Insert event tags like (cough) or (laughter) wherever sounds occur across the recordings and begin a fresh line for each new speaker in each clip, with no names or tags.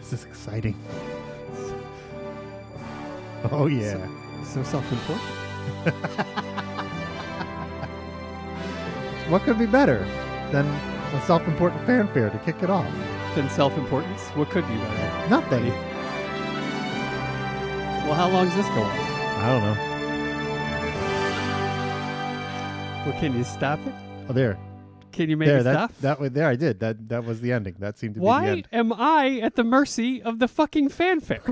This is exciting. Oh yeah.
So self-important.
what could be better than a self-important fanfare to kick it off?
Then self-importance. What could be better?
Nothing.
Well, how long is this going?
I don't know.
Well, can you stop it?
Oh, there,
Can you make
there.
it
That
stop?
that way. There, I did. That that was the ending. That seemed to be the
Why
end.
am I at the mercy of the fucking fanfare?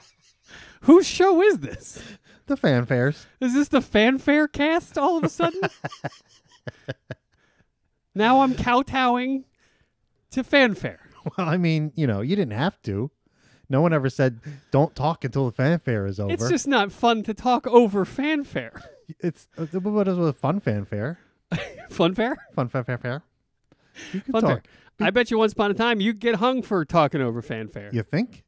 (laughs) Whose show is this?
The (laughs) fanfares.
Is this the fanfare cast all of a
(laughs)
sudden? now I'm kowtowing to fanfare.
(laughs) Well, I mean, you know, you didn't have to. No one ever said don't talk until the fanfare is over.
It's just not fun to talk over fanfare.
it's uh, what is a fun fanfare?
Funfair?
Fun fanfare. You can
Funfair.
talk.
I bet you once upon a time you'd get hung for talking over fanfare.
You think?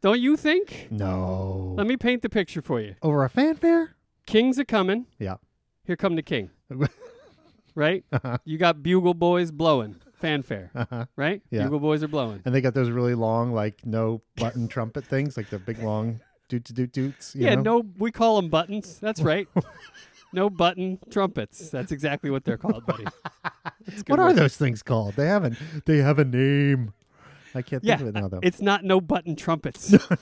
Don't you think?
No.
Let me paint the picture for you.
over a fanfare?
King's a coming.
Yeah.
Here come
(laughs)
the king, right? You got bugle boys blowing fanfare,
Uh-huh.
right?
Yeah.
Bugle boys are blowing.
And they got those really long, like no button trumpet things, like the big long doot doot doots. You
yeah,
know?
no, we call them buttons.
(laughs)
That's right. no button trumpets. That's exactly what they're called, buddy. It's good
What are
work.
those things called? They haven't. They have a name. I can't
Yeah,
think of it now though.
it's not no button trumpets. no,
(laughs)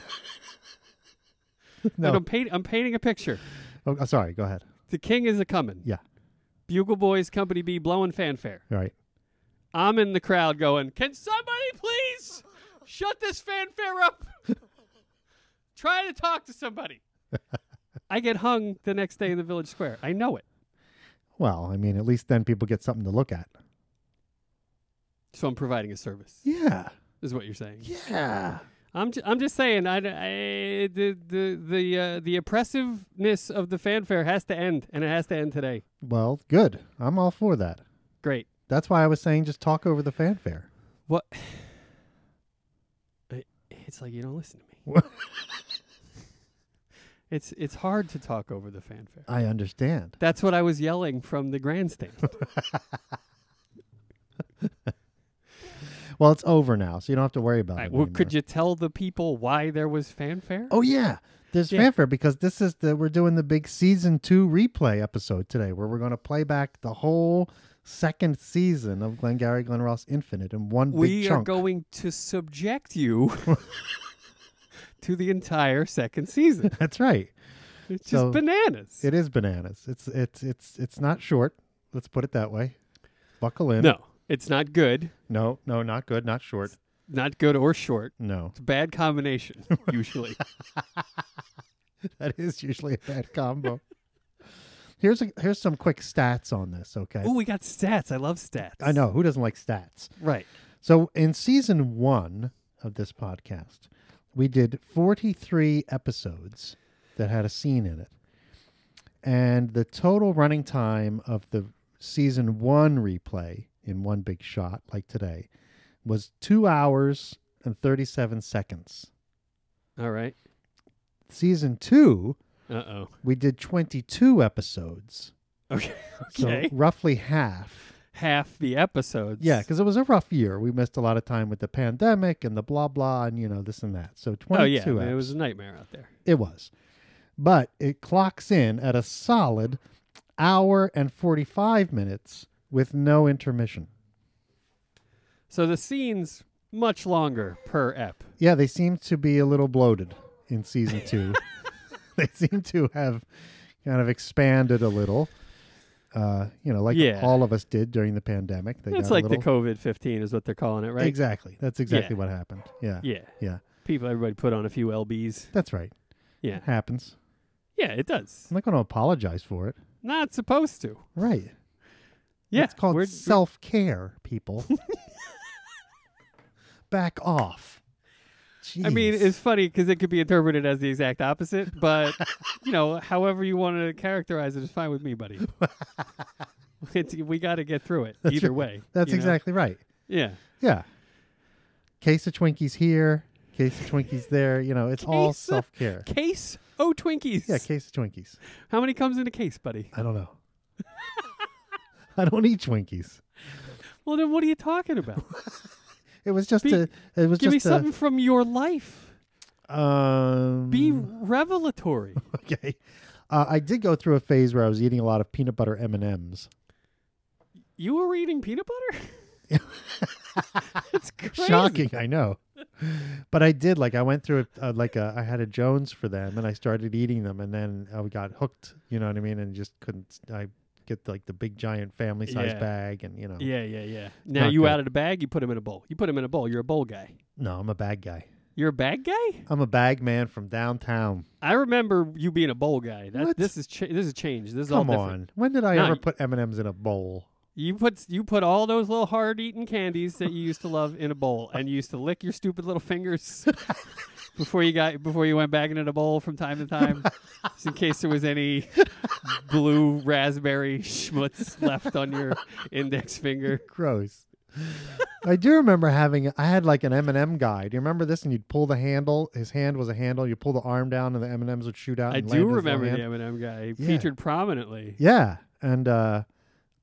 no.
I'm, paint, I'm painting a picture.
Oh, oh, sorry. Go ahead.
The king is a coming.
Yeah.
Bugle boys, company B, blowing fanfare.
All right.
I'm in the crowd going, Can somebody please shut this fanfare up? (laughs) Try to talk to somebody. I get hung the next day in the village square. I know it.
Well, I mean, at least then people get something to look at.
So I'm providing a service,
Yeah.
is what you're saying.
Yeah.
I'm, ju- I'm just saying, I, I- the, the, the, uh, the oppressiveness of the fanfare has to end, and it has to end today.
Well, good. I'm all for that.
Great.
That's why I was saying just talk over the fanfare.
What? I- It's like you don't listen to me.
What?
(laughs) It's, it's hard to talk over the fanfare.
I understand.
That's what I was yelling from
(laughs)
the grandstand.
Well, it's over now, so you don't have to worry about
All right,
it.
well,
anymore.
could you tell the people why there was fanfare?
uh, Oh yeah, there's
Yeah.
fanfare because this is the we're doing the big season two replay episode today, where we're going to play back the whole second season of Glengarry Glen Ross Infinite in one
we
big
are
chunk.
going to
(laughs)
subject you to the entire second season.
(laughs) That's right.
It's just
So,
bananas.
It is bananas. It's it's it's it's not short. Let's put it that way. Buckle in.
no, it's not good.
no, no, not good, not short.
Not good or short.
No,
It's a
(laughs)
bad combination, usually.
(laughs) that is usually a bad combo. here's a, here's some quick stats on this. Okay,
Ooh, we got stats. I love stats.
I know who doesn't like stats.
Right.
So in season one of this podcast, we did 43 episodes that had a scene in it. And the total running time of the season one replay in one big shot, like today, was two hours and 37 seconds.
All right.
Season two,
Uh oh.
we did 22 episodes.
Okay. okay.
So roughly half.
Half the episodes.
Yeah, because it was a rough year. We missed a lot of time with the pandemic and the blah blah and you know this and that. So
Oh,
twenty
yeah. I
two.
mean, it was a nightmare out there.
It was. But it clocks in at a solid hour and 45 minutes with no intermission.
So the scenes much longer per ep.
Yeah, they seem to be a little bloated in season
(laughs)
two. (laughs) they seem to have kind of expanded a little. Uh, you know, like
Yeah.
all of us did during the pandemic. They
It's
got a
like
little-
the COVID 15 is what they're calling it, right?
Exactly. That's exactly
Yeah.
what happened. Yeah.
Yeah.
Yeah.
People, everybody put on a few lbs.
That's right.
Yeah.
It happens.
Yeah, it does.
I'm not going to apologize for it.
Not supposed to.
Right.
Yeah,
It's called
we're-
self care, people. (laughs) Back off.
I mean,
Jeez.
it's funny because it could be interpreted as the exact opposite, but (laughs) you know, however you want to characterize it is fine with me, buddy.
(laughs)
it's, we got to get through it either
right.
way.
(laughs) that's
you know?
exactly right.
Yeah,
Yeah. Case of Twinkies here, case of Twinkies there. You know, it's all
Case of-
self care.
case. Oh, Twinkies.
Yeah, case of Twinkies.
How many comes in a case, buddy?
I don't know. (laughs) I don't eat Twinkies.
Well, then what are you talking about?
(laughs) It was just
Be-
a. It was
Give me
just
something from your life.
a. Um,
Be revelatory.
(laughs) okay. Uh, I did go through a phase where I was eating a lot of peanut butter M and M's.
you were eating peanut butter? (laughs)
(laughs)
It's crazy.
Shocking, I know. But I did like I went through a, uh, like a I had a Jones for them and I started eating them and then I got hooked. You know what I mean? And just couldn't. I get like the big giant family size
Yeah.
bag and you know.
Yeah, yeah, yeah. Now
not
you
good.
added a bag, you put him in a bowl. You put him in a bowl. You're a bowl guy.
No, I'm a bag guy.
You're a bag guy?
I'm a bag man from downtown.
I remember you being a bowl guy. That
What?
this is cha- this is changed. This is all
Come
different.
on. When did I
No,
ever
y-
put M and M's in a bowl?
You put you put all those little hard eating candies that you used to love in a bowl, and you used to lick your stupid little fingers (laughs) before you got before you went back into the bowl from time to time, just in case there was any blue raspberry schmutz left on your index finger.
Gross. I do remember having. I had like an M and M guy. Do you remember this? And you'd pull the handle. His hand was a handle. You pull the arm down, and the M and M's would shoot out.
I
and land
do
in his little
remember
hand.
the M&M guy. He
Yeah.
featured prominently.
Yeah, and uh,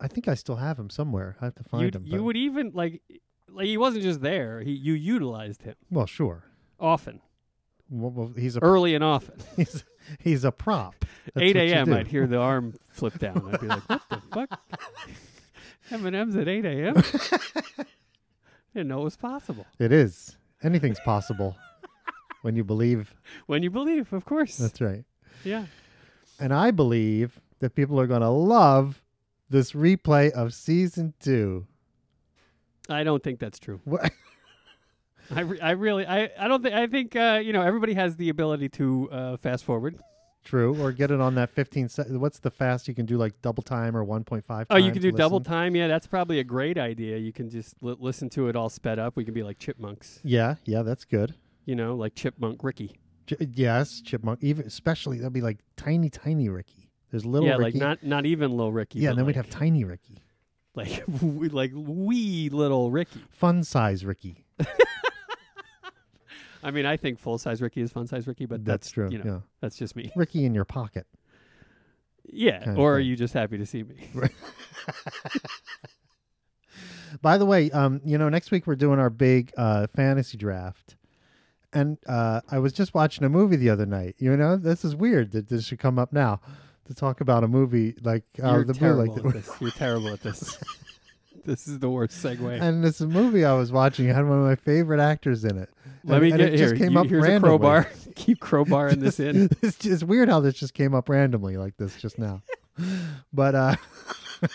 I think I still have him somewhere. I have to find
You'd-
him.
you
but-
would even like like he wasn't just there. He you utilized him
Well, sure.
often,
Well, well, he's a
(laughs) early and often.
he's, he's a prop. That's what
8
you
a.m.
do.
I'd hear the arm (laughs) flip (laughs)
(laughs)
down. I'd be like, "What the fuck? M and M's at 8
(laughs)
a.m. Didn't know it was possible.
It is anything's possible when you believe.
When you believe, of course.
That's right.
yeah.
And I believe that people are going to love this replay of season two.
I don't think that's true.
What?
(laughs) I, re- I really I, I don't think I think uh, you know everybody has the ability to uh, fast forward.
True, or get it on that 15 sec What's the fast you can do, like double time or 1.5?
(laughs) Oh, you can do double time. Yeah, that's probably a great idea. You can just li- listen to it all sped up. We can be like chipmunks.
Yeah, yeah, that's good.
You know, like chipmunk Ricky.
Ch- yes, chipmunk. Even especially that'd be like tiny, tiny Ricky. There's little
yeah, like
Ricky.
not not even little Ricky.
yeah,
but
and then we'd
like-
have tiny Ricky,
(laughs) like we- (laughs) like wee little Ricky.
fun size Ricky.
I mean, I think full size Ricky is fun size Ricky, but
that's,
that's,
true.
You know,
yeah,
that's just me. (laughs)
Ricky in your pocket.
Yeah,
Kinda
or are
thing.
you just happy to see me?
By the way, um, you know, next week we're doing our big uh, fantasy draft, and uh, I was just watching a movie the other night. You know, this is weird that this should come up now to talk about a movie like out
You're
of Uh, the blue,
terrible
like (laughs)
at this. You're terrible at this. (laughs) this is the worst segue.
And this movie I was watching had one of my favorite actors in it.
Let
and,
me
and
get
it just
here.
Came
You-
up
here's a
randomly. (laughs)
crowbar. (laughs) Keep crowbarring this in.
it's just weird how this just came up randomly like this just
(laughs)
now. but uh (laughs)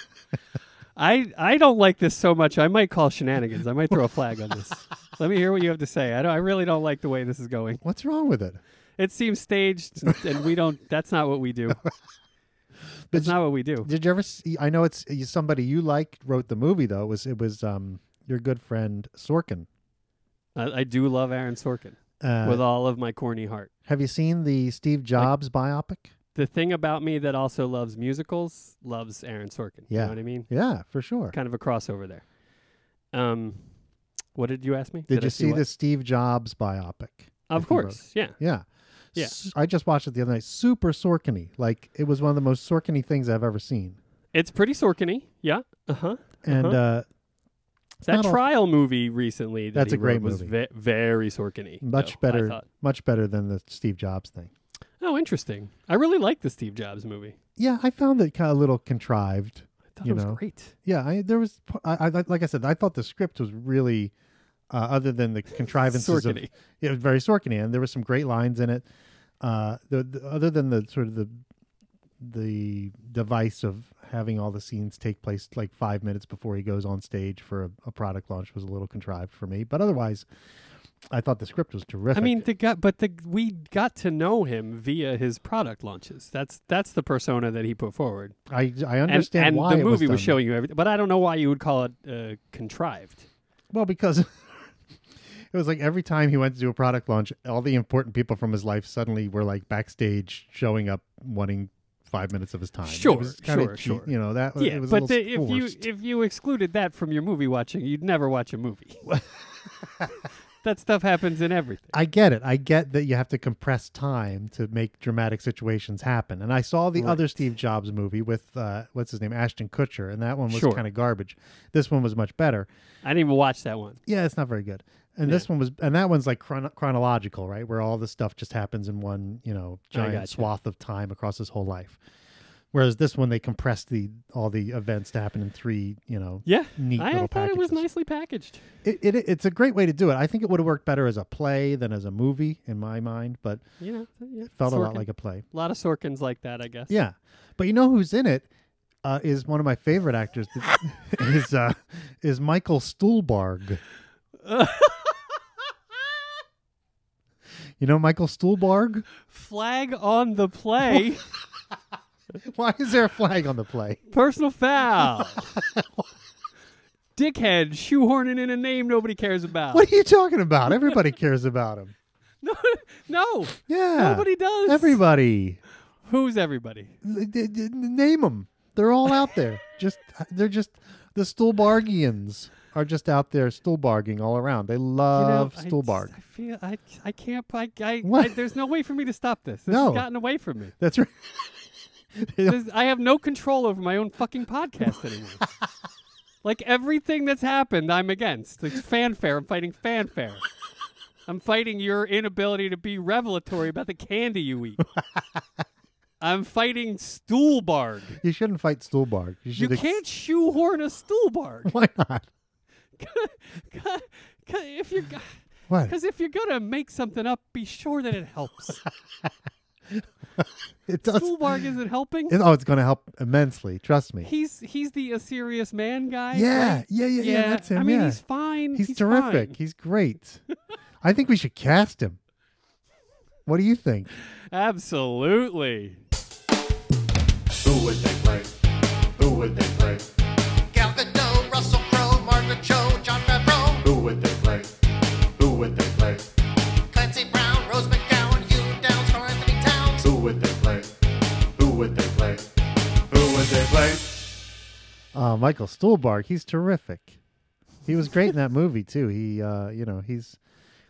I I don't like this so much. I might call shenanigans. I might throw a flag on
(laughs)
this. Let me hear what you have to say. I don't, I really don't like the way this is going.
what's wrong with it?
It seems staged, and we don't. That's not what
(laughs)
we do. That's not what we do.
Did you ever see I know it's somebody you like wrote the movie though. It was it was um your good friend Sorkin.
I, I do love Aaron Sorkin
Uh,
with all of my corny heart.
have you seen the Steve Jobs biopic?
the thing about me that also loves musicals loves Aaron Sorkin. You
Yeah.
know what I mean?
Yeah, for sure.
Kind of a crossover there. Um, what did you ask me?
Did,
I
you see
what?
the Steve Jobs biopic?
Of
if you wrote
course. Yeah.
Yeah.
Yeah.
S- I just watched it the other night. Super Sorkin-y. Like it was one of the most Sorkin-y things I've ever seen.
It's pretty Sorkin y. Yeah. Uh huh.
And
Uh-huh.
uh
That
not all-
trial movie recently that
That's
he
a great
wrote was
movie.
ve- very Sorkin y.
Much better. much better than the Steve Jobs thing.
Oh, interesting. I really liked the Steve Jobs movie.
Yeah, I found it kind of a little contrived.
I thought
You
it was
know.
great.
Yeah, I there was p- I, I like like I said, I thought the script was really uh, other than the contrivances
Sorkin
of
y.
yeah, it was very Sorkin, and there were some great lines in it. Uh, the, the other than the sort of the the device of having all the scenes take place like five minutes before he goes on stage for a, a product launch was a little contrived for me, but otherwise, I thought the script was terrific.
I mean, the guy, but the we got to know him via his product launches. That's that's the persona that he put forward.
I I
And-
understand
and,
why
the
it
movie was,
was, done that
showing you everything but i don't know why you would call it uh, contrived
Well, because (laughs) it was like every time he went to do a product launch, all the important people from his life suddenly were like backstage showing up wanting five minutes of his time. It
Sure,
was kinda
sure,
che-
sure.
You know, that
yeah
it was
but
a
the,
little
if you
forced. (laughs)
if you excluded that from your movie watching you'd never watch a movie (laughs) that stuff happens in everything.
I get it. I get that you have to compress time to make dramatic situations happen. And I saw the other Steve Jobs movie with uh, what's his name, Ashton Kutcher, and that one was
Sure.
kind of garbage. This one was much better.
I didn't even watch that one.
Yeah, it's not very good. And this one was, and that one's like chron- chronological, right? Where all the stuff just happens in one, you know, giant
gotcha.
swath of time across his whole life. Whereas this one, they compressed the all the events to happen in three, you know,
Yeah,
neat
I
little
thought it was
packages.
nicely packaged.
it, it, it's a great way to do it. I think it would have worked better as a play than as a movie in my mind, but
You know, yeah,
it felt a lot
Sorkin.
like a play.
a lot of Sorkins like that, I guess.
Yeah, but you know who's in it uh, is one of my favorite actors. (laughs) that- is uh, is Michael Stuhlbarg. You know Michael Stuhlbarg?
(laughs) Flag on the play,
(laughs) Why is there a flag on the play? (laughs)
personal foul. Dickhead shoehorning in a name nobody cares about.
What are you talking about?
(laughs)
Everybody cares about him.
No, no,
Yeah,
nobody does.
Everybody,
Who's everybody?
N- n- n- name them. They're all out there. (laughs) Just they're just the Stuhlbargians are just out there Stuhlbarging all around. They
You know,
love
I just-
Stuhlbarg.
I, feel I, I can't. I, I,
What?
I- there's no way for me to stop this. This
No.
has gotten away from me.
That's
(laughs)
right. (laughs) They don't-
This- I have no control over my own fucking
(laughs)
podcast anymore. like everything that's happened, I'm against. It's fanfare. I'm fighting fanfare. I'm fighting your inability to be revelatory about the candy you
(laughs)
eat. I'm fighting Stuhlbarg.
you shouldn't fight Stuhlbarg. You,
You
should ex-
can't shoehorn a Stuhlbarg.
(laughs) Why
(laughs)
not?
if you're,
What?
because if you're gonna make something up, be sure that it helps.
(laughs) It does.
Stuhlbarg isn't helping.
It, oh, it's going to help immensely. Trust me.
He's he's the a serious man guy.
yeah,
right?
yeah, yeah, yeah, That's him.
I mean,
yeah.
he's fine.
He's terrific.
fine.
He's great. I think we should cast him. What do you think?
Absolutely.
Who would they play? Who would they play?
Gal Gadot, Russell Crowe, Margaret Cho, John Favreau,
Who would they play? Who would they play?
Clancy Brown, Rose McGowan, Hugh Downs, Carl Anthony Towns.
Who would they play? Who would they play? Who would they play?
Uh, Michael Stuhlbarg. He's terrific. He was great in that movie too. He, uh, you know, he's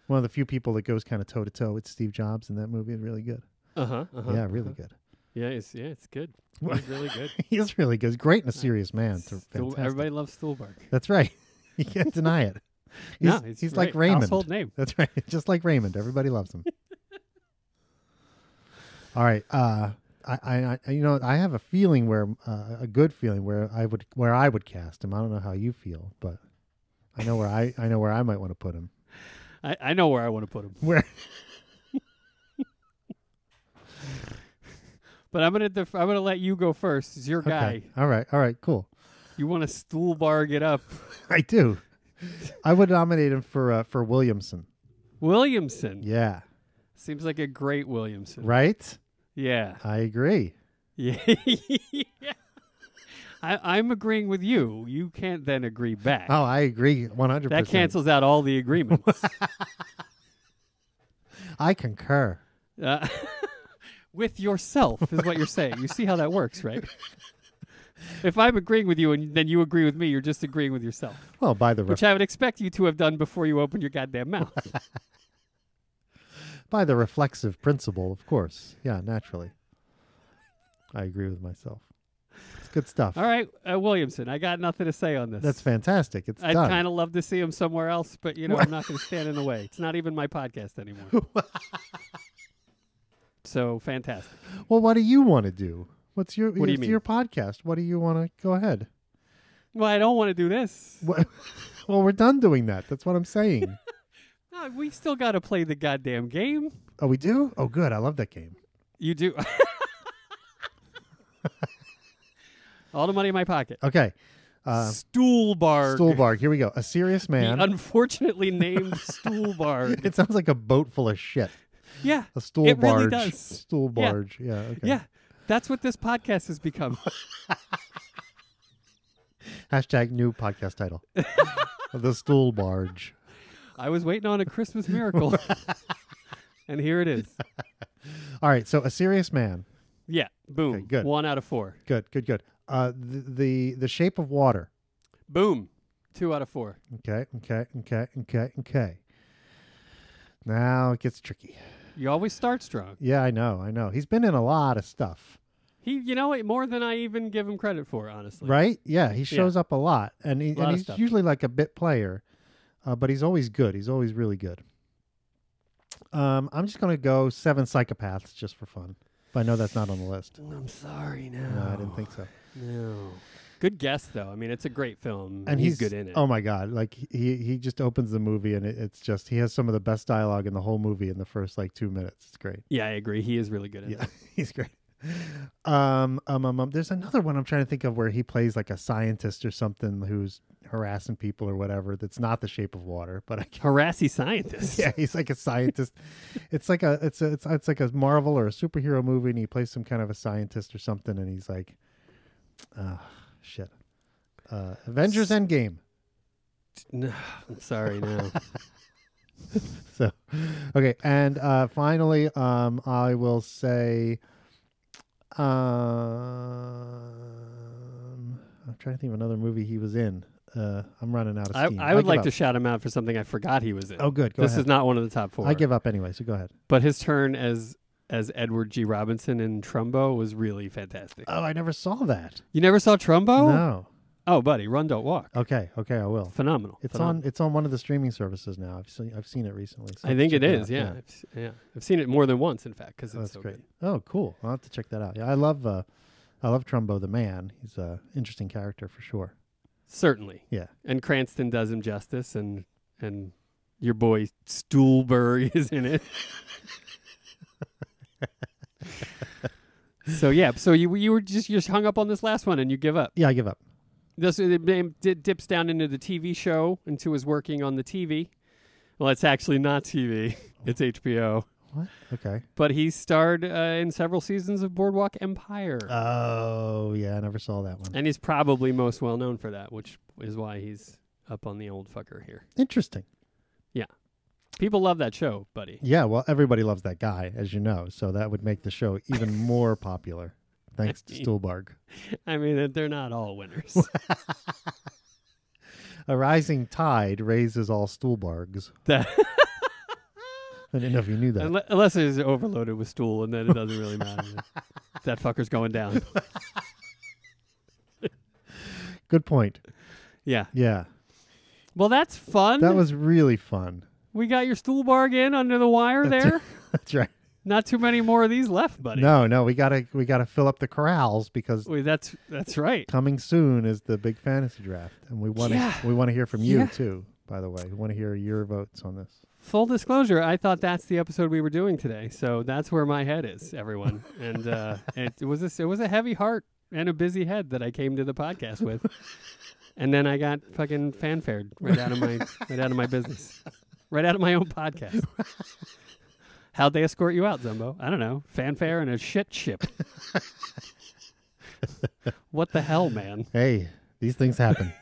one of the few people that goes kind of toe to toe with Steve Jobs in that movie. Really good.
Uh huh. Uh-huh.
yeah, really good. (laughs)
Yeah. It's yeah. It's good. It's really good.
He is really good. He's great and a serious man. Ter-
Stuhl-
fantastic.
everybody loves Stuhlbarg.
That's right. (laughs) You can't deny
(laughs)
it. He's,
no,
he's,
it's
like
great.
Raymond.
Household name.
That's right. (laughs) Just like Raymond. Everybody loves
(laughs)
him. All right. Uh, I, I, I, you know, I have a feeling where uh, a good feeling where I would where I would cast him. I don't know how you feel, but I know where I, I know where I might want to put
(laughs)
him.
I, I know where I want to put him,
Where?
(laughs) but I'm gonna def- I'm gonna let you go first. It's your guy.
Okay. All right. All right. Cool. (laughs)
You want to Stuhlbarg it up,
I do. I would nominate him for uh, for Williamson.
Williamson.
Yeah.
Seems like a great Williamson.
Right.
Yeah.
I agree.
(laughs) Yeah. I, I'm agreeing with you. You can't then agree back.
Oh, I agree. One hundred
that
percent.
cancels out all the agreements.
(laughs) I concur.
Uh, (laughs) with yourself is what you're saying. You see how that works, right? (laughs) If I'm agreeing with you and then you agree with me, you're just agreeing with yourself,
Well, by the ref-
which I would expect you to have done before you opened your goddamn mouth.
(laughs) By the reflexive principle, of course. Yeah, naturally. I agree with myself. It's good stuff.
All right, uh, Williamson, I got nothing to say on this.
That's fantastic. It's
I'd
done.
kind of love to see him somewhere else, but you know,
(laughs)
I'm not going to stand in the way. It's not even my podcast anymore. so fantastic.
Well, what do you want to do? What's your
What do you
it's
mean?
your podcast? What do you want to go ahead?
Well, I don't want to do this.
What, well, we're done doing that. That's what I'm
(laughs)
saying.
No, Uh, we still got to play the goddamn game.
oh, we do? Oh, good. I love that game.
You do. (laughs) All the money in my pocket.
Okay. Uh,
Stuhlbarg.
Stuhlbarg. Here we go. A serious
(laughs) The
man.
unfortunately
(laughs)
named Stuhlbarg.
it sounds like a boat full of shit.
Yeah.
A stool
It really
barge.
does.
Stool
Yeah.
barge. Yeah. okay.
Yeah. That's what this podcast has become.
Hashtag new podcast
(laughs)
title. the stool barge.
I was waiting on a Christmas miracle. (laughs) and here it is.
All right, so a serious man.
Yeah. Boom.
Okay, good.
One out of four.
Good, good, good. Uh, the, the the shape of water.
Boom. Two out of four.
Okay, okay, okay, okay, okay. Now it gets tricky.
You always start strong.
Yeah, I know, I know. He's been in a lot of stuff,
He, you know, what, more than I even give him credit for, honestly.
right? Yeah, he shows up a lot, and, he,
Lot
and
of
he's
stuff.
usually like a bit player, uh, but he's always good. He's always really good. Um, I'm just gonna go seven psychopaths just for fun. But I know that's not on the list.
I'm sorry now.
No, I didn't think so.
No. Good guess though. I mean, it's a great film,
and
Um, he's, good in it.
Oh my god! Like he he just opens the movie and it, it's just he has some of the best dialogue in the whole movie in the first like two minutes. It's great.
yeah, I agree. He is really good in
Yeah,
it.
(laughs) he's great. Um, um, um, um, there's another one I'm trying to think of where he plays like a scientist or something who's harassing people or whatever. That's not The Shape of Water, but I can't.
Harassy
(laughs)
scientist.
Yeah, he's like a scientist. it's like a it's a it's, it's like a Marvel or a superhero movie, and he plays some kind of a scientist or something, and he's like, ah, shit. Uh, Avengers Endgame.
No, (sighs) I'm
(laughs)
sorry now.
So, okay, and uh, finally, um, I will say, um, I'm trying to think of another movie he was in. Uh, I'm running out of
I,
steam.
I would
give
like
up.
to shout him out for something I forgot he was in.
oh, good. Go
this
ahead.
is not one of the top four.
I give up anyway. So go ahead.
but his turn as as Edward G. Robinson in Trumbo was really fantastic.
Oh, I never saw that.
You never saw Trumbo?
No.
Oh, buddy, Run Don't Walk.
Okay. Okay. I will.
Phenomenal.
It's
Phenomenal.
on. It's on one of the streaming services now. I've seen. I've seen it recently. so
I think
check
it is.
out.
yeah. I've s- yeah. I've seen it more than once, in fact, because
Oh, that's
it's so
great.
good.
Oh, cool. I'll have to check that out. Yeah, I love. Uh, I love Trumbo the man. He's a interesting character for sure.
Certainly.
Yeah.
And Cranston does him justice, and and your boy Stuhlberg (laughs) is in it. so yeah, so you you were just you just hung up on this last one, and you give up.
Yeah, I give up.
This it name- di- dips down into the TV show, into his working on the TV. Well, it's actually not TV; it's HBO.
What? Okay.
But he starred uh, in several seasons of Boardwalk Empire.
Oh yeah, I never saw that one.
And he's probably most well known for that, which is why he's up on the old fucker here.
Interesting.
People love that show, buddy.
Yeah, well, everybody loves that guy, as you know, so that would make the show even
(laughs)
more popular. Thanks to Stuhlbarg.
I mean, they're- they're not
(laughs)
all winners.
A rising tide raises all Stuhlbargs.
That- (laughs)
I didn't know if you knew that.
Unle- Unless it's overloaded with stool, and then it doesn't
(laughs)
really matter. that fucker's going down.
Good point.
Yeah.
Yeah,
Well, that's fun.
that was really fun. (laughs)
we got your stool barg in under the wire
That's
there.
That's right.
Not too many more of these left, buddy.
No, no, we gotta we gotta fill up the corrals because
Wait, that's that's right.
coming soon is the big fantasy draft, and we want to
Yeah.
we want to hear from you
Yeah.
too. By the way, we want to hear your votes on this.
Full disclosure, I thought that's the episode we were doing today, so that's where my head is, everyone. And uh, it, it was a, it was a heavy heart and a busy head that I came to the podcast with, and then I got fucking fanfared right out of my right out of my business, right out of my own podcast. How'd they escort you out, Zumbo? I don't know. Fanfare and a shit ship. what the hell, man?
Hey, these things
(laughs)
happen.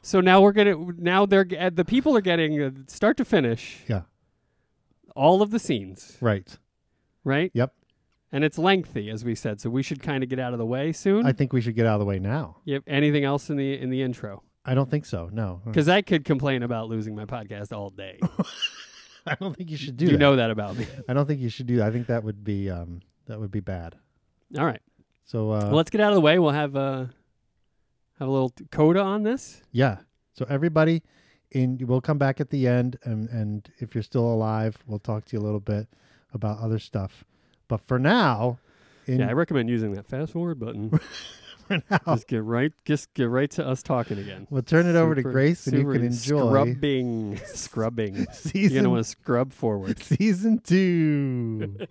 So now we're gonna now they're g- the people are getting uh, start to finish
yeah,
all of the scenes,
right.
right?
Yep.
And it's lengthy, as we said, so we should kind of get out of the way soon.
I think we should get out of the way now.
you have anything else in the in the intro?
I don't think so. No,
Because I could complain about losing my podcast all day.
(laughs) I don't think you should do. that.
you
Uh,
know that about me.
(laughs) I don't think you should do. That. I think that would be um that would be bad.
All right,
So uh,
well, let's get out of the way. We'll have uh, have a little t- coda on this.
yeah. So everybody, in we'll come back at the end, and and if you're still alive, we'll talk to you a little bit about other stuff. But for now, in,
yeah, I recommend using that fast
(laughs)
forward button.
for now,
(laughs) just get right, just get right to us talking again.
we'll turn it over to
Super-
Grace, and you
super
can enjoy (laughs)
scrubbing, scrubbing. You're gonna
season
want to scrub forward.
season
Hmm.
two.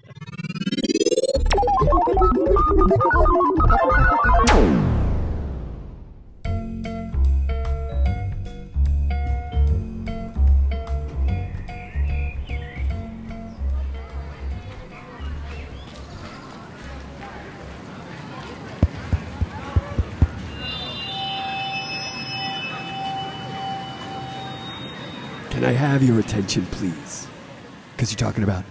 Can I have your attention, please? Because you're talking about.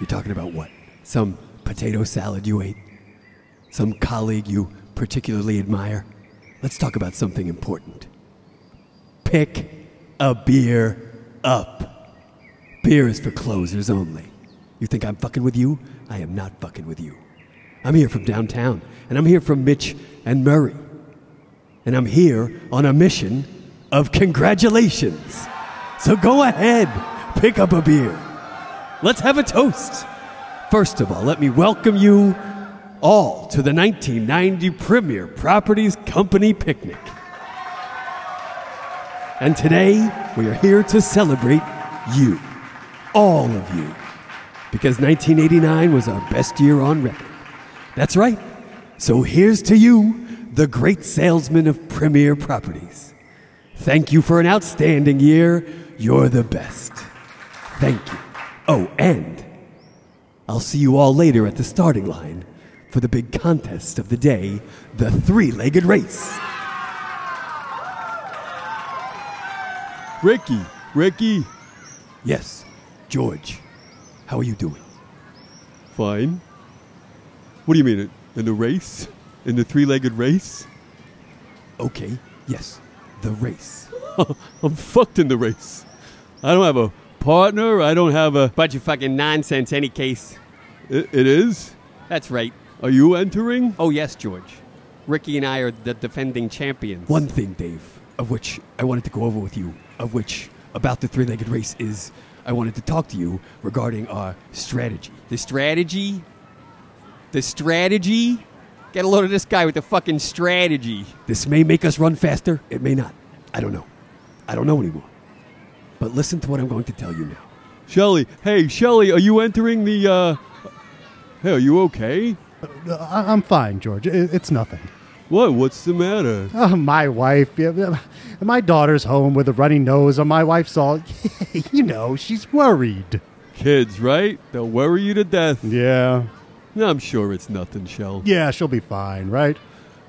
You're talking about what? Some potato salad you ate? Some colleague you particularly admire? Let's talk about something important. Pick a beer up. Beer is for closers only. You think I'm fucking with you? I am not fucking with you. I'm here from downtown, and I'm here from Mitch and Murray. And I'm here on a mission of congratulations. So go ahead, pick up a beer. Let's have a toast. First of all, let me welcome you all to the 1990 Premier Properties Company Picnic. And today, we are here to celebrate you, all of you, because 1989 was our best year on record. That's right. So here's to you, the great salesman of Premier Properties. Thank you for an outstanding year. You're the best. Thank you. Oh, and I'll see you all later at the starting line for the big contest of the day the three legged race. Ricky, Ricky. Yes, George. How are you doing?
Fine. What do you mean? In the race? In the three legged race?
Okay, yes, the race.
(laughs) I'm fucked in the race. I don't have a partner. I don't have a.
Bunch of fucking nonsense, any case.
It, it is?
That's right.
Are you entering?
Oh, yes, George. Ricky and I are the defending champions.
One thing, Dave, of which I wanted to go over with you, of which about the three legged race is I wanted to talk to you regarding our strategy.
The strategy. The strategy. Get a load of this guy with the fucking strategy.
This may make us run faster, it may not. I don't know. I don't know anymore. But listen to what I'm going to tell you now.
Shelly, hey, Shelly, are you entering the. Uh... Hey, are you okay?
I- I'm fine, George. I- It's nothing.
What? What's the matter?
Oh, my wife. yeah, yeah, My daughter's home with a runny nose, and my
(laughs)
wife's all, you know, she's worried.
Kids, right? They'll worry you to death.
Yeah.
No, I'm sure it's nothing, Shell.
Yeah, she'll be fine, right?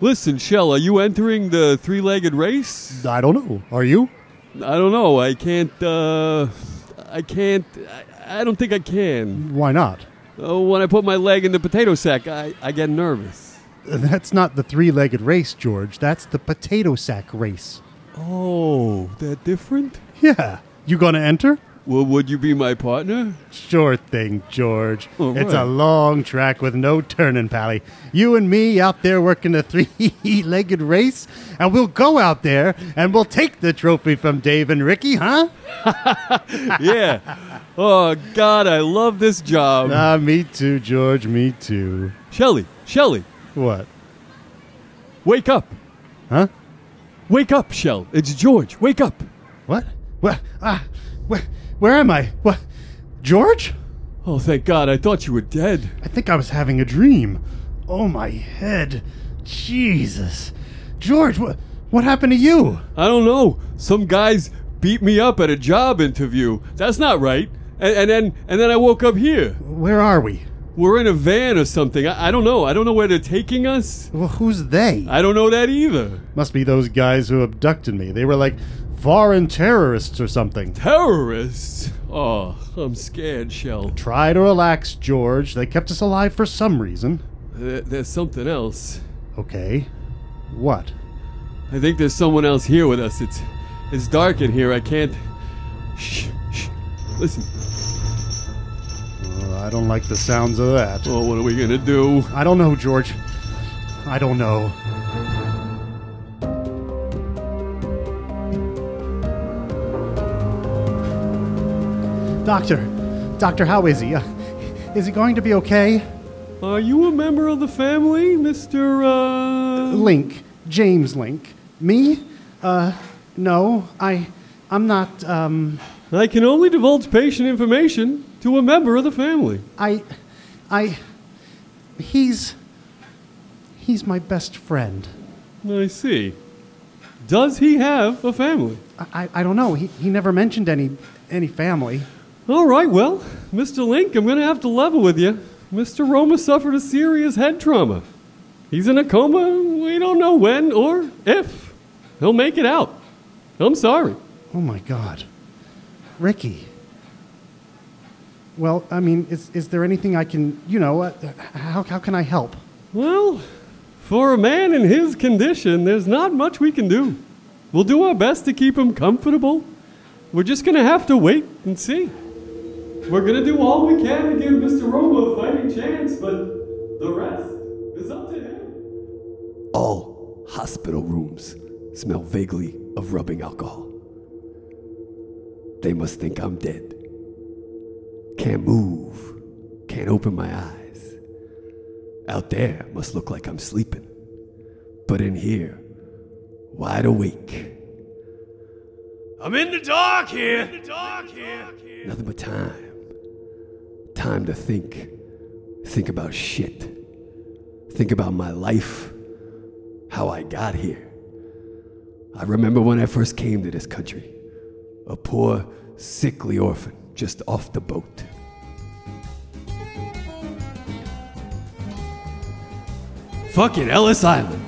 Listen, Shell, are you entering the three legged race?
I don't know. Are you?
I don't know. I can't. Uh, I can't. I, I don't think I can.
Why not?
Oh, when I put my leg in the potato sack, I, I get nervous.
That's not the three legged race, George. That's the potato sack race.
Oh, that different?
Yeah. You gonna enter?
Well, would you be my partner?
Sure thing, George.
All
It's a
right.
long track with no turning, Pally. You and me out there working a (laughs) three legged race, and we'll go out there and we'll take the trophy from Dave and Ricky, huh?
(laughs) yeah. Oh God, I love this job.
Ah, me too, George, me too.
Shelly, Shelly,
What?
wake up.
Huh?
Wake up, Shell. It's George. Wake up.
What? What? Ah, where, where am I? What? George?
Oh, thank God. I thought you were dead.
I think I was having a dream. Oh, my head. Jesus. George, what, what happened to you?
I don't know. Some guys beat me up at a job interview. That's not right. And, and then and then I woke up here.
Where are we?
We're in a van or something. I, I don't know. I don't know where they're taking us.
Well, who's they?
I don't know that either.
Must be those guys who abducted me. They were like foreign terrorists or something.
Terrorists. Oh, I'm scared, Shell.
Try to relax, George. They kept us alive for some reason.
There- There's something else.
Okay. What?
I think there's someone else here with us. It's it's dark in here. I can't. Shh, shh. Listen.
Uh, I don't like the sounds of that.
Oh, what are we gonna do?
I don't know, George. I don't know. Doctor, Doctor, how is he? Uh, is he going to be okay?
Are you a member of the family, Mister? Uh...
Link, James Link. Me? Uh, no, I, I'm not. Um,
I can only divulge patient information to a member of the family.
I, I. He's. He's my best friend.
I see. Does he have a family?
I, I, I don't know. He, he never mentioned any, any family.
All right, well, Mr. Link, I'm going to have to level with you. Mr. Roma suffered a serious head trauma. He's in a coma. We don't know when or if he'll make it out. I'm sorry.
Oh my God, Ricky. Well, I mean, is, is there anything I can, you know, uh, how, how can I help?
Well, for a man in his condition, there's not much we can do. We'll do our best to keep him comfortable. We're just going to have to wait and see. We're gonna do all we can to give Mr. Roma a fighting chance, but the rest is up to him.
All hospital rooms smell vaguely of rubbing alcohol. They must think I'm dead. Can't move. Can't open my eyes. Out there must look like I'm sleeping. But in here, wide awake. I'm in the dark here. Nothing but time. Time to think. Think about shit. Think about my life how I got here. I remember when I first came to this country, a poor, sickly orphan just off the boat. Fucking Ellis Island.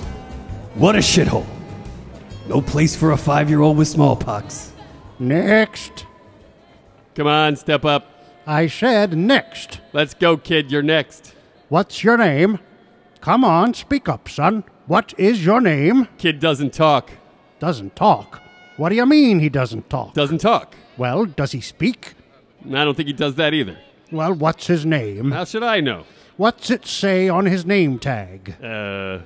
What a shithole. No place for a five year old with smallpox.
Next.
Come on, step up.
I said next.
Let's go, kid. You're next.
What's your name? Come on, speak up, son. What is your name?
Kid doesn't talk.
Doesn't talk. What do you mean he doesn't talk?
Doesn't talk.
well, does he speak?
And I don't think he does that either.
Well, what's his name?
How should I know?
What's it say on his name tag?
Uh,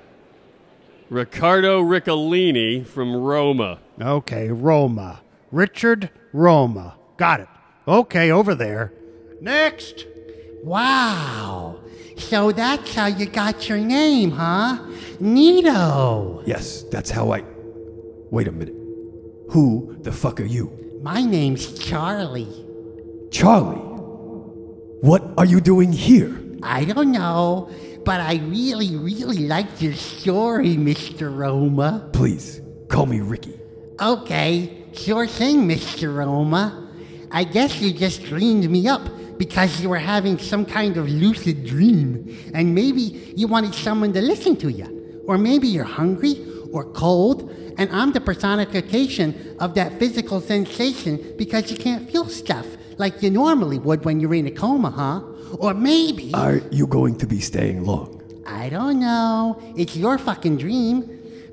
Riccardo Riccolini from Roma.
Okay, Roma. Richard Roma. Got it. Okay, over there. Next.
Wow. So that's how you got your name, huh? Nito.
Yes, that's how I. Wait a minute. Who the fuck are you?
My name's Charlie.
Charlie. What are you doing here?
I don't know, but I really, really liked your story, Mr. Roma.
Please, call me Ricky.
Okay, sure thing, Mr. Roma. I guess you just dreamed me up because you were having some kind of lucid dream, and maybe you wanted someone to listen to you. Or maybe you're hungry or cold, and I'm the personification of that physical sensation because you can't feel stuff like you normally would when you're in a coma, huh? Or maybe.
Are you going to be staying long?
I don't know. It's your fucking dream.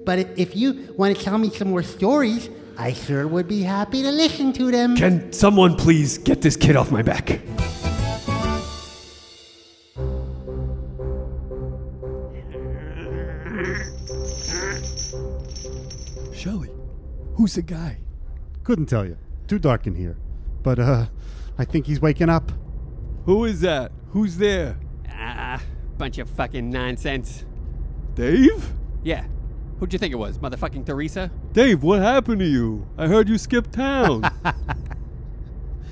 But i- if you want to tell me some more stories, I sure would be happy to listen to them.
Can someone please get this kid off my back? Shelly, who's the guy?
Couldn't tell you. Too dark in here. But, uh, I think he's waking up.
Who is that? Who's there?
Ah, bunch of fucking nonsense.
Dave?
Yeah. Who'd you think it was? Motherfucking Teresa?
Dave, what happened to you? I heard you skipped town.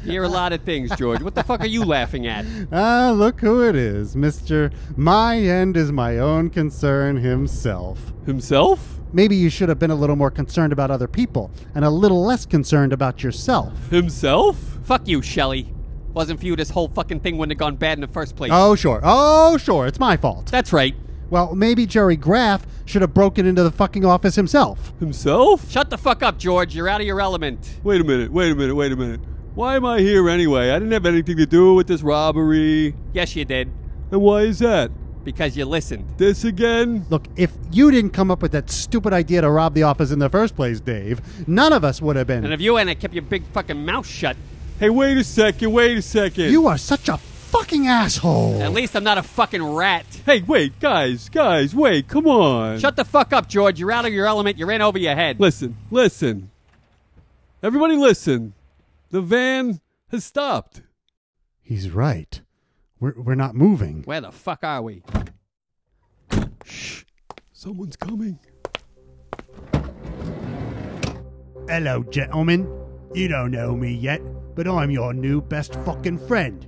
You hear a lot of things, George. What the fuck are you laughing at?
Ah, look who it is, Mr. My End is My Own Concern himself.
Himself?
Maybe you should have been a little more concerned about other people and a little less concerned about yourself.
Himself?
Fuck you, Shelly. Wasn't for you, this whole fucking thing wouldn't have gone bad in the first place.
Oh, sure. Oh, sure. It's my fault.
That's right.
Well, maybe Jerry Graff should have broken into the fucking office himself.
Himself?
(laughs) Shut the fuck up, George. You're out of your element.
Wait a minute, wait a minute, wait a minute. Why am I here anyway? I didn't have anything to do with this robbery.
Yes, you did.
And why is that?
Because you listened.
This again?
Look, if you didn't come up with that stupid idea to rob the office in the first place, Dave, none of us would have
And
been.
if you hadn't have kept your big fucking mouth shut,
Hey, wait a second, wait a second.
You are such a fucking asshole.
at least I'm not a fucking rat.
Hey, wait, guys, guys, wait, come on.
Shut the fuck up, George. You're out of your element. You're in over your head.
Listen, listen. Everybody listen. The van has stopped.
He's right. We're, we're not moving.
Where the fuck are we?
Someone's coming.
Hello, gentlemen. You don't know me yet, but I'm your new best fucking friend.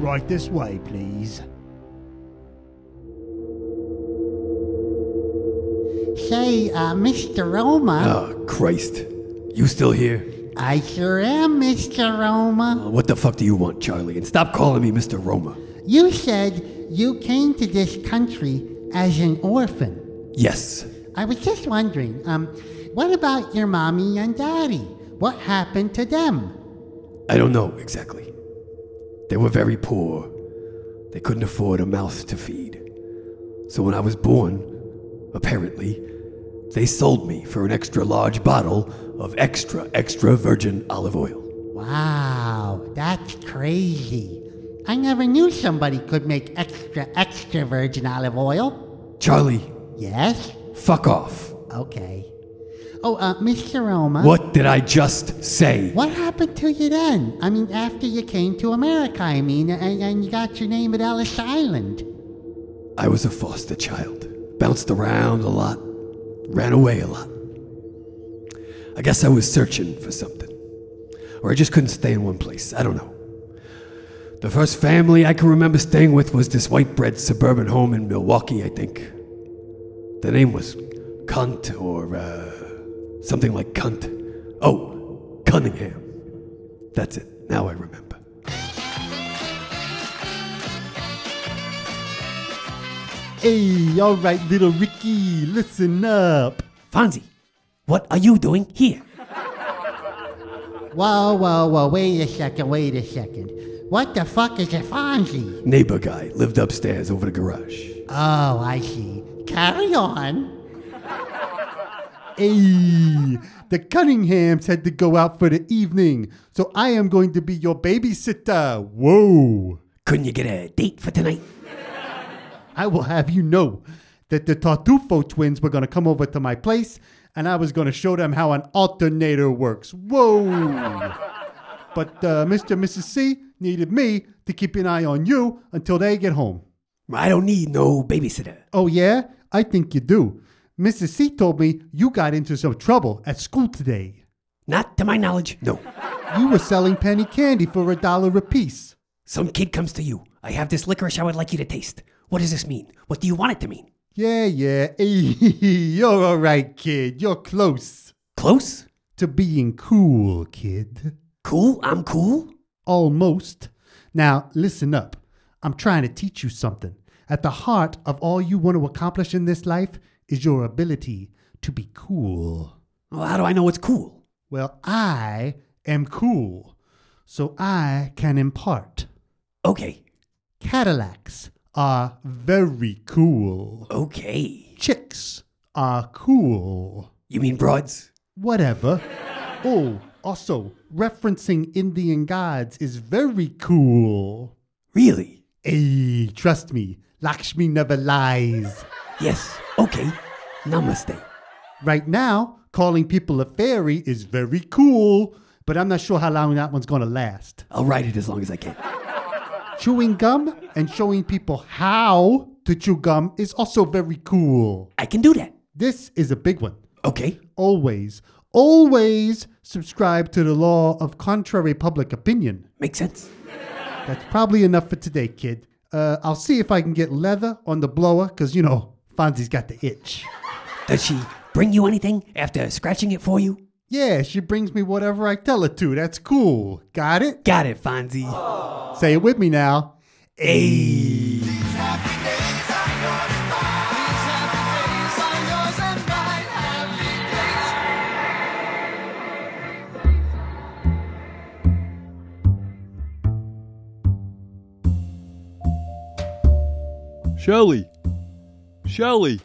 Right this way, please.
Say, uh, Mr. Roma.
Oh, Christ. You still here?
I sure am, Mr. Roma.
What the fuck do you want, Charlie? And stop calling me Mr. Roma.
You said you came to this country as an orphan.
Yes.
I was just wondering, um, what about your mommy and daddy? What happened to them?
I don't know exactly. They were very poor. They couldn't afford a mouth to feed. So when I was born, apparently, they sold me for an extra large bottle of extra, extra virgin olive oil.
Wow, that's crazy. I never knew somebody could make extra, extra virgin olive oil.
Charlie,
Yes?
fuck off.
Okay. Oh, uh, Mr. Roma.
What did I just say?
What happened to you then? I mean, after you came to America, I mean, and, and you got your name at Ellis Island.
I was a foster child. Bounced around a lot. Ran away a lot. I guess I was searching for something. Or I just couldn't stay in one place. I don't know. The first family I can remember staying with was this white bread suburban home in Milwaukee, I think. The name was Cunt or uh, something like Cunt. Oh, Cunningham. That's it. Now I remember.
Hey, all right, little Ricky, listen up.
Fonzie, what are you doing here?
Whoa, whoa, whoa, wait a second, wait a second. What the fuck is a Fonzie?
Neighbor guy lived upstairs over the garage.
Oh, I see. Carry on.
Hey, the Cunninghams had to go out for the evening, so I am going to be your babysitter. Whoa.
Couldn't you get a date for tonight?
I will have you know that the Tartufo twins were going to come over to my place and I was going to show them how an alternator works. Whoa! but uh, Mr. and Mrs. C needed me to keep an eye on you until they get home.
I don't need no babysitter.
Oh, yeah? I think you do. Mrs. C told me you got into some trouble at school today.
Not to my knowledge, no.
You were selling penny candy for a dollar apiece.
Some kid comes to you. I have this licorice I would like you to taste. What does this mean? What do you want it to mean?
Yeah, yeah. (laughs) you're all right, kid. You're close
Close?
to being cool, kid.
Cool? I'm cool?
Almost. Now, listen up. I'm trying to teach you something. At the heart of all you want to accomplish in this life is your ability to be cool.
Well, how do I know it's cool?
Well, I am cool, so I can impart.
Okay.
Cadillacs are very cool.
Okay.
Chicks are cool.
You mean broads?
Whatever. oh, also, referencing Indian gods is very cool.
Really?
Hey, trust me, Lakshmi never lies.
Yes. Okay. Namaste.
Right now, calling people a fairy is very cool, but I'm not sure how long that one's gonna last.
I'll write it as long as I can.
Chewing gum and showing people how to chew gum is also very cool.
I can do that.
This is a big one.
Okay.
Always, always subscribe to the law of contrary public opinion.
Makes sense.
That's probably enough for today, kid. Uh, I'll see if I can get leather on the blower, because, you know, Fonzie's got the itch.
Does she bring you anything after scratching it for you?
Yeah, she brings me whatever I tell her to. That's cool. Got it?
Got it, Fonzie.
Say it with me now.
Ayy.
Shelly. Shelly.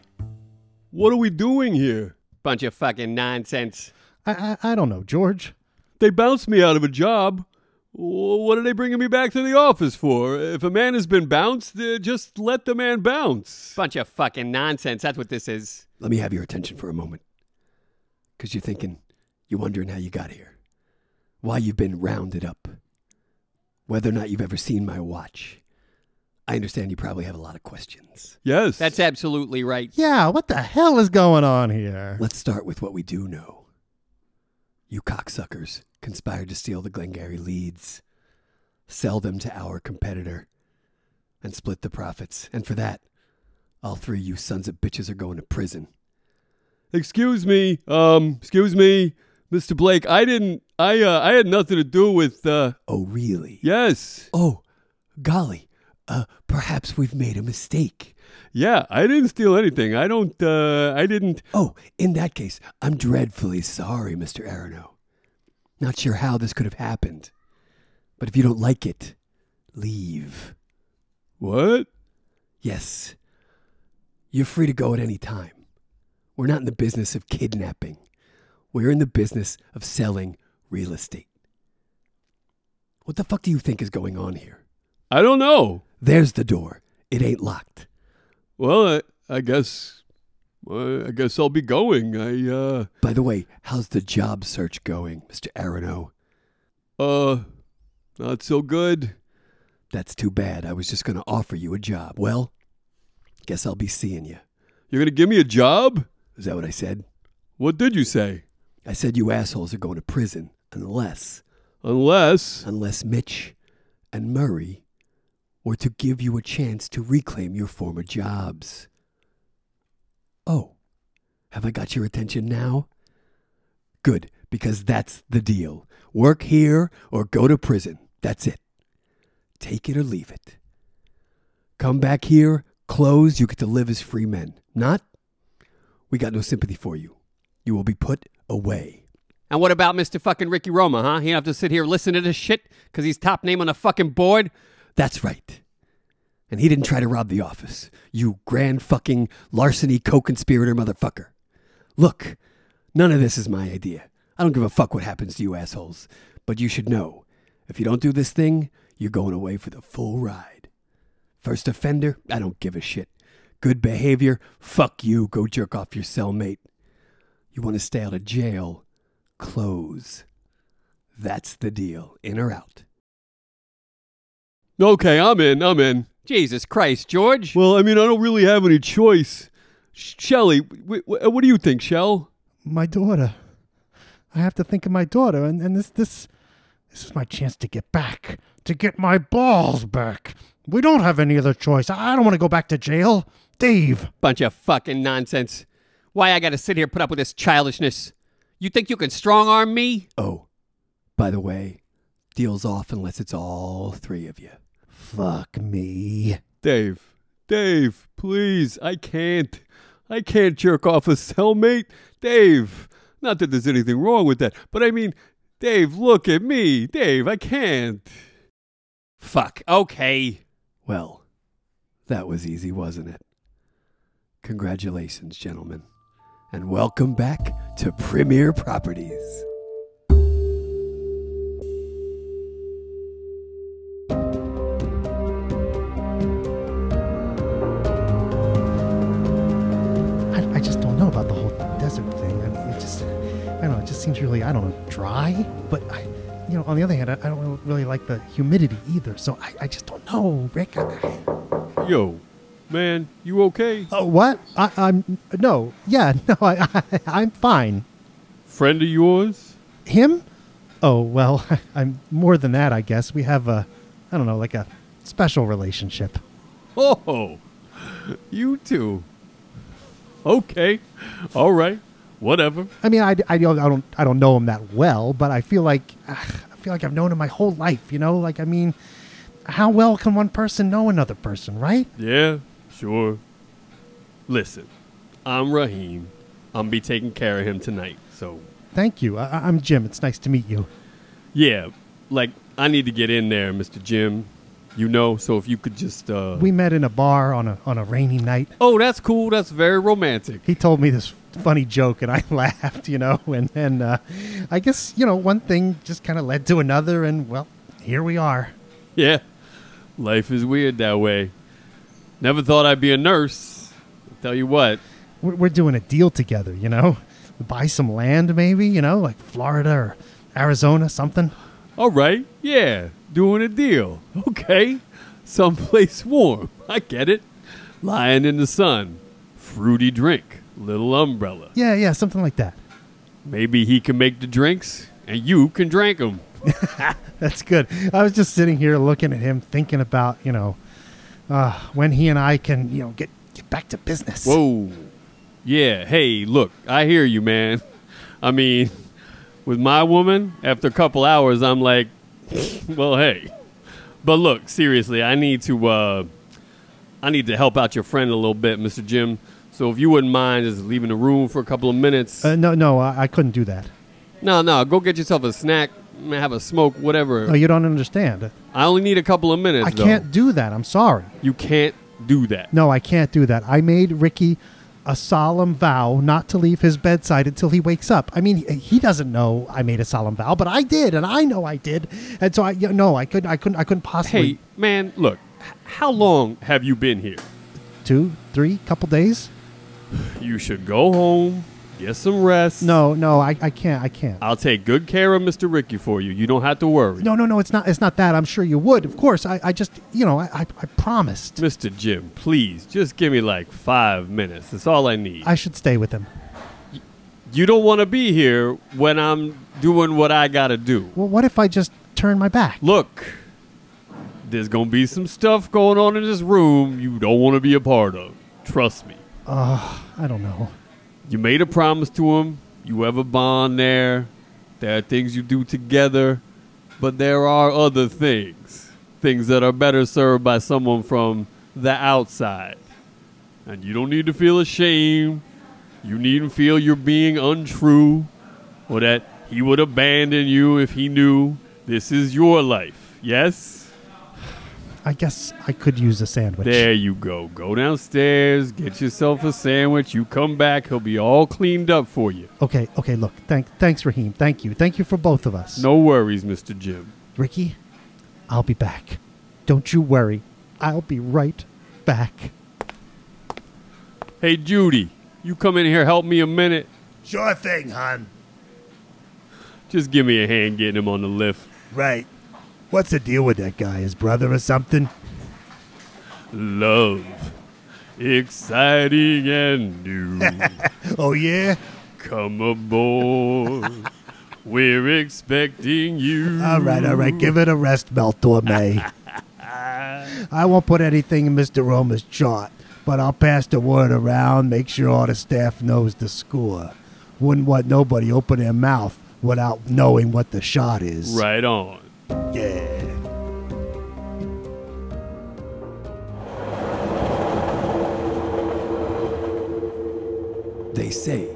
What are we doing here?
Bunch of fucking nonsense.
I, I, I don't know, George.
They bounced me out of a job. Wh- What are they bringing me back to the office for? If a man has been bounced, uh, just let the man bounce.
Bunch of fucking nonsense. That's what this is.
Let me have your attention for a moment. Because you're thinking, you're wondering how you got here, why you've been rounded up, whether or not you've ever seen my watch. I understand you probably have a lot of questions.
Yes.
That's absolutely right.
Yeah, what the hell is going on here?
Let's start with what we do know. You cocksuckers conspired to steal the Glengarry leads, sell them to our competitor, and split the profits. And for that, all three of you sons of bitches are going to prison.
Excuse me, um, excuse me, Mr. Blake. I didn't. I uh, I had nothing to do with. Uh,
Oh, really?
yes,
Oh, golly. Uh, perhaps we've made a mistake.
yeah. I didn't steal anything. I don't. Uh, I didn't.
Oh, in that case, I'm dreadfully sorry, Mr. Arano. Not sure how this could have happened. But if you don't like it, leave.
What?
Yes. You're free to go at any time. We're not in the business of kidnapping. We're in the business of selling real estate. What the fuck do you think is going on here?
I don't know.
There's the door. It ain't locked.
Well, I, I guess. I guess I'll be going. I uh.
By the way, how's the job search going, Mr. Arano?
Uh, not so good.
That's too bad. I was just going to offer you a job. Well, guess I'll be seeing you.
You're gonna give me a job?
Is that what I said?
What did you say?
I said you assholes are going to prison unless,
Unless
unless Mitch and Murray were to give you a chance to reclaim your former jobs. Oh, have I got your attention now? Good, because that's the deal. Work here or go to prison. That's it. Take it or leave it. Come back here, close, you get to live as free men. Not? We got no sympathy for you. You will be put away.
And what about Mr. fucking Ricky Roma, huh? He don't have to sit here and listen to this shit because he's top name on the fucking board.
That's right. And he didn't try to rob the office. You grand fucking larceny co conspirator motherfucker. Look, none of this is my idea. I don't give a fuck what happens to you assholes. But you should know if you don't do this thing, you're going away for the full ride. First offender, I don't give a shit. Good behavior, fuck you, go jerk off your cellmate. You want to stay out of jail, close. That's the deal, in or out.
Okay, I'm in. I'm in.
Jesus Christ, George.
Well, I mean, I don't really have any choice. Sh- Shelly, w- w- what do you think, Shell?
My daughter. I have to think of my daughter, and, and this this this is my chance to get back, to get my balls back. We don't have any other choice. I don't want to go back to jail, Dave.
Bunch of fucking nonsense. Why I gotta sit here and put up with this childishness? You think you can strong arm me?
Oh, by the way, deal's off unless it's all three of you.
Fuck me.
Dave, Dave, please, I can't. I can't jerk off a cellmate. Dave, not that there's anything wrong with that, but I mean, Dave, look at me. Dave, I can't.
Fuck. Okay.
Well, that was easy, wasn't it? Congratulations, gentlemen, and welcome back to Premier Properties.
I, I just don't know about the whole desert thing. I mean, it just, I don't know. It just seems really, I don't know, dry. But I, you know, on the other hand, I, I don't really like the humidity either. So I, I just don't know, Rick. I, I-
Yo, man, you okay?
Oh, what? I, I'm no, yeah, (laughs) no, I, I, I'm fine.
Friend of yours?
Him? Oh well, (laughs) I'm more than that, I guess. We have a, I don't know, like a special relationship.
Oh, you two. Okay, all right, whatever.
I mean, I, I don't, I don't, I don't know him that well, but I feel like, (sighs) ah, I feel like I've known him my whole life. You know, like I mean, how well can one person know another person, right?
Yeah, sure. Listen, I'm Raheem. I'm be taking care of him tonight. So,
Thank you. I, I- I'm Jim. It's nice to meet you.
yeah, like I need to get in there, Mr. Jim. You know, so if you could just uh
We met in a bar on a on a rainy night.
Oh, that's cool. That's very romantic.
he told me this funny joke and I (laughs) laughed, you know, and then uh, I guess, you know, one thing just kind of led to another and well, here we are.
Yeah. Life is weird that way. Never thought I'd be a nurse. I'll tell you what.
We're, we're doing a deal together, you know. Buy some land maybe, you know, like Florida or Arizona, something. (laughs)
All right. Yeah. Doing a deal. (laughs) Okay. Someplace warm. I get it. Lying in the sun. Fruity drink. Little umbrella.
Yeah, yeah, something like that.
Maybe he can make the drinks and you can drink them.
That's good. I was just sitting here looking at him thinking about, you know, uh, when he and I can, you know, get get back to business.
Whoa. Yeah. Hey, look, I hear you, man. (laughs) I mean, with my woman, after a couple hours, I'm like, (laughs) well, hey. But look, seriously, I need to, uh, I need to help out your friend a little bit, Mr. Jim. So if you wouldn't mind just leaving the room for a couple of minutes.
Uh, no, no, I, I couldn't do that.
no, no, go get yourself a snack, have a smoke, whatever.
No, you don't understand.
I only need a couple of minutes.
I
though.
can't do that. I'm sorry.
You can't do that.
No, I can't do that. I made Ricky a solemn vow not to leave his bedside until he wakes up. I mean, he- he doesn't know I made a solemn vow, but I did, and I know I did, and so I you no, I couldn't, I couldn't, I couldn't possibly
Hey, man, look. h- How long have you been here?
two, three, couple days.
You should go home, get some rest.
No, no, I, I can't, I can't.
I'll take good care of Mr. Ricky for you. You don't have to worry.
No, no, no, it's not, it's not that. I'm sure you would, of course. I, I just, you know, I, I, I promised
Mr. Jim, please, just give me like five minutes. That's all I need.
I should stay with him.
you don't want to be here when I'm doing what I got to do.
Well, what if I just turn my back?
Look, there's going to be some stuff going on in this room you don't want to be a part of. Trust me.
I don't know.
You made a promise to him. You have a bond there. There are things you do together. But there are other things. Things that are better served by someone from the outside. And you don't need to feel ashamed. You needn't feel you're being untrue or that he would abandon you if he knew this is your life. Yes?
I guess I could use a sandwich.
There you go. Go downstairs, get yourself a sandwich. You come back, he'll be all cleaned up for you.
Okay, okay, look. Thank, thanks, Raheem. Thank you. Thank you for both of us.
No worries, Mr. Jim.
Ricky, I'll be back. Don't you worry. I'll be right back.
Hey, Judy, you come in here, help me a minute.
Sure thing, hon.
Just give me a hand getting him on the lift.
Right. What's the deal with that guy? His brother or something?
Love. Exciting and new.
(laughs) Oh, yeah?
come aboard. We're expecting you.
All right, all right. Give it a rest, Meltor May. I won't put anything in Mr. Roma's chart, but I'll pass the word around, make sure all the staff knows the score. Wouldn't want nobody open their mouth without knowing what the shot is.
Right on.
Yeah.
They say,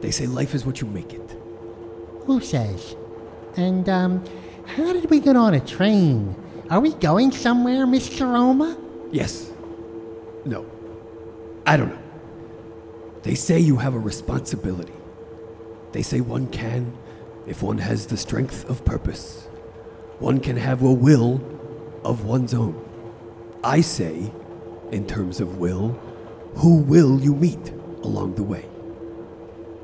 they say life is what you make it.
Who says? And, um, how did we get on a train? Are we going somewhere, Mr. Roma?
Yes. No. I don't know. They say you have a responsibility. They say one can, if one has the strength of purpose, one can have a will of one's own. I say, in terms of will, who will you meet along the way?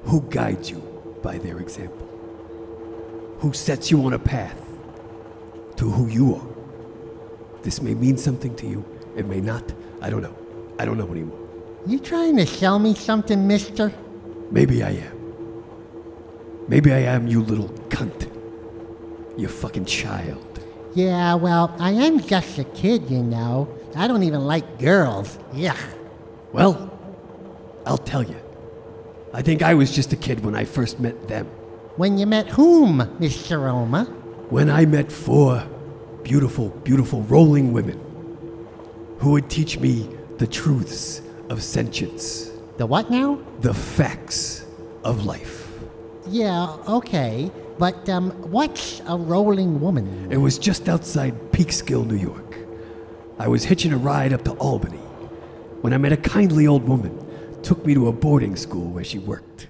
Who guides you by their example? Who sets you on a path to who you are? This may mean something to you. It may not. I don't know. I don't know anymore.
You trying to sell me something, mister?
Maybe I am. Maybe I am, you little cunt. You fucking child.
Yeah, well, I am just a kid, you know. I don't even like girls. Yuck.
Well, I'll tell you. I think I was just a kid when I first met them.
When you met whom, Mr. Roma?
When I met four beautiful, beautiful rolling women who would teach me the truths of sentience,
The what now?
the facts of life.
Yeah, okay. But, um, what's a rolling woman?
It was just outside Peekskill, New York. I was hitching a ride up to Albany when I met a kindly old woman. Took me to a boarding school where she worked.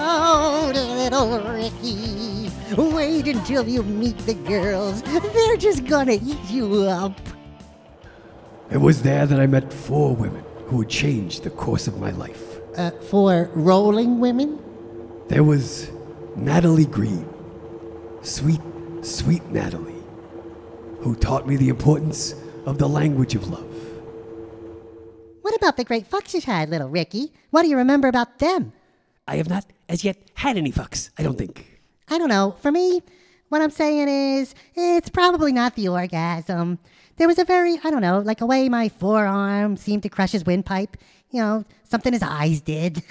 Oh, little Ricky. Wait until you meet the girls. They're just gonna eat you up.
It was there that I met four women who would change the course of my life.
Uh, for rolling women?
There was Natalie Green, sweet, sweet Natalie, who taught me the importance of the language of love.
What about the great fucks you had, little Ricky? What do you remember about them?
I have not, as yet, had any fucks, I don't think.
I don't know. For me, what I'm saying is, it's probably not the orgasm. There was a very, I don't know, like a way my forearm seemed to crush his windpipe. You know, something his eyes did.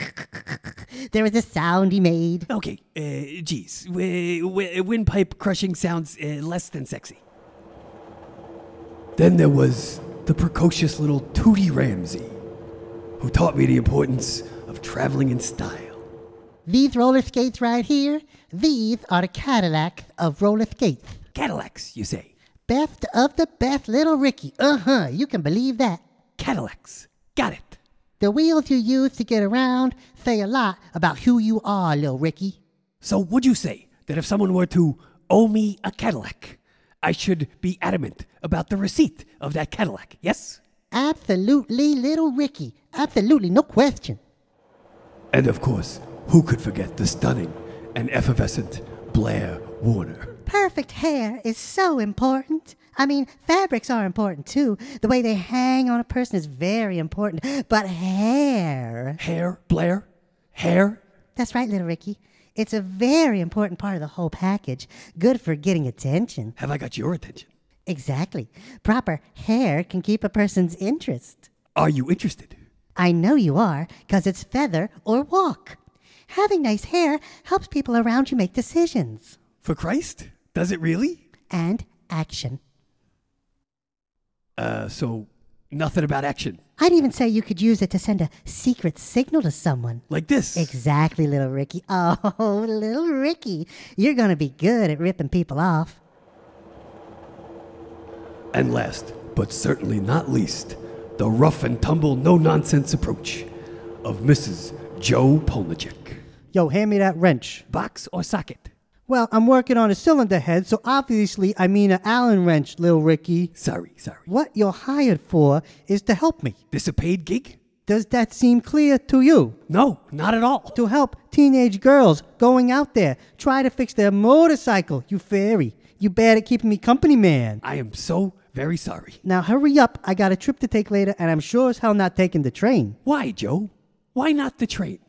(laughs) there was a sound he made.
Okay, uh, geez, w- w- windpipe crushing sounds uh, less than sexy. Then there was the precocious little Tootie Ramsey, who taught me the importance of traveling in style.
These roller skates right here, these are the Cadillac of roller skates.
Cadillacs, you say?
Best of the best, little Ricky. Uh huh. You can believe that.
Cadillacs. Got it.
The wheels you use to get around say a lot about who you are, little Ricky.
So, would you say that if someone were to owe me a Cadillac, I should be adamant about the receipt of that Cadillac? Yes?
Absolutely, little Ricky. Absolutely, no question.
And of course, who could forget the stunning and effervescent Blair Warner?
Perfect hair is so important. I mean, fabrics are important too. The way they hang on a person is very important. But hair.
Hair, Blair? Hair?
That's right, little Ricky. It's a very important part of the whole package. Good for getting attention.
Have I got your attention?
Exactly. Proper hair can keep a person's interest.
Are you interested?
I know you are, 'cause it's feather or walk. Having nice hair helps people around you make decisions
For Christ? Does it really?
and action.
Uh, so, nothing about action.
I'd even say you could use it to send a secret signal to someone.
Like this.
Exactly, little Ricky. (laughs) Oh, little Ricky. You're going to be good at ripping people off.
And last, but certainly not least, the rough and tumble, no nonsense approach of Mrs. Joe Polnicek.
Yo, hand me that wrench.
Box or socket?
Well, I'm working on a cylinder head, so obviously I mean an Allen wrench, little Ricky.
Sorry, sorry.
What you're hired for is to help me.
This a paid gig?
Does that seem clear to you?
No, not at all.
To help teenage girls going out there try to fix their motorcycle, you fairy. You bad at keeping me company, man.
I am so very sorry.
Now hurry up, I got a trip to take later, and I'm sure as hell not taking the train.
Why, Joe? Why not the train?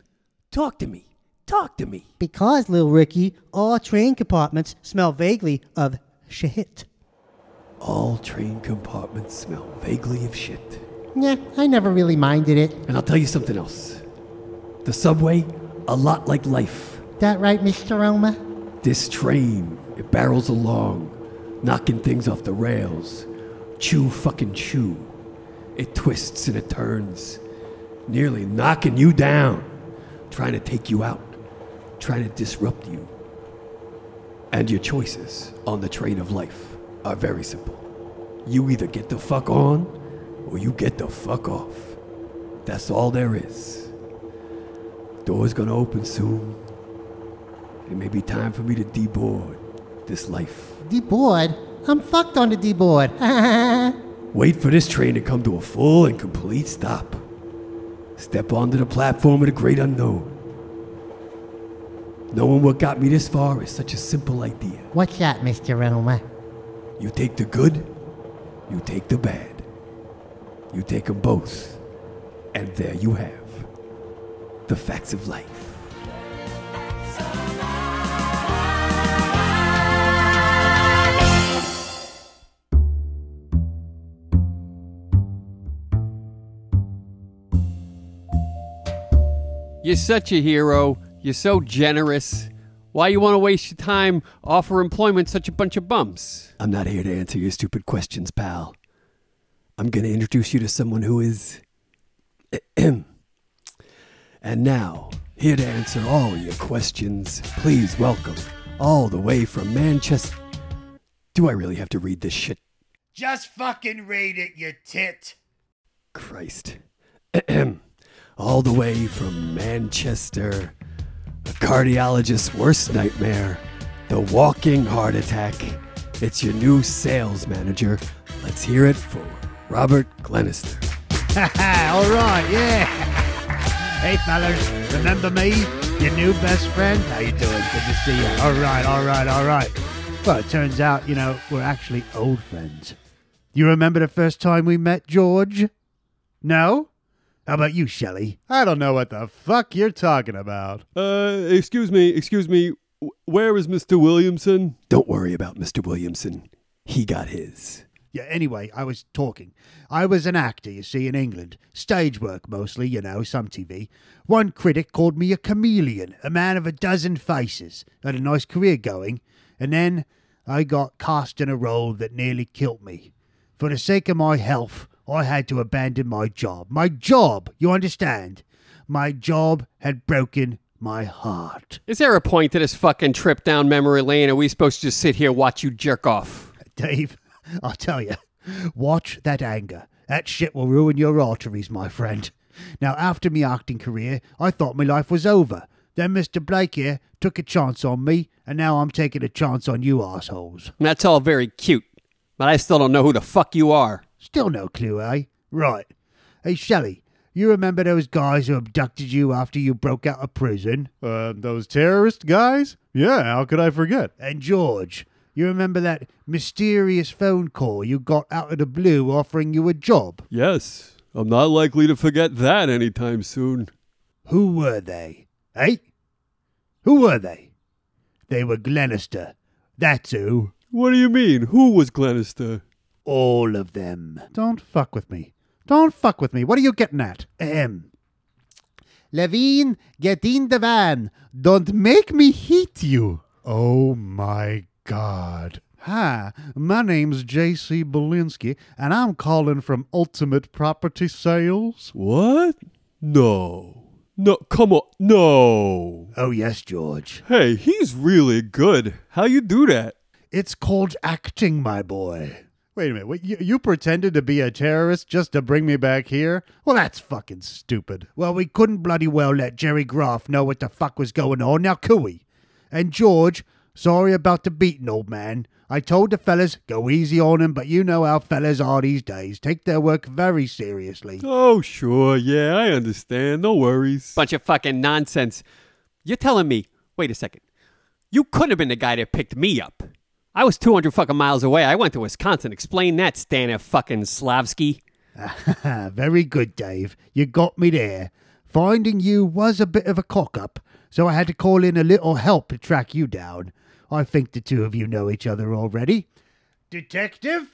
Talk to me. Talk to me.
Because, little Ricky, all train compartments smell vaguely of shit.
All train compartments smell vaguely of shit.
Yeah, I never really minded it.
And I'll tell you something else. The subway, a lot like life.
That right, Mr. Roma?
This train, it barrels along, knocking things off the rails. Chew fucking chew. It twists and it turns, nearly knocking you down, trying to take you out, trying to disrupt you. And your choices on the train of life are very simple. You either get the fuck on or you get the fuck off. That's all there is. Door's gonna open soon. It may be time for me to deboard this life.
D board? I'm fucked on the D (laughs) board.
Wait for this train to come to a full and complete stop. Step onto the platform of the great unknown. Knowing what got me this far is such a simple idea.
What's that, Mr. Roma?
You take the good, you take the bad. You take them both, and there you have the facts of life.
You're such a hero. You're so generous. Why you want to waste your time offer employment such a bunch of bums?
I'm not here to answer your stupid questions, pal. I'm going to introduce you to someone who is. (clears throat) and now, here to answer all your questions, please welcome, all the way from Manchester. Do I really have to read this shit?
Just fucking read it, you tit.
Christ. (clears throat) all the way from Manchester, a cardiologist's worst nightmare, the walking heart attack. It's your new sales manager. Let's hear it for Robert Glenister.
(laughs) All right, yeah. Hey, fellas, remember me? Your new best friend? How you doing? Good to see you. All right, all right, all right. Well, it turns out, you know, we're actually old friends. You remember the first time we met, George? No? How about you, Shelley? I don't know what the fuck you're talking about.
Uh, excuse me, excuse me. w- Where is Mr. Williamson?
Don't worry about Mr. Williamson. He got his.
Yeah, anyway, I was talking. I was an actor, you see, in England. Stage work mostly, you know, some TV. One critic called me a chameleon, a man of a dozen faces. Had a nice career going. And then I got cast in a role that nearly killed me. For the sake of my health, I had to abandon my job. My job, you understand? My job had broken my heart.
Is there a point to this fucking trip down memory lane? Are we supposed to just sit here watch you jerk off?
Dave, (laughs) I tell you, watch that anger. That shit will ruin your arteries, my friend. Now, after me acting career, I thought my life was over. Then Mr. Blake here took a chance on me, and now I'm taking a chance on you assholes.
That's all very cute, but I still don't know who the fuck you are.
Still no clue, eh? Right. Hey, Shelley, you remember those guys who abducted you after you broke out of prison?
Uh, those terrorist guys? Yeah, how could I forget?
And George, you remember that mysterious phone call you got out of the blue offering you a job?
Yes, I'm not likely to forget that anytime soon.
Who were they? Eh? Who were they? They were Glenister. That's who.
What do you mean? Who was Glenister?
All of them.
Don't fuck with me. Don't fuck with me. What are you getting at?
Ahem. Levine, get in the van. Don't make me hit you.
Oh my God. Hi, my name's J.C. Belinsky, and I'm calling from Ultimate Property Sales.
What? No. No, come on. No.
Oh, yes, George.
Hey, he's really good. How you do that?
It's called acting, my boy.
Wait a minute. Wait, you, you pretended to be a terrorist just to bring me back here? Well, that's fucking stupid.
Well, we couldn't bloody well let Jerry Graff know what the fuck was going on, now could we? And George, sorry about the beating, old man. I told the fellas, go easy on him, but you know how fellas are these days. Take their work
(laughs)
very seriously.
Oh, sure. Yeah, I understand. No worries.
Bunch of fucking nonsense. You're telling me, wait a second. You couldn't have been the guy that picked me up. I was 200 fucking miles away. I went to Wisconsin. Explain that, Stan F. fucking Slavsky.
very good, Dave. You got me there. Finding you was a bit of a cock up, so I had to call in a little help to track you down. I think the two of you know each other already. Detective?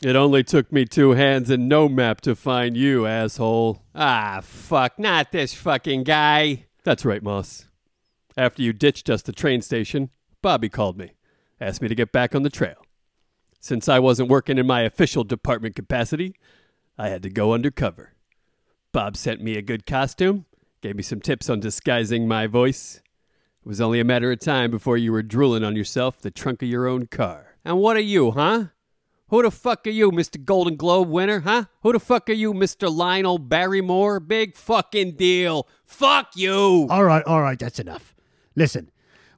It only took me two hands and no map to find you, asshole.
Ah, fuck, not this fucking guy.
That's right, Moss. After you ditched us at the train station, Bobby called me, asked me to get back on the trail. Since I wasn't working in my official department capacity, I had to go undercover. Bob sent me a good costume, gave me some tips on disguising my voice. It was only a matter of time before you were drooling on yourself the trunk of your own car.
And what are you, huh? Who the fuck are you, Mr. Golden Globe winner, huh? Who the fuck are you, Mr. Lionel Barrymore? Big fucking deal. Fuck you.
All right, all right, that's enough. Listen,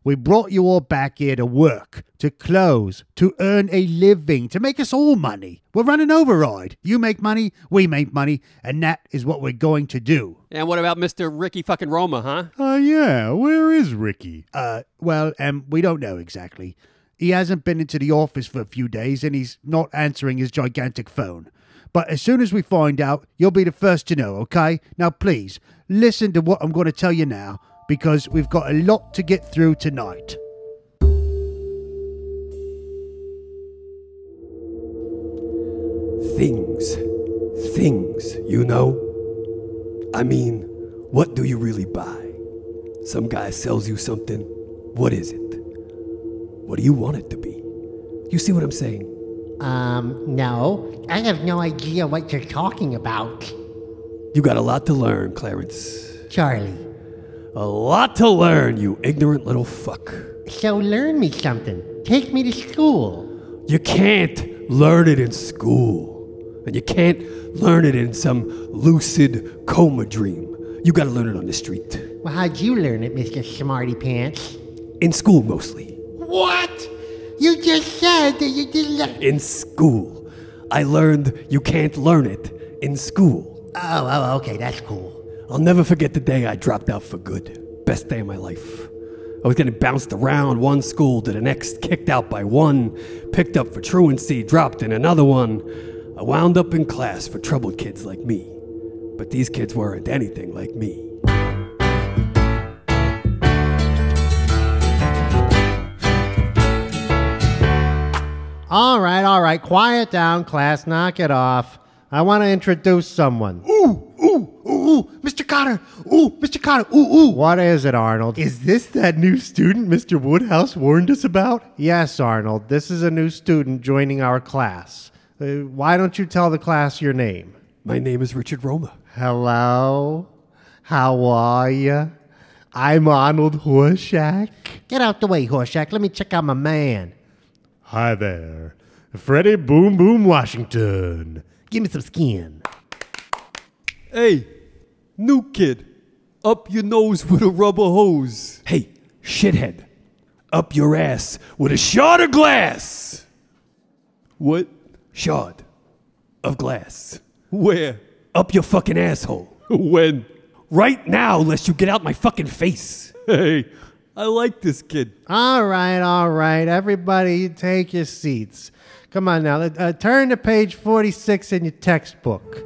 we brought you all back here to work, to close, to earn a living, to make us all money. We're running override. You make money, we make money, and that is what we're going to do.
And what about Mr. Ricky fucking Roma, huh?
Uh, yeah, where is Ricky?
Uh, well, um, we don't know exactly. He hasn't been into the office for a few days and he's not answering his gigantic phone. But as soon as we find out, you'll be the first to know, okay? Now, please, listen to what I'm going to tell you now because we've got a lot to get through tonight.
Things. Things, you know? I mean, what do you really buy? Some guy sells you something. What is it? What do you want it to be? You see what I'm saying?
Um, no. I have no idea what you're talking about.
You got a lot to learn, Clarence.
Charlie.
A lot to learn, you ignorant little fuck.
So learn me something. Take me to school.
You can't learn it in school. And you can't learn it in some lucid coma dream. You gotta learn it on the street.
Well, how'd you learn it, Mr. Smarty Pants?
In school mostly.
What? You just said that you didn't. le-
In school. I learned you can't learn it in school.
Oh, oh, okay, that's cool.
I'll never forget the day I dropped out for good. Best day of my life. I was getting bounced around one school to the next, kicked out by one, picked up for truancy, dropped in another one. I wound up in class for troubled kids like me. But these kids weren't anything like me.
All right, all right. Quiet down, class. Knock it off. I want to introduce someone.
Ooh, ooh, ooh, ooh, Mr. Cotter. Ooh, Mr. Cotter. Ooh, ooh.
What is it, Arnold?
Is this that new student Mr. Woodhouse warned us about?
yes, Arnold. This is a new student joining our class. Uh, why don't you tell the class your name?
My name is Richard Roma.
Hello? How are you?
I'm Arnold Horshack.
Get out the way, Horshack. Let me check out my man.
Hi there. Freddie Boom Boom Washington.
Give me some skin.
Hey, new kid, up your nose with a rubber hose. Hey, shithead, up your ass with a shard of glass. What? Shard of glass. Where? Up your fucking (laughs) asshole.
When?
Right now, lest you get out my fucking face.
Hey, I like this kid.
All right, all right. Everybody, you take your seats. Come on now. Uh, turn to page 46 in your textbook.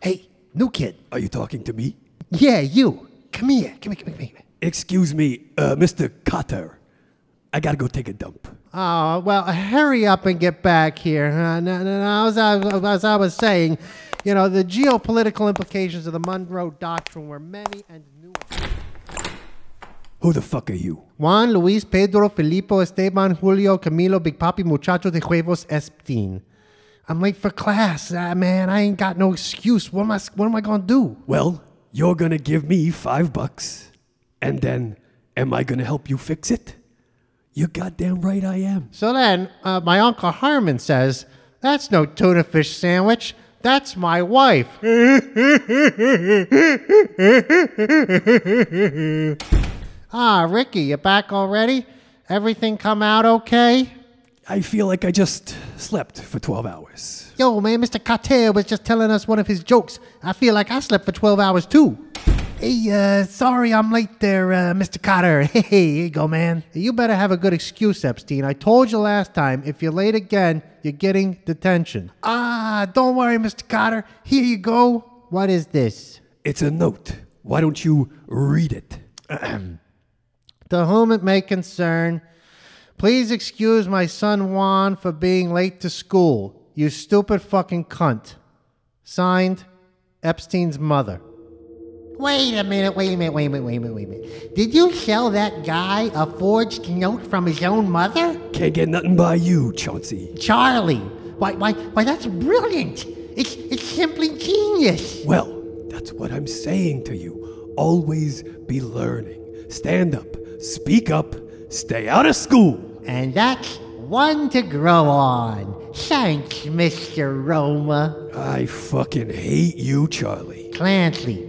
Hey, new kid.
Are you talking to me?
Yeah, you. Come here. Come here, come here, come here.
Excuse me, uh, Mr. Cotter. I gotta go take a dump.
Oh, well, hurry up and get back here. Huh? No, no, no, as, I, as I was saying, you know, the geopolitical implications of the Monroe Doctrine were many and
Who the fuck are you?
Juan, Luis, Pedro, Filippo, Esteban, Julio, Camilo, Big Papi, Muchacho de Huevos, Espin.
I'm late for class,
ah,
uh, man. I ain't got no excuse. What am I, what am I gonna do?
Well, you're gonna give me five bucks, and then am I gonna help you fix it? You're goddamn right I am.
So then, uh, my Uncle Harmon says, That's no tuna fish sandwich. That's my wife. ah, Ricky, you back already? Everything come out okay?
I feel like I just slept for 12 hours.
Yo, man, Mr. Cartel was just telling us one of his jokes. I feel like I slept for 12 hours too.
Hey, uh, sorry I'm late there, uh, Mr. Cotter. Hey, here you go, man.
You better have a good excuse, Epstein. I told you last time, if you're late again, you're getting detention.
Ah, don't worry, Mr. Cotter. Here you go.
What is this?
It's a note. Why don't you read it?
to whom it may concern, please excuse my son Juan for being late to school. You stupid fucking cunt. Signed, Epstein's mother.
Wait a minute, wait a minute, wait a minute, wait a minute, wait a minute. Did you sell that guy a forged note from his own mother?
Can't get nothing by you, Chauncey.
Charlie, why, why, why, that's brilliant. It's, it's simply genius.
(clears throat) Well, that's what I'm saying to you. Always be learning. Stand up, speak up, stay out of school.
And that's one to grow on. Thanks, Mr. Roma.
I fucking hate you, Charlie.
Clancy.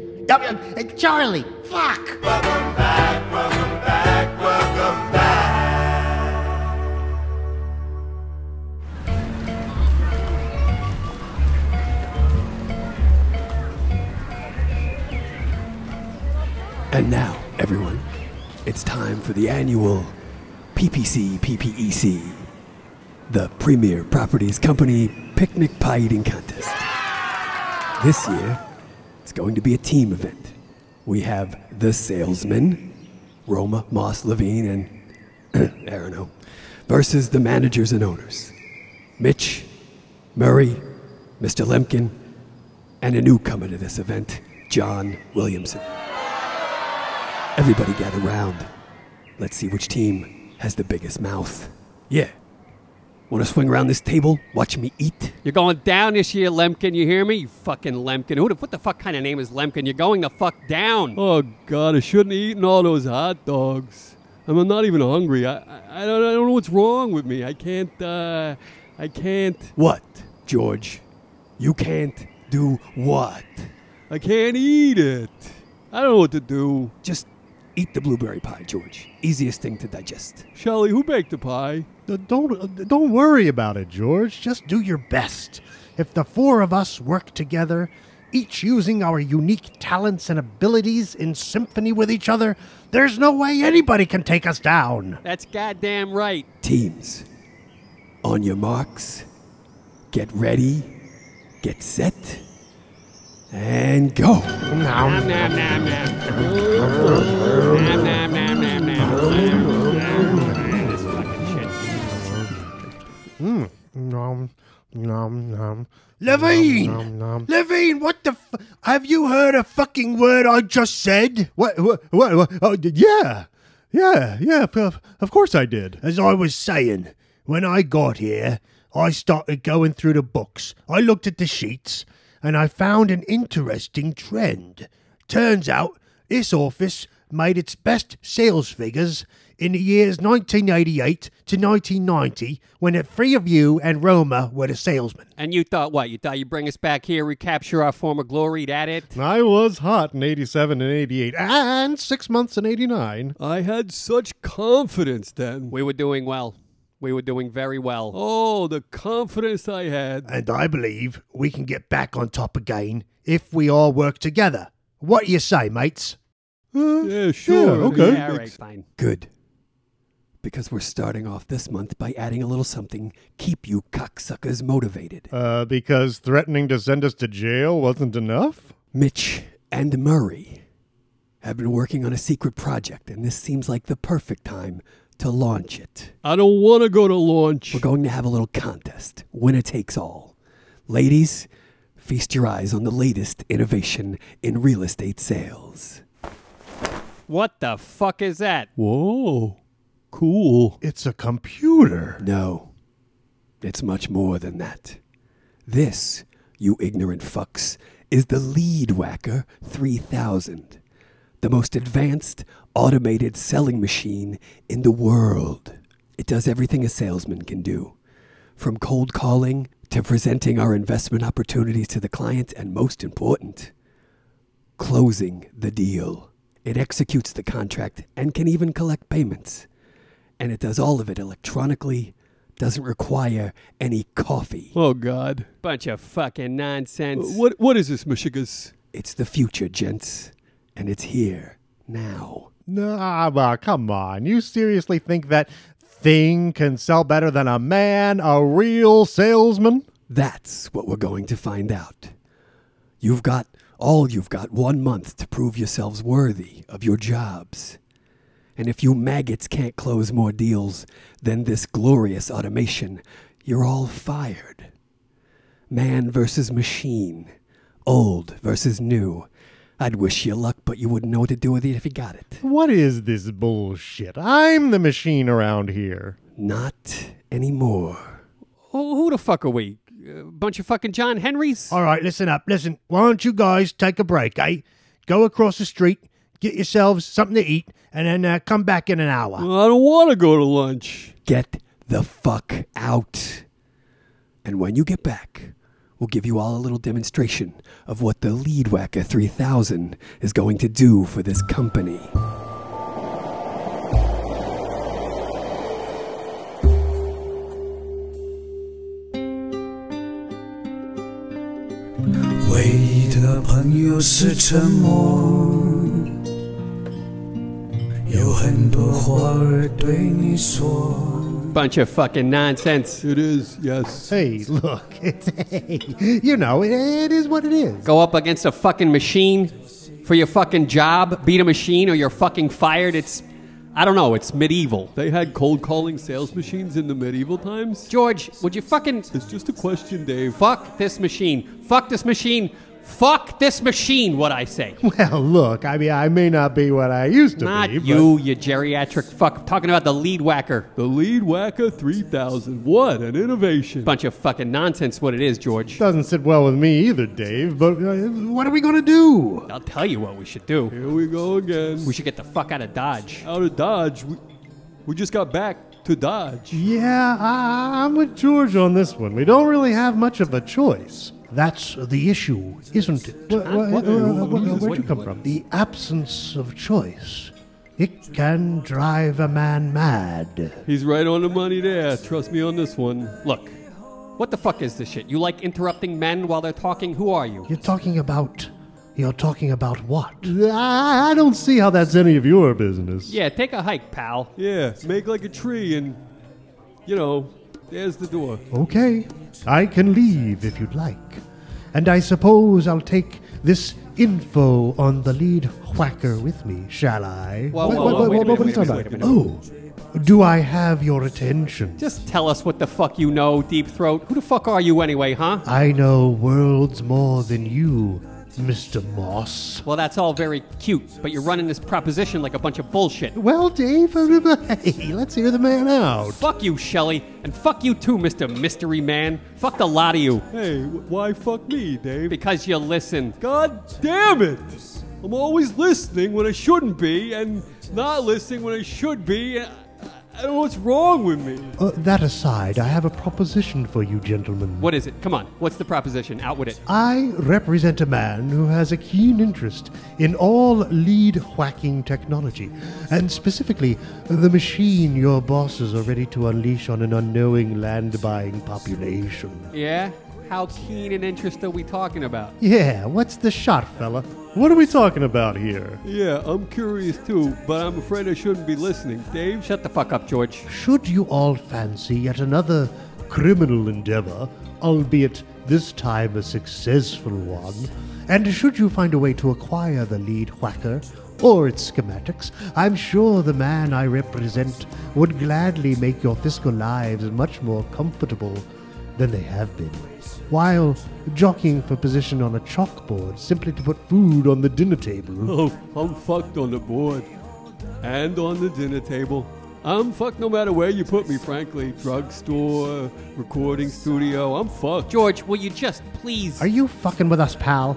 Charlie, fuck! Welcome back, welcome back,
Oh,
welcome
back. And now, everyone, it's time for the annual PPC PPEC, E the Premier Properties Company Picnic Pie Eating Contest. Yeah! This year, it's going to be a team event. We have the salesman, Roma, Moss, Levine, and (clears throat) Arano, versus the managers and owners, Mitch, Murray, Mr. Lemkin, and a newcomer to this event, John Williamson. Everybody gather round. Let's see which team has the biggest mouth. Yeah. Want to swing around this table? Watch me eat?
You're going down this year, Lemkin. You hear me? You fucking Lemkin. Who the, what the fuck kind of name is Lemkin? You're going the fuck down.
Oh, God. I shouldn't have eaten all those hot dogs. I'm not even hungry. I, I, I don't, I don't know what's wrong with me. I can't, uh, I can't.
What, George? You can't do what?
I can't eat it. I don't know what to do.
Just eat the blueberry pie, George. Easiest thing to digest.
Shelly, who baked the pie?
don't don't worry about it, George. Just do your best. If the four of us work together, each using our unique talents and abilities in symphony with each other, there's no way anybody can take us down.
That's goddamn right.
Teams, on your marks, get ready, get set, and go.
Nom, nom, nom, nom. nom, nom, nom, nom, nom.
Hmm.
Mm. Nom, nom, nom.
Levine!
Nom, nom, nom.
Levine, what the f- Have you heard a fucking word I just said?
What, what, what, what oh, d- yeah. Yeah, yeah, of, of course I did.
As I was saying, when I got here, I started going through the books. I looked at the sheets, and I found an interesting trend. Turns out This office made its best sales figures in the years 1988 to 1990 when the three of you and Roma were the salesmen.
And you thought what? You thought you'd bring us back here, recapture our former glory, that it?
I was hot in 87 and
(laughs)
88, and six months in 89.
I had such confidence then.
We were doing well. We were doing very well.
Oh, the confidence I had.
And I believe we can get back on top again if we all work together. What do you say, mates?
Uh, yeah, sure.
Yeah, okay. Yeah, all right, fine.
Good. Because we're starting off this month by adding a little something keep you cocksuckers motivated.
Uh, because threatening to send us to jail wasn't enough?
Mitch and Murray have been working on a secret project, and this seems like the perfect time to launch it.
I don't want to go to launch.
We're going to have a little contest. Winner takes all. Ladies, feast your eyes on the latest innovation in real estate sales.
What the fuck is that?
Whoa. Cool.
It's a computer.
No. It's much more than that. This, you ignorant fucks, is the Lead Whacker 3000, the most advanced automated selling machine in the world. It does everything a salesman can do from cold calling to presenting our investment opportunities to the client, and most important, closing the deal. It executes the contract and can even collect payments. And it does all of it electronically, doesn't require any coffee.
Oh, God.
Bunch of fucking nonsense.
What, what is this, Michigas?
It's the future, gents. And it's here, now.
Nah, well, come on. You seriously think that thing can sell better than a man, a real salesman?
That's what we're going to find out. You've got all you've got one month to prove yourselves worthy of your jobs. And if you maggots can't close more deals than this glorious automation, you're all fired. Man versus machine, old versus new. I'd wish you luck, but you wouldn't know what to do with it if you got it.
What is this bullshit? I'm the machine around here.
Not anymore.
Oh, who the fuck are we? A bunch of fucking John Henrys?
All right, listen up. Listen, why don't you guys take a break, eh? Go across the street, get yourselves something to eat, and then uh, come back in an hour.
I don't want to go to lunch.
Get the fuck out. And when you get back, we'll give you all a little demonstration of what the Leadwhacker 3000 is going to do for this company.
唯一的朋友是沉默，有
(laughs)
很多话儿对你说。
Bunch of fucking nonsense.
It is, yes.
Hey, look, it's hey, you know, it, it is what it is.
Go up against a fucking machine for your fucking job, beat a machine, or you're fucking fired. It's, I don't know, it's medieval.
They had cold calling sales machines in the medieval times.
George, would you fucking
It's just a question, Dave.
fuck this machine? Fuck this machine. Fuck this machine, what I say.
Well, look, I mean, I may not be what I used to
Not
be. but-
you, you geriatric fuck. Talking about the lead whacker.
The Lead Whacker 3000. What an innovation.
Bunch of fucking nonsense, what it is, George.
Doesn't sit well with me either, Dave, but uh, what are we going to do?
I'll tell you what we should do.
Here we go again.
We should get the fuck out of Dodge.
out of Dodge. We, we just got back to Dodge.
Yeah, I, I'm with George on this one. We don't really have much of a choice.
That's the issue, isn't it?
Wha- wha- wha- wha- wha-
What-
Where'd you come from?
The absence of choice. It can drive a man mad.
He's right on the money there. Trust me on this one.
Look, what the fuck is this shit? You like interrupting men while they're talking? Who are you?
You're talking about. You're talking about what?
I, I don't see how that's any of your business.
Yeah, take a hike, pal.
Yeah, make like a tree and, you know, there's the door.
Okay, I can leave if you'd like. And I suppose I'll take this info on the lead whacker with me, shall I?
Whoa,
Wait,
whoa,
wait, wait,
whoa, wait a
what-
minute,
what are you
wait a
talking
minute,
about?
wait a minute.
Oh, do I have your attention?
Just tell us what the fuck you know, Deep Throat. Who the fuck are you anyway, huh?
I know worlds more than you, Mr. Moss.
Well, that's all very cute, but you're running this proposition like a bunch of bullshit.
Well, Dave, uh, (laughs) hey, let's hear the man out.
Fuck you, Shelley, and fuck you too, Mr. Mystery Man. Fuck the lot of you.
Hey, wh- why fuck me, Dave?
Because you listened.
God damn it! I'm always listening when I shouldn't be and not listening when I should be. I I don't know what's wrong with me.
Uh, that aside, I have a proposition for you, gentlemen.
What is it? Come on. What's the proposition? Out with it.
I represent a man who has a keen interest in all lead whacking technology, and specifically the machine your bosses are ready to unleash on an unknowing land buying population.
Yeah? How keen an interest are we talking about?
Yeah, what's the shot, fella? What are we talking about here?
Yeah, I'm curious too, but I'm afraid I shouldn't be listening. Dave, shut the fuck up, George.
Should you all fancy yet another criminal endeavor, albeit this time a successful one, and should you find a way to acquire the lead whacker or its schematics, I'm sure the man I represent would gladly make your fiscal lives much more comfortable than they have been, while jockeying for position on a chalkboard simply to put food on the dinner
Mm-hmm.
table.
Oh, I'm fucked on the board and on the dinner table. I'm fucked no matter where you put me, frankly. Drugstore, recording studio, I'm fucked.
George, will you just please?
Are you fucking with us, pal?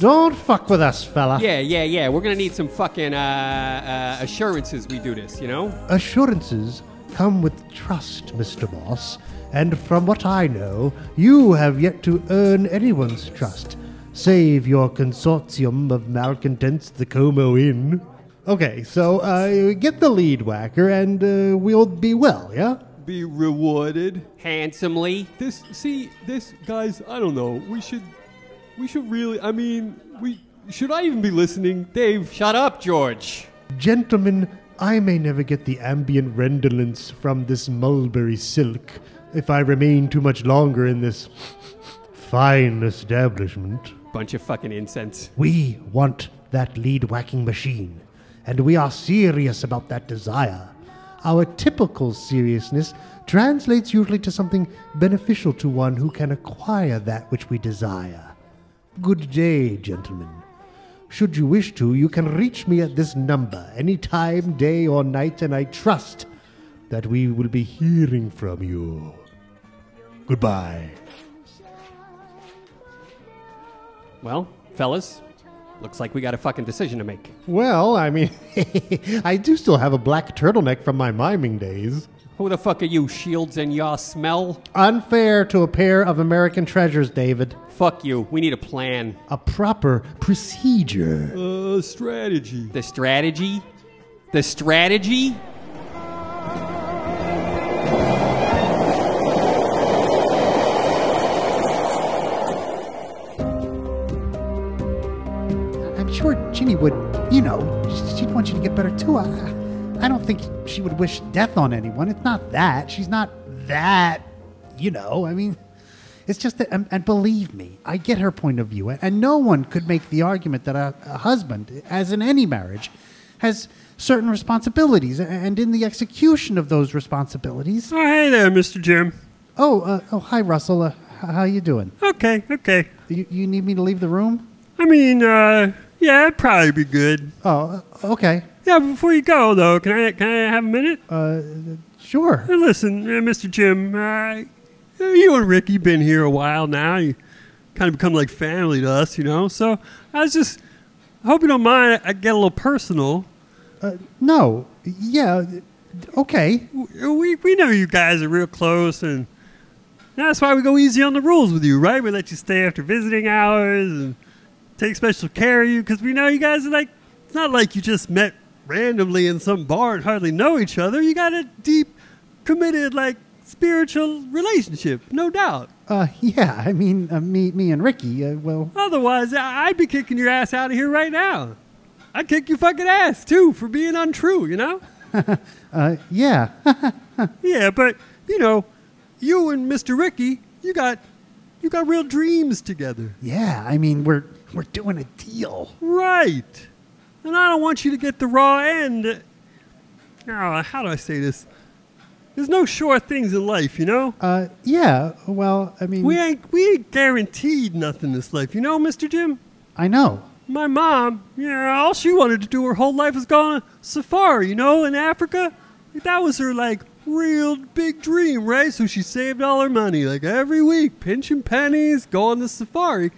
Don't fuck with us, fella.
Yeah, yeah, yeah. We're gonna need some fucking uh, uh, assurances we do this, you know?
Assurances come with trust, Mr. Boss, and from what I know, you have yet to earn anyone's trust, save your consortium of malcontents, the Como Inn. Okay, so uh, get the lead whacker and uh, we'll be well, yeah?
Be rewarded.
Handsomely.
This, see, this, guys, I don't know. We should, we should really, I mean, we, should I even be listening? Dave,
Shut up, George.
Gentlemen, I may never get the ambient rendolence from this mulberry silk if I remain too much longer in this fine establishment.
Bunch of fucking incense.
We want that lead whacking machine, and we are serious about that desire. Our typical seriousness translates usually to something beneficial to one who can acquire that which we desire. Good day, gentlemen. Should you wish to, you can reach me at this number any time, day or night, and I trust that we will be hearing from you. Goodbye.
Well, fellas, looks like we got a fucking decision to make.
Well, I
(laughs)
mean, I do still have a black turtleneck from my miming days.
Who the fuck are you, Shields and Yaw Smell?
Unfair to a pair of American treasures, David.
Fuck you. We need a plan.
A proper procedure.
Uh, strategy.
The strategy? The strategy?
I'm sure Ginny would, you know, she'd want you to get better too. I, I don't think she would wish death on anyone. It's not that. She's not that, you know. I mean, it's just that, and, and believe me, I get her point of view. And no one could make the argument that a, a husband, as in any marriage, has certain responsibilities. a- And in the execution of those responsibilities.
Oh, hey there, Mr. Jim.
Oh, uh, oh, hi, Russell. Uh, h- how you doing?
Okay, okay.
You, you need me to leave the room?
I mean, uh, yeah, it'd probably be good.
Oh, okay.
Yeah, before you go though, can I can I have a minute?
Uh, sure.
listen, uh, Mr. Jim, uh, you and Ricky been here a while now. You kind of become like family to us, you know. So I was just I hope you don't mind. I get a little personal.
Uh, no, yeah, okay.
We we know you guys are real close, and that's why we go easy on the rules with you, right? We let you stay after visiting hours and take special care of you because we know you guys are like. It's not like you just met randomly in some bar and hardly know each other. You got a deep, committed, like spiritual relationship, no doubt.
Uh, yeah, I mean, uh, me, me and Ricky. Uh, well, (laughs)
Otherwise, I- I'd be kicking your ass out of here right now. I'd kick your fucking ass too for being untrue, you know?
uh, yeah.
(laughs) yeah, but you know, you and Mr. Ricky, you got you got real dreams together.
Yeah, I mean, we're we're doing a deal.
Right. And I don't want you to get the raw end. Oh, how do I say this? There's no sure things in life, you know?
Uh, yeah. Well, I mean,
We ain't we ain't guaranteed nothing this life, you know, Mr. Jim?
I know.
My mom, you know, all she wanted to do her whole life was go on a safari, you know, in Africa. Like, that was her, like, real big dream, right? So she saved all her money, like, every week, pinching pennies, go on the safari.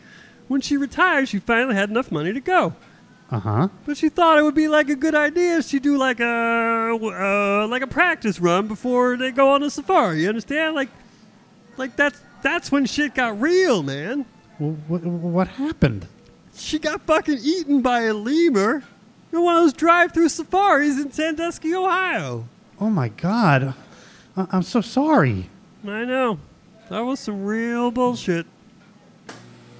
When she retired, she finally had enough money to go.
Uh huh.
But she thought it would be like a good idea if she do like a uh, like a practice run before they go on a safari. You understand? Like, like that's that's when shit got real, man.
What, what happened?
She got fucking eaten by a lemur in one of those drive-through safaris in Sandusky, Ohio.
Oh my God. I- I'm so sorry.
I know. That was some real bullshit.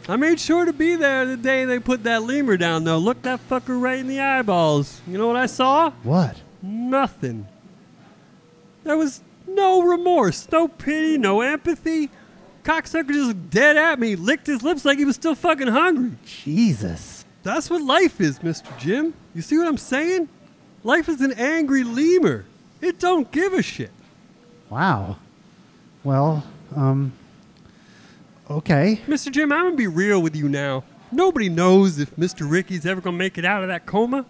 I made sure to be there the day they put that lemur down, though. Look that fucker right in the eyeballs. You know what I saw?
What?
Nothing. There was no remorse, no pity, no empathy. Cocksucker just looked dead at me, licked his lips like he was still fucking hungry.
Jesus.
That's what life is, Mr. Jim. You see what I'm saying? Life is an angry lemur. It don't give a shit.
Wow. Well, um, okay.
Mr. Jim, I'm gonna be real with you now. Nobody knows if Mr. Ricky's ever gonna make it out of that coma.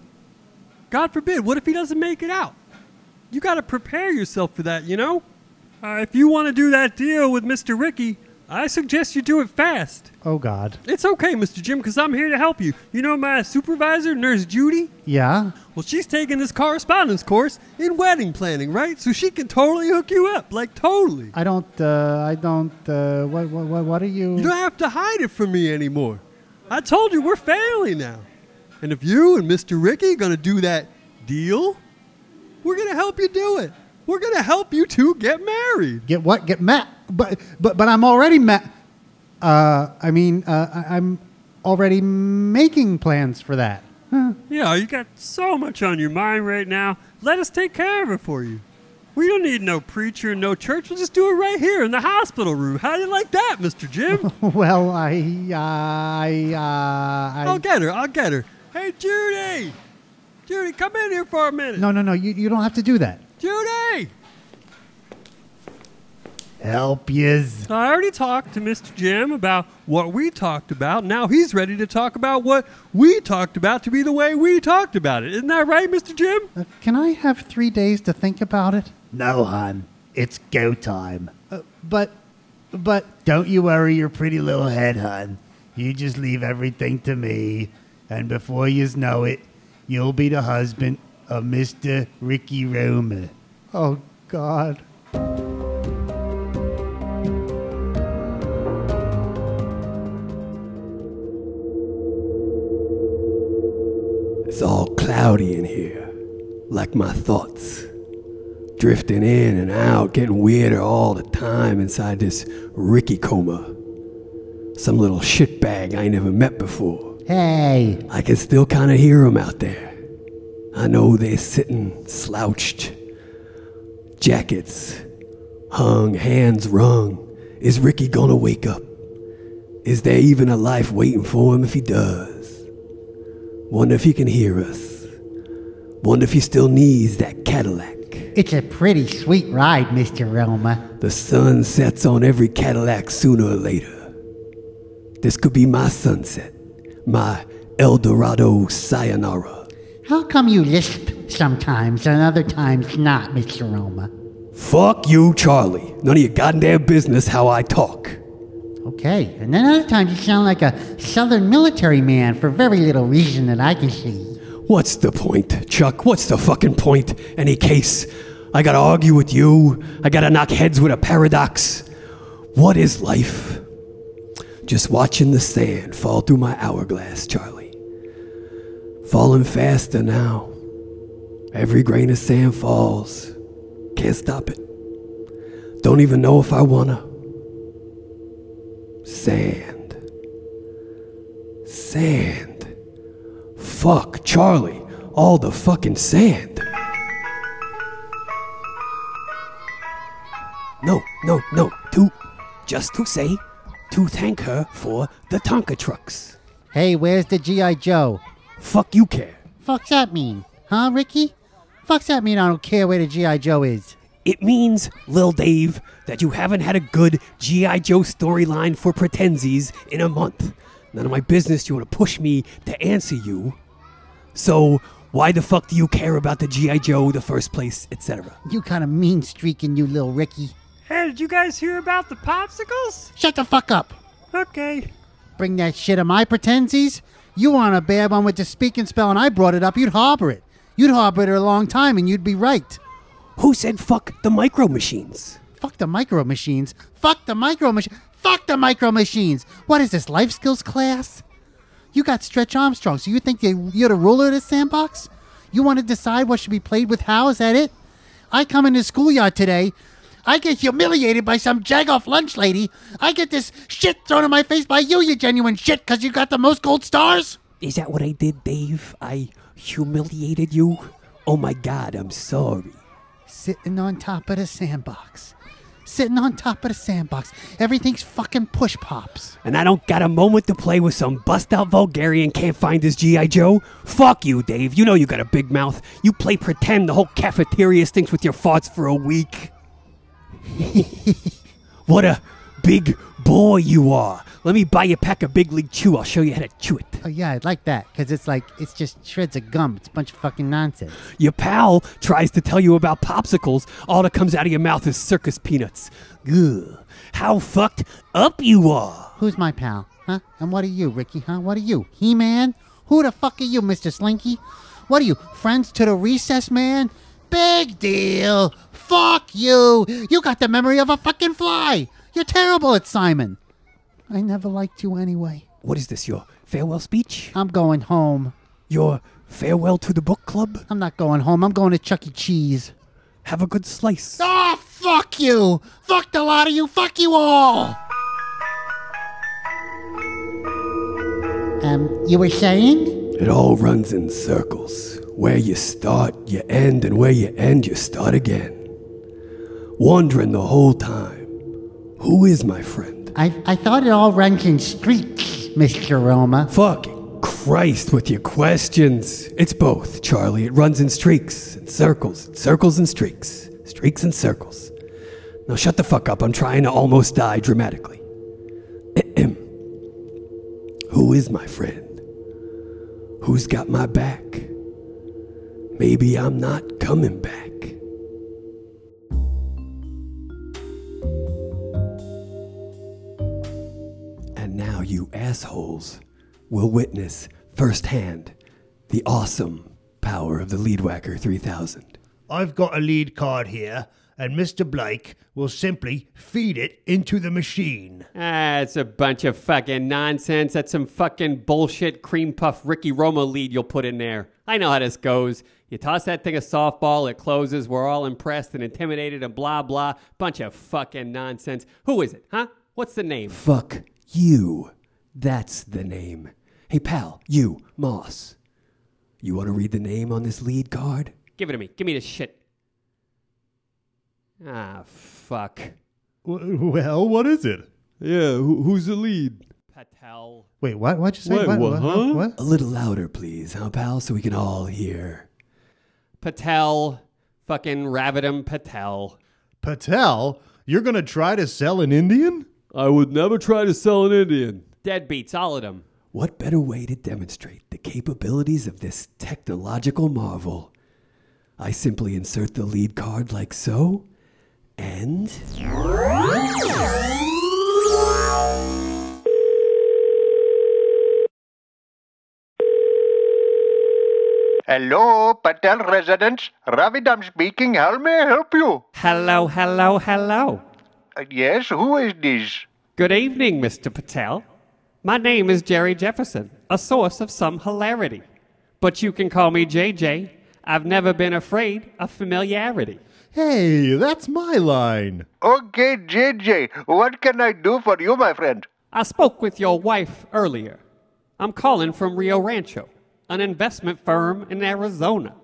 God forbid, what if he doesn't make it out? You gotta prepare yourself for that, you know? Uh, if you wanna do that deal with Mr. Ricky, I suggest you do it fast.
Oh, God.
It's okay, Mr. Jim, because I'm here to help you. You know my supervisor, Nurse Judy?
Yeah?
Well, she's taking this correspondence course in wedding planning, right? So she can totally hook you up, like totally.
I don't, uh, I don't, uh, what, what, what are you?
You don't have to hide it from me anymore. I told you we're family now. And if you and Mr. Ricky are gonna do that deal, we're gonna help you do it. We're gonna help you two get married.
Get what? Get met? But, but, but I'm already met. Uh, I mean, uh, I- I'm already making plans for that. (laughs) Huh.
Yeah, you got so much on your mind right now. Let us take care of it for you. We don't need no preacher, no church. We'll just do it right here in the hospital room. How do you like that, Mr. Jim?
Well, I, I, uh, I.
I'll get her. I'll get her. Hey, Judy! Judy, come in here for a minute.
No, no, no. You, you don't have to do that.
Judy!
Help yous.
I already talked to Mr. Jim about what we talked about. Now he's ready to talk about what we talked about to be the way we talked about it. Isn't that right, Mr. Jim?
Uh, can I have three days to think about it?
No, hon. It's go time.
Uh, but, but.
Don't you worry your pretty little head, hon. You just leave everything to me, and before yous know it, you'll be the husband of Mr. Ricky Roma.
Oh, God.
It's all cloudy in here, like my thoughts. Drifting in and out, getting weirder all the time inside this Ricky coma. Some little shitbag I ain't never met before.
Hey.
I can still kind of hear 'em out there. I know they're sitting slouched, jackets hung, hands wrung. Is Ricky gonna wake up? Is there even a life waiting for him if he does? Wonder if he can hear us. Wonder if he still needs that Cadillac.
It's a pretty sweet ride, Mr. Roma.
The sun sets on every Cadillac sooner or later. This could be my sunset, my El Dorado sayonara.
How come you lisp sometimes and other times not, Mr. Roma?
Fuck you, Charlie. None of your goddamn business how I talk.
Okay, and then other times you sound like a southern military man for very little reason that I can see.
What's the point, Chuck? What's the fucking point? Any case? I gotta argue with you. I gotta knock heads with a paradox. What is life? Just watching the sand fall through my hourglass, Charlie. Falling faster now. Every grain of sand falls. Can't stop it. Don't even know if I wanna. Sand. Sand. Fuck, Charlie. All the fucking sand. No, no, no. To just to say, to thank her for the Tonka trucks.
Hey, where's the G.I. Joe?
Fuck you care.
Fuck's that mean? Huh, Ricky? Fuck's that mean I don't care where the G.I. Joe is?
It means, Lil Dave, that you haven't had a good G.I. Joe storyline for pretensies in a month. None of my business you want to push me to answer you. So, why the fuck do you care about the G.I. Joe, the first place, etc.?
You kind of mean streaking, you little Ricky.
Hey, did you guys hear about the popsicles?
Shut the fuck up!
Okay.
Bring that shit of my pretensies? You want a bad one with the speaking spell, and I brought it up. You'd harbor it. You'd harbor it a long time, and you'd be right.
Who said fuck the micro machines?
Fuck the micro machines. Fuck the micro machines. Fuck the micro machines. What is this life skills class? You got Stretch Armstrong, so you think they, you're the ruler of this sandbox? You want to decide what should be played with how? Is that it? I come in the schoolyard today. I get humiliated by some jagoff lunch lady. I get this shit thrown in my face by you, you genuine shit, because you got the most gold stars.
Is that what I did, Dave? I humiliated you? Oh my god, I'm sorry.
Sitting on top of the sandbox. Sitting on top of the sandbox. Everything's fucking push pops.
And I don't got a moment to play with some bust out vulgarian can't find his G.I. Joe. Fuck you, Dave. You know you got a big mouth. You play pretend the whole cafeteria stinks with your farts for a week. (laughs) what a big boy you are. Let me buy you a pack of Big League Chew. I'll show you how to chew it.
Oh, yeah, I'd like that, because it's like, it's just shreds of gum. It's a bunch of fucking nonsense.
Your pal tries to tell you about popsicles. All that comes out of your mouth is circus peanuts. Ugh. How fucked up you are.
Who's my pal? Huh? And what are you, Ricky? Huh? What are you? He Man? Who the fuck are you, Mr. Slinky? What are you, friends to the recess man? Big deal. Fuck you. You got the memory of a fucking fly. You're terrible at Simon. I never liked you anyway.
What is this, your farewell speech?
I'm going home.
Your farewell to the book club?
I'm not going home. I'm going to Chuck E. Cheese.
Have a good slice.
Ah, oh, fuck you. Fuck the lot of you. Fuck you all.
Um, you were saying?
It all runs in circles. Where you start, you end, and where you end, you start again. Wandering the whole time. Who is my friend?
I, I thought it all runs in streets, Mr. Roma.
Fuck Christ with your questions. It's both, Charlie. It runs in streaks and circles, and circles and streaks, streaks and circles. Now shut the fuck up. I'm trying to almost die dramatically. (clears throat) Who is my friend? Who's got my back? Maybe I'm not coming back. And now, you assholes will witness firsthand the awesome power of the Leadwhacker 3000.
I've got a lead card here, and Mr. Blake will simply feed it into the machine.
Ah, it's a bunch of fucking nonsense. That's some fucking bullshit cream puff Ricky Roma lead you'll put in there. I know how this goes. You toss that thing a softball, it closes. We're all impressed and intimidated and blah blah. Bunch of fucking nonsense. Who is it, huh? What's the name?
Fuck you. That's the name. Hey, pal, you, Moss. You want to read the name on this lead card?
Give it to me. Give me this shit. Ah, fuck.
Well, what is it?
Yeah, who, who's the lead?
Patel.
Wait, what? What'd you say?
Wait,
what,
what, huh?
what?
A little louder, please, huh, pal, so we can all hear.
Patel. Fucking Ravidam Patel.
Patel? You're going to try to sell an Indian?
I would never try to sell an Indian.
Deadbeats, all of them.
What better way to demonstrate the capabilities of this technological marvel? I simply insert the lead card like so, and.
Hello, Patel residents. Ravidam speaking. How may I help you?
Hello, hello, hello.
Uh, yes, who is this?
Good evening, Mr. Patel. My name is Jerry Jefferson, a source of some hilarity. But you can call me JJ. I've never been afraid of familiarity.
Hey, that's my line.
Okay, JJ, what can I do for you, my friend?
I spoke with your wife earlier. I'm calling from Rio Rancho, an investment firm in Arizona.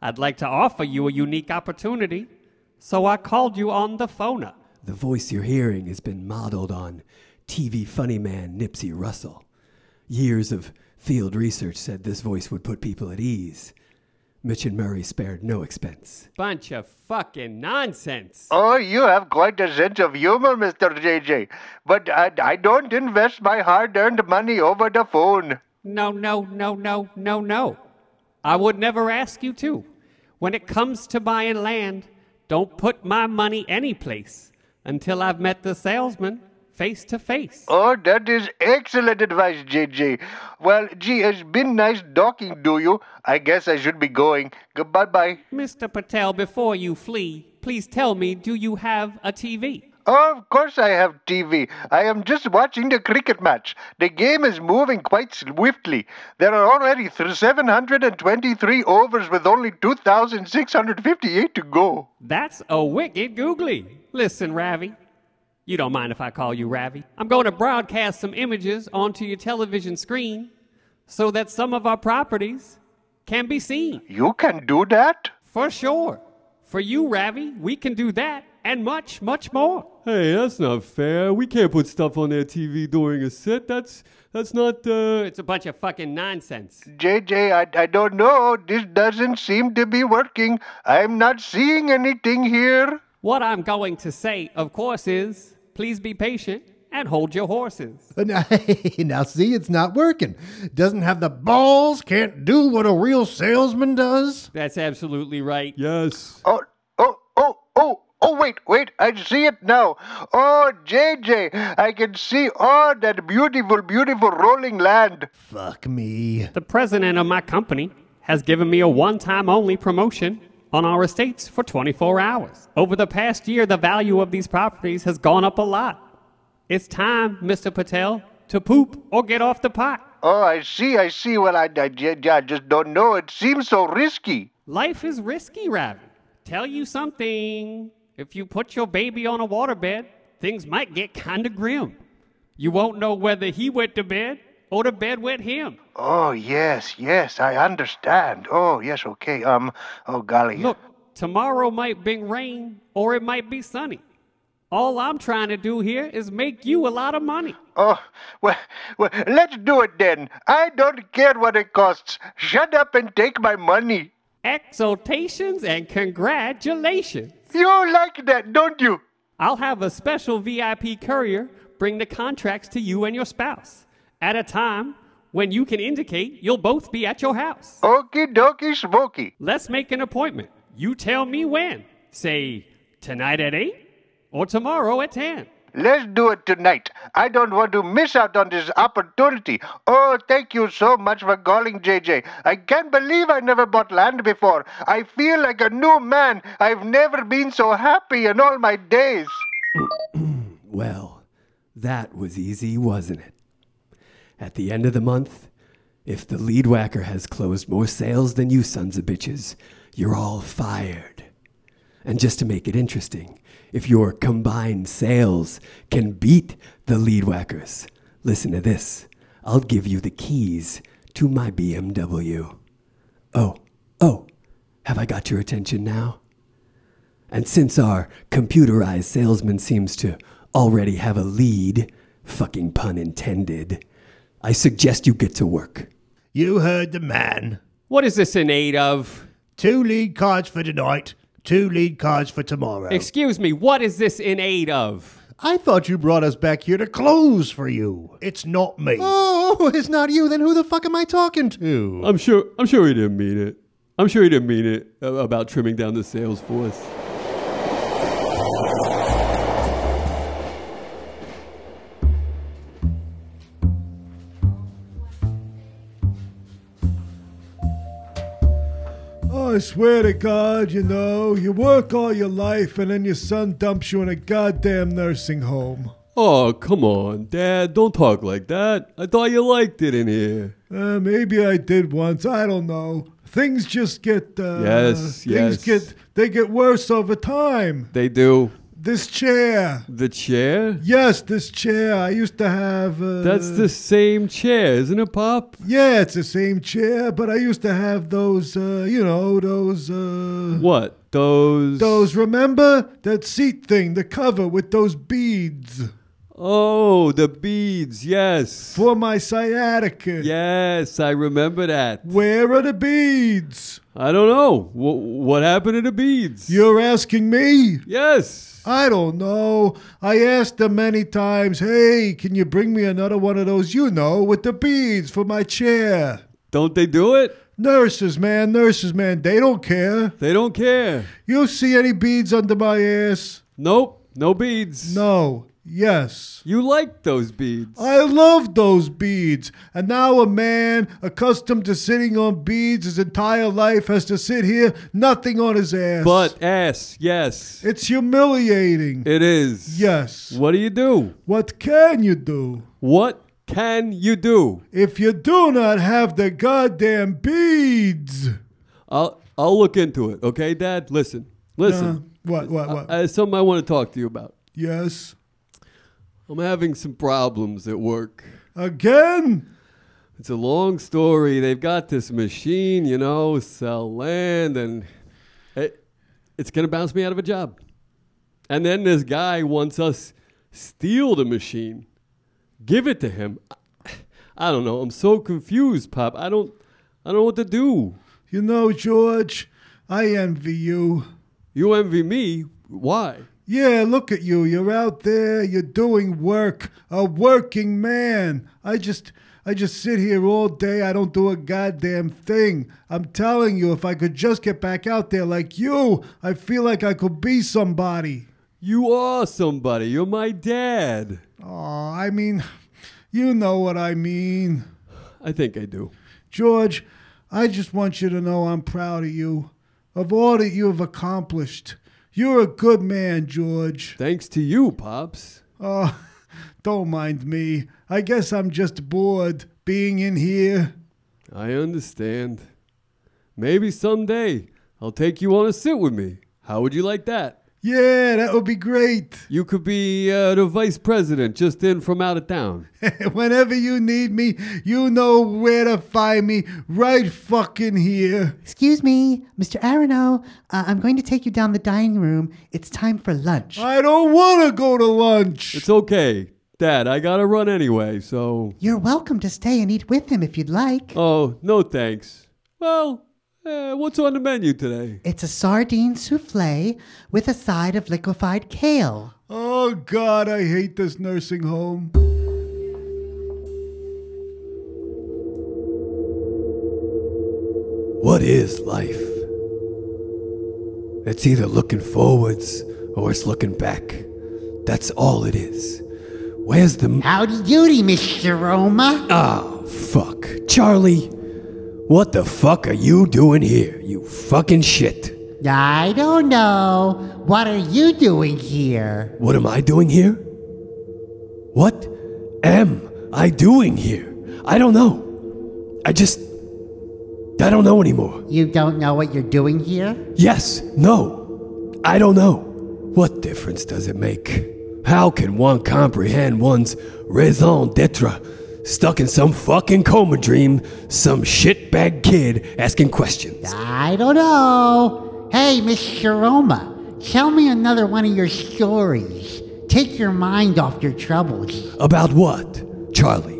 I'd like to offer you a unique opportunity, so I called you on the phone. up.
The voice you're hearing has been modeled on TV funny man Nipsey Russell. Years of field research said this voice would put people at ease. Mitch and Murray spared no expense.
Bunch of fucking nonsense.
Oh, you have quite a sense of humor, Mr. JJ. But I, I don't invest my hard earned money over the phone.
No, no, no, no, no, no. I would never ask you to. When it comes to buying land, don't put my money anyplace until I've met the salesman face to face.
Oh, that is excellent advice, JJ. Well, gee, it's been nice talking to you. I guess I should be going. Goodbye bye.
Mr. Patel, before you flee, please tell me do you have a TV?
Oh, of course I have TV. I am just watching the cricket match. The game is moving quite swiftly. There are already th- 723 overs with only 2,658 to go.
That's a wicked googly. Listen, Ravi. You don't mind if I call you Ravi? I'm going to broadcast some images onto your television screen so that some of our properties can be seen.
You can do that?
For sure. For you, Ravi, we can do that and much, much more.
Hey, that's not fair. We can't put stuff on their TV during a set. That's that's not. Uh,
it's a bunch of fucking nonsense.
JJ, I, I don't know. This doesn't seem to be working. I'm not seeing anything here.
What I'm going to say, of course, is please be patient and hold your horses.
(laughs) now, see, it's not working. Doesn't have the balls, can't do what a real salesman does.
That's absolutely right.
Yes.
Oh, oh, oh, oh. Oh, wait, wait, I see it now. Oh, JJ, I can see all oh, that beautiful, beautiful rolling land.
Fuck me.
The president of my company has given me a one time only promotion on our estates for 24 hours. Over the past year, the value of these properties has gone up a lot. It's time, Mr. Patel, to poop or get off the pot.
Oh, I see, I see. Well, I, I, I just don't know. It seems so risky.
Life is risky, Ravi. Tell you something. If you put your baby on a waterbed, things might get kind of grim. You won't know whether he went to bed or the bed went him.
Oh, yes, yes, I understand. Oh, yes, okay. Um, oh, golly.
Look, tomorrow might bring rain or it might be sunny. All I'm trying to do here is make you a lot of money.
Oh, well, well let's do it then. I don't care what it costs. Shut up and take my money.
Exaltations and congratulations.
You like that, don't you?
I'll have a special VIP courier bring the contracts to you and your spouse at a time when you can indicate you'll both be at your house.
Okie dokie smoky.
Let's make an appointment. You tell me when. Say, tonight at 8 or tomorrow at 10.
Let's do it tonight. I don't want to miss out on this opportunity. Oh, thank you so much for calling, JJ. I can't believe I never bought land before. I feel like a new man. I've never been so happy in all my days.
(clears throat) well, that was easy, wasn't it? At the end of the month, if the lead whacker has closed more sales than you sons of bitches, you're all fired. And just to make it interesting, if your combined sales can beat the lead whackers. Listen to this. I'll give you the keys to my BMW. Oh, oh, have I got your attention now? And since our computerized salesman seems to already have a lead, fucking pun intended, I suggest you get to work.
You heard the man.
What is this in aid of?
Two lead cards for tonight two lead cards for tomorrow.
Excuse me, what is this in aid of?
I thought you brought us back here to close for you. It's not me.
Oh, it's not you. Then who the fuck am I talking to?
I'm sure. I'm sure he didn't mean it. I'm sure he didn't mean it uh, about trimming down the sales force.
I swear to God, you know, you work all your life and then your son dumps you in a goddamn nursing home.
Oh, come on, Dad. Don't talk like that. I thought you liked it in here.
Uh, maybe I did once. I don't know. Things just get. Uh,
yes,
things
yes.
get. They get worse over time.
They do.
This chair.
The chair?
Yes, this chair. I used to have. Uh,
That's the same chair, isn't it, Pop?
Yeah, it's the same chair, but I used to have those, uh, you know, those. Uh,
what? Those.
Those, remember? That seat thing, the cover with those beads.
Oh, the beads, yes.
For my sciatica.
Yes, I remember that.
Where are the beads?
I don't know. W- what happened to the beads?
You're asking me?
Yes.
I don't know. I asked them many times, hey, can you bring me another one of those, you know, with the beads for my chair?
Don't they do it?
Nurses, man, nurses, man, they don't care.
They don't care.
You see any beads under my ass?
Nope. No beads.
No. Yes.
You like those beads.
I love those beads. And now a man accustomed to sitting on beads his entire life has to sit here, nothing on his ass.
But ass, yes.
It's humiliating.
It is.
Yes.
What do you do?
What can you do?
What can you do?
If you do not have the goddamn beads.
I'll I'll look into it, okay, Dad? Listen. Listen.
Nah, what what what?
I, I, Uh, something I want to talk to you about.
Yes.
I'm having some problems at work.
Again?
It's a long story. They've got this machine, you know, sell land, and it, it's going to bounce me out of a job. And then this guy wants us steal the machine, give it to him. I, I don't know. I'm so confused, Pop. I don't, I don't know what to do.
You know, George, I envy you.
You envy me? Why?
Yeah, look at you. You're out there. You're doing work. A working man. I just I just sit here all day. I don't do a goddamn thing. I'm telling you, if I could just get back out there like you, I feel like I could be somebody.
You are somebody. You're my dad.
Oh, I mean, you know what I mean.
I think I do.
George, I just want you to know I'm proud of you, of all that you have accomplished. You're a good man, George.
Thanks to you, Pops.
Oh, (laughs) don't mind me. I guess I'm just bored being in here. (laughs)
I understand. Maybe someday I'll take you on a sit with me. How would you like that?
Yeah, that would be great.
You could be uh, the vice president just in from out of town.
Whenever you need me, you know where to find me. Right fucking here.
Excuse me, Mr. Arano. Uh, I'm going to take you down the dining room. It's time for lunch.
I don't want to go to lunch.
It's okay. Dad, I gotta run anyway, so.
You're welcome to stay and eat with him if you'd like.
Oh, no thanks. Well, uh, what's on the menu today?
It's a sardine souffle with a side of liquefied kale.
Oh, God, I hate this nursing home.
What is life? It's either looking forwards or it's looking back. That's all it is. Where's the. M-
Howdy doody, Mr. Roma.
Oh, fuck. Charlie. What the fuck are you doing here, you fucking shit?
I don't know. What are you doing here?
What am I doing here? What am I doing here? I don't know. I just. I don't know anymore.
You don't know what you're doing here?
Yes, no. I don't know. What difference does it make? How can one comprehend one's raison d'etre? stuck in some fucking coma dream, some shitbag kid asking questions.
I don't know. Hey, Miss Sharoma, tell me another one of your stories. Take your mind off your troubles.
About what, Charlie?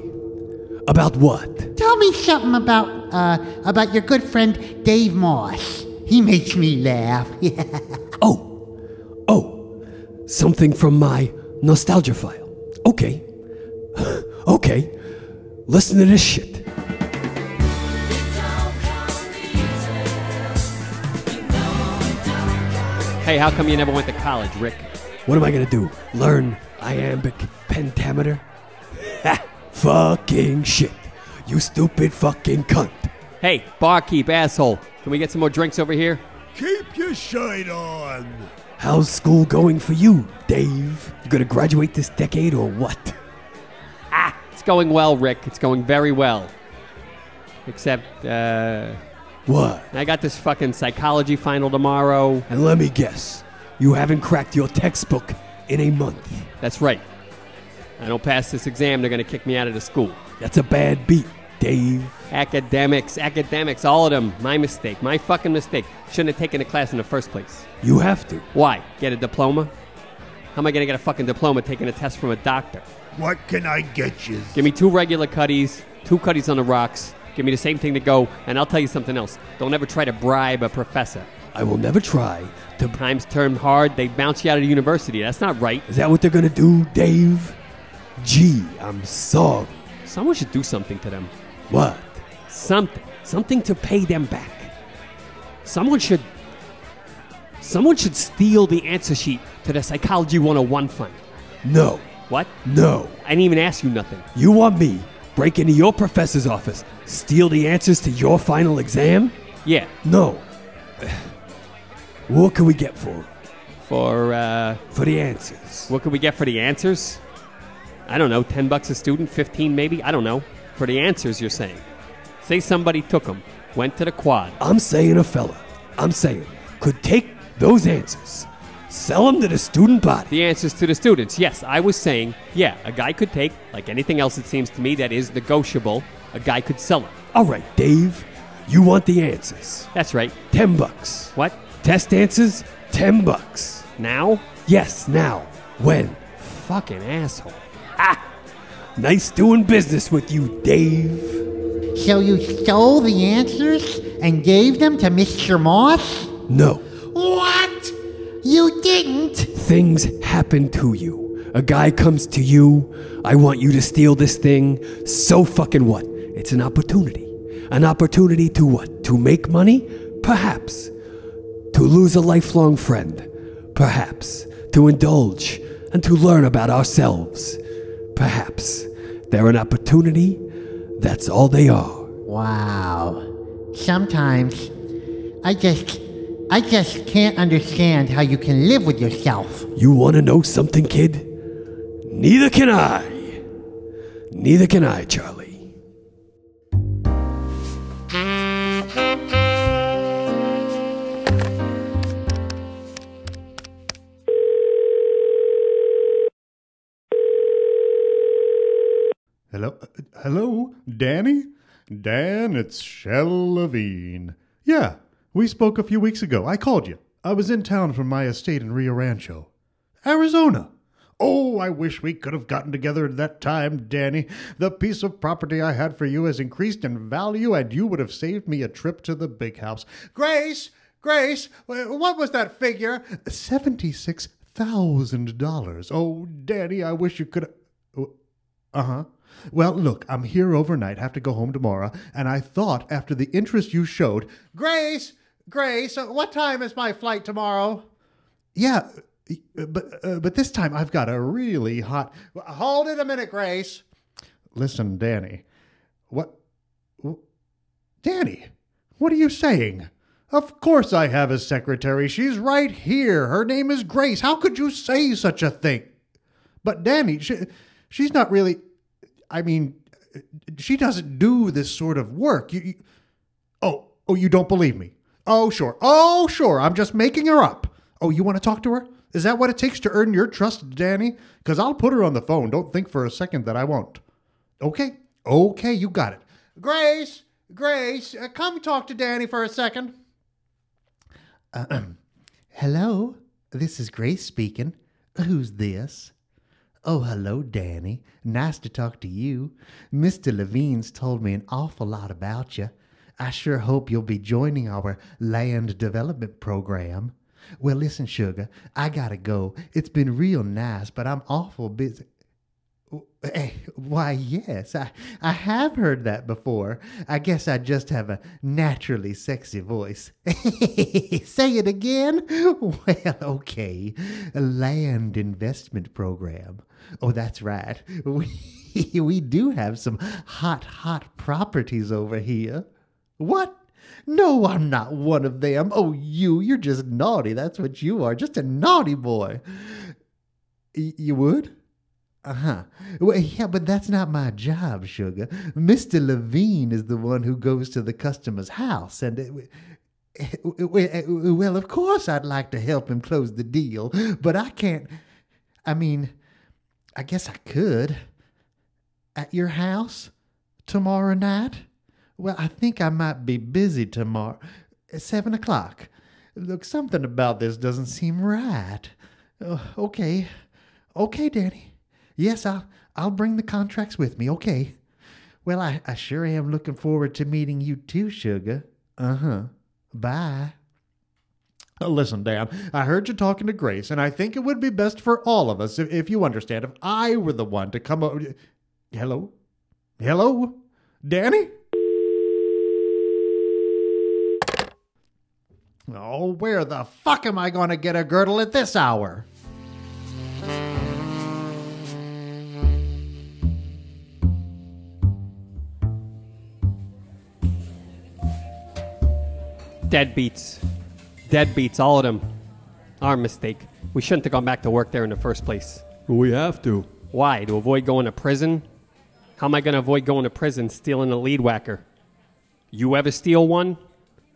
About what?
Tell me something about uh, about your good friend Dave Moss. He makes me laugh. (laughs)
oh, oh, something from my nostalgia file. Okay, (laughs) okay. Listen to this shit.
Hey, how come you never went to college, Rick?
What am I gonna do? Learn iambic pentameter? Ha! Fucking shit. You stupid fucking cunt.
Hey, barkeep asshole. Can we get some more drinks over here?
Keep your shade on.
How's school going for you, Dave? You gonna graduate this decade or what?
Ah! It's going well, Rick. It's going very well. Except, uh.
What?
I got this fucking psychology final tomorrow.
And let me guess, you haven't cracked your textbook in a month.
That's right. I don't pass this exam, they're gonna kick me out of the school.
That's a bad beat, Dave.
Academics, academics, all of them. My mistake, my fucking mistake. Shouldn't have taken the class in the first place.
You have to.
Why? Get a diploma? How am I gonna get a fucking diploma taking a test from a doctor?
What can I get you?
Give me two regular cutties, two cutties on the rocks. Give me the same thing to go, and I'll tell you something else. Don't ever try to bribe a professor.
I will never try to.
Times term hard, they bounce you out of the university. That's not right.
Is that what they're gonna do, Dave? Gee, I'm sorry.
Someone should do something to them.
What?
Something. Something to pay them back. Someone should. Someone should steal the answer sheet to the Psychology 101 fund.
No.
What?
No.
I didn't even ask you nothing.
You want me break into your professor's office, steal the answers to your final exam?
Yeah.
No. (sighs) What can we get for 'em?
For, uh.
For the answers.
What could we get for the answers? I don't know, 10 bucks a student, 15 maybe? I don't know. For the answers, you're saying. Say somebody took them, went to the quad.
I'm saying a fella, I'm saying, could take those answers, sell them to the student body.
The answers to the students. Yes, I was saying, yeah, a guy could take, like anything else it seems to me that is negotiable, a guy could sell it.
All right, Dave, you want the answers.
That's right.
10 bucks.
What?
Test answers, 10 bucks.
Now?
Yes, now. When?
Fucking asshole.
Ha! Nice doing business with you, Dave.
So you stole the answers and gave them to Mr. Moss?
No.
What? You didn't?
Things happen to you. A guy comes to you, I want you to steal this thing. So fucking what? It's an opportunity. An opportunity to what? To make money? Perhaps. To lose a lifelong friend? Perhaps. To indulge and to learn about ourselves? Perhaps. They're an opportunity. That's all they are.
Wow. Sometimes I just I just can't understand how you can live with yourself.
You want to know something, kid? Neither can I. Neither can I, Charlie.
Hello, uh, hello, Danny. Dan, it's Shell Levine.
Yeah, we spoke a few weeks ago. I called you. I was in town from my estate in Rio Rancho, Arizona.
Oh, I wish we could have gotten together at that time, Danny. The piece of property I had for you has increased in value, and you would have saved me a trip to the big house.
Grace, Grace, wh- what was that figure?
Seventy-six thousand dollars. Oh, Danny, I wish you could. Uh huh. Well, look, I'm here overnight. Have to go home tomorrow. And I thought, after the interest you showed,
Grace, Grace, uh, what time is my flight tomorrow?
yeah, uh, but uh, but this time I've got a really hot.
Wh- Hold it a minute, Grace.
Listen, Danny. What? wh- Danny, what are you saying? Of course I have a secretary. She's right here. Her name is Grace. How could you say such a thing? But Danny, she, she's not really. I mean, she doesn't do this sort of work. You, you, oh, oh, you don't believe me? Oh, sure. Oh, sure. I'm just making her up. Oh, you want to talk to her? Is that what it takes to earn your trust, Danny? Because I'll put her on the phone. Don't think for a second that I won't. Okay. Okay, you got it.
Grace, Grace, uh, come talk to Danny for a second.
(clears throat) Hello, this is Grace speaking. Who's this? Oh, hello, Danny. Nice to talk to you. Mr. Levine's told me an awful lot about you. I sure hope you'll be joining our land development program. Well, listen, sugar, I gotta go. It's been real nice, but I'm awful busy. Eh, Why, yes, I, I have heard that before. I guess I just have a naturally sexy voice. (laughs) Say it again? (laughs) Well, okay. A land investment program. Oh, that's right. (laughs) We, we do have some hot, hot properties over here. What? No, I'm not one of them. Oh, you, you're just naughty. That's what you are. Just a naughty boy. Y- you would? Uh huh. Well, yeah, but that's not my job, sugar. Mr. Levine is the one who goes to the customer's house, and. uh, w- w- w- Well, of course, I'd like to help him close the deal, but I can't. I mean, I guess I could. At your house? Tomorrow night? Well, I think I might be busy tomorrow. Seven o'clock. Look, something about this doesn't seem right. Uh, okay. Okay, Danny. Yes, I'll, I'll bring the contracts with me. Okay. Well, I, I sure am looking forward to meeting you too, sugar. Uh huh. Bye.
Uh, Listen, Dan, I heard you talking to Grace, and I think it would be best for all of us if, if you understand if I were the one to come over. Hello? Hello? Danny?
Oh, where the fuck am I going to get a girdle at this hour?
Dead beats. Dead beats, all of them. Our mistake. We shouldn't have gone back to work there in the first place.
We have to.
Why? To avoid going to prison? How am I going to avoid going to prison stealing a lead whacker? You ever steal one?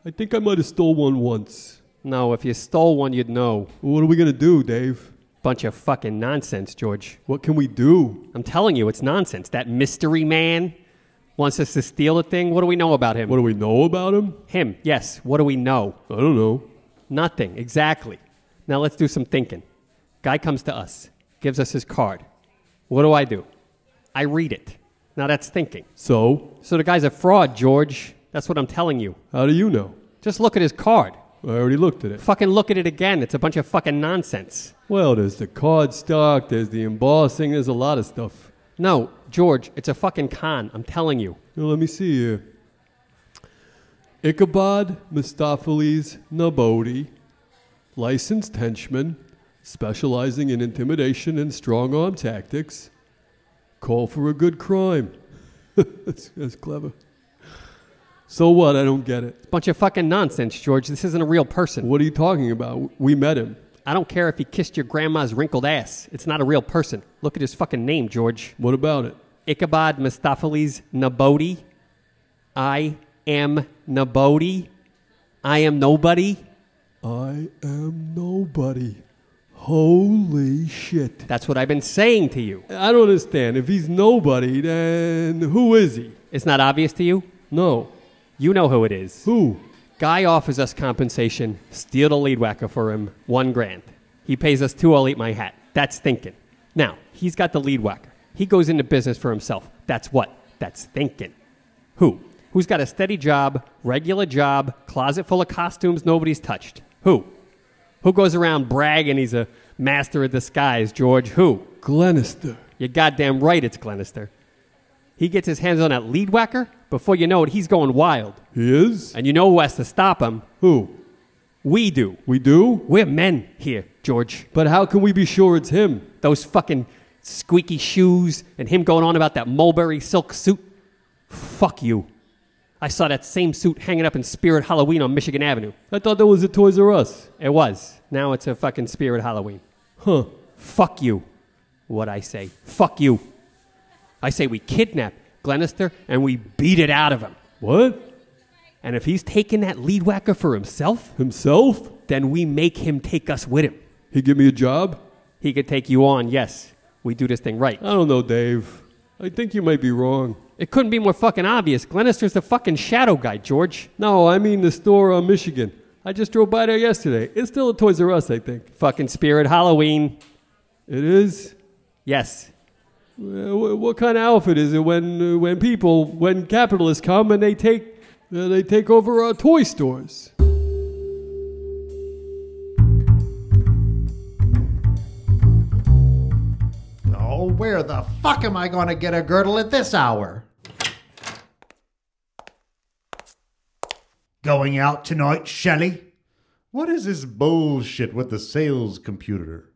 I think I might have stole one once.
No, if you stole one, you'd know.
What are we going to do, Dave?
Bunch of fucking nonsense, George.
What can we do?
I'm telling you, it's nonsense. That mystery man wants us to steal a thing. What do we know about him?
What do we know about him?
Him, yes. What do we know?
I don't know.
Nothing, exactly. Now let's do some thinking. Guy comes to us, gives us his card. What do I do? I read it. Now that's thinking.
So?
So the guy's a fraud, George. That's what I'm telling you.
Oh. How do you know?
Just look at his card.
I already looked at it.
Fucking look at it again. It's a bunch of fucking nonsense.
Well, there's the card stock, there's the embossing, there's a lot of stuff.
No, George, it's a fucking con. I'm telling you.
Now, let me see here. Ichabod Mistopheles Nabodi, licensed henchman, specializing in intimidation and strong arm tactics. Call for a good crime. (laughs) that's, that's clever. So what? I don't get it.
Bunch of fucking nonsense, George. This isn't a real person.
What are you talking about? We met him.
I don't care if he kissed your grandma's wrinkled ass. It's not a real person. Look at his fucking name, George.
What about it?
Ichabod Mistopheles Nabodi. I am Nabodi. I am nobody.
I am nobody. Holy shit.
That's what I've been saying to you.
I don't understand. If he's nobody, then who is he?
It's not obvious to you?
No.
You know who it is.
Who?
Guy offers us compensation. Steal the lead whacker for him. One grand. He pays us two. I'll eat my hat. That's thinking. Now he's got the lead whacker. He goes into business for himself. That's what. That's thinking. Who? Who's got a steady job, regular job, closet full of costumes nobody's touched? Who? Who goes around bragging he's a master of disguise, George? Who?
Glenister.
You're goddamn right it's Glenister. He gets his hands on that lead whacker. Before you know it, he's going wild.
He is?
And you know who has to stop him?
Who?
We do.
We do?
We're men here, George.
But how can we be sure it's him?
Those fucking squeaky shoes and him going on about that mulberry silk suit. Fuck you. I saw that same suit hanging up in Spirit Halloween on Michigan Avenue.
I thought that was a Toys R Us.
It was. Now it's a fucking Spirit Halloween.
Huh.
Fuck you. What I say. Fuck you. I say we kidnap Glenister and we beat it out of him.
What?
And if he's taking that lead whacker for himself,
himself,
then we make him take us with him.
He give me a job?
He could take you on, yes. We do this thing right.
I don't know, Dave. I think you might be wrong.
It couldn't be more fucking obvious. Glenister's the fucking shadow guy, George.
No, I mean the store on Michigan. I just drove by there yesterday. It's still a Toys R Us, I think.
Fucking Spirit Halloween.
It is?
Yes.
Uh, What kind of outfit is it when uh, when people when capitalists come and they take uh, they take over our toy stores?
Oh, where the fuck am I going to get a girdle at this hour?
Going out tonight, Shelley?
What is this bullshit with the sales computer?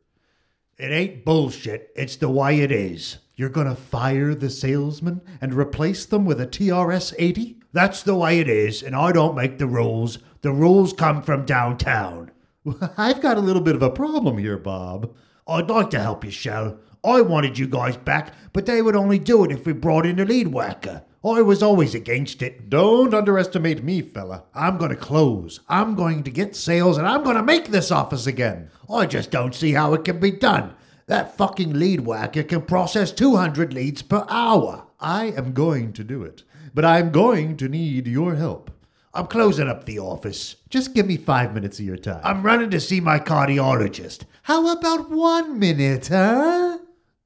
It ain't bullshit. It's the way it is.
You're going to fire the salesman and replace them with a TRS 80?
That's the way it is, and I don't make the rules. The rules come from downtown. (laughs)
I've got a little bit of a problem here, Bob.
I'd like to help you, Shell. I wanted you guys back, but they would only do it if we brought in a lead whacker. I was always against it.
Don't underestimate me, fella.
I'm going to close. I'm going to get sales, and I'm going to make this office again. I just don't see how it can be done. That fucking lead whacker can process 200 leads per hour.
I am going to do it, but I'm going to need your help.
I'm closing up the office.
Just give me five minutes of your time.
I'm running to see my cardiologist.
How about one minute, huh?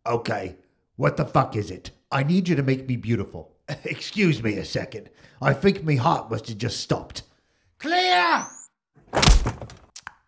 Okay, what the fuck is it?
I need you to make me beautiful.
(laughs) Excuse me a second. I think me heart must have just stopped. Clear!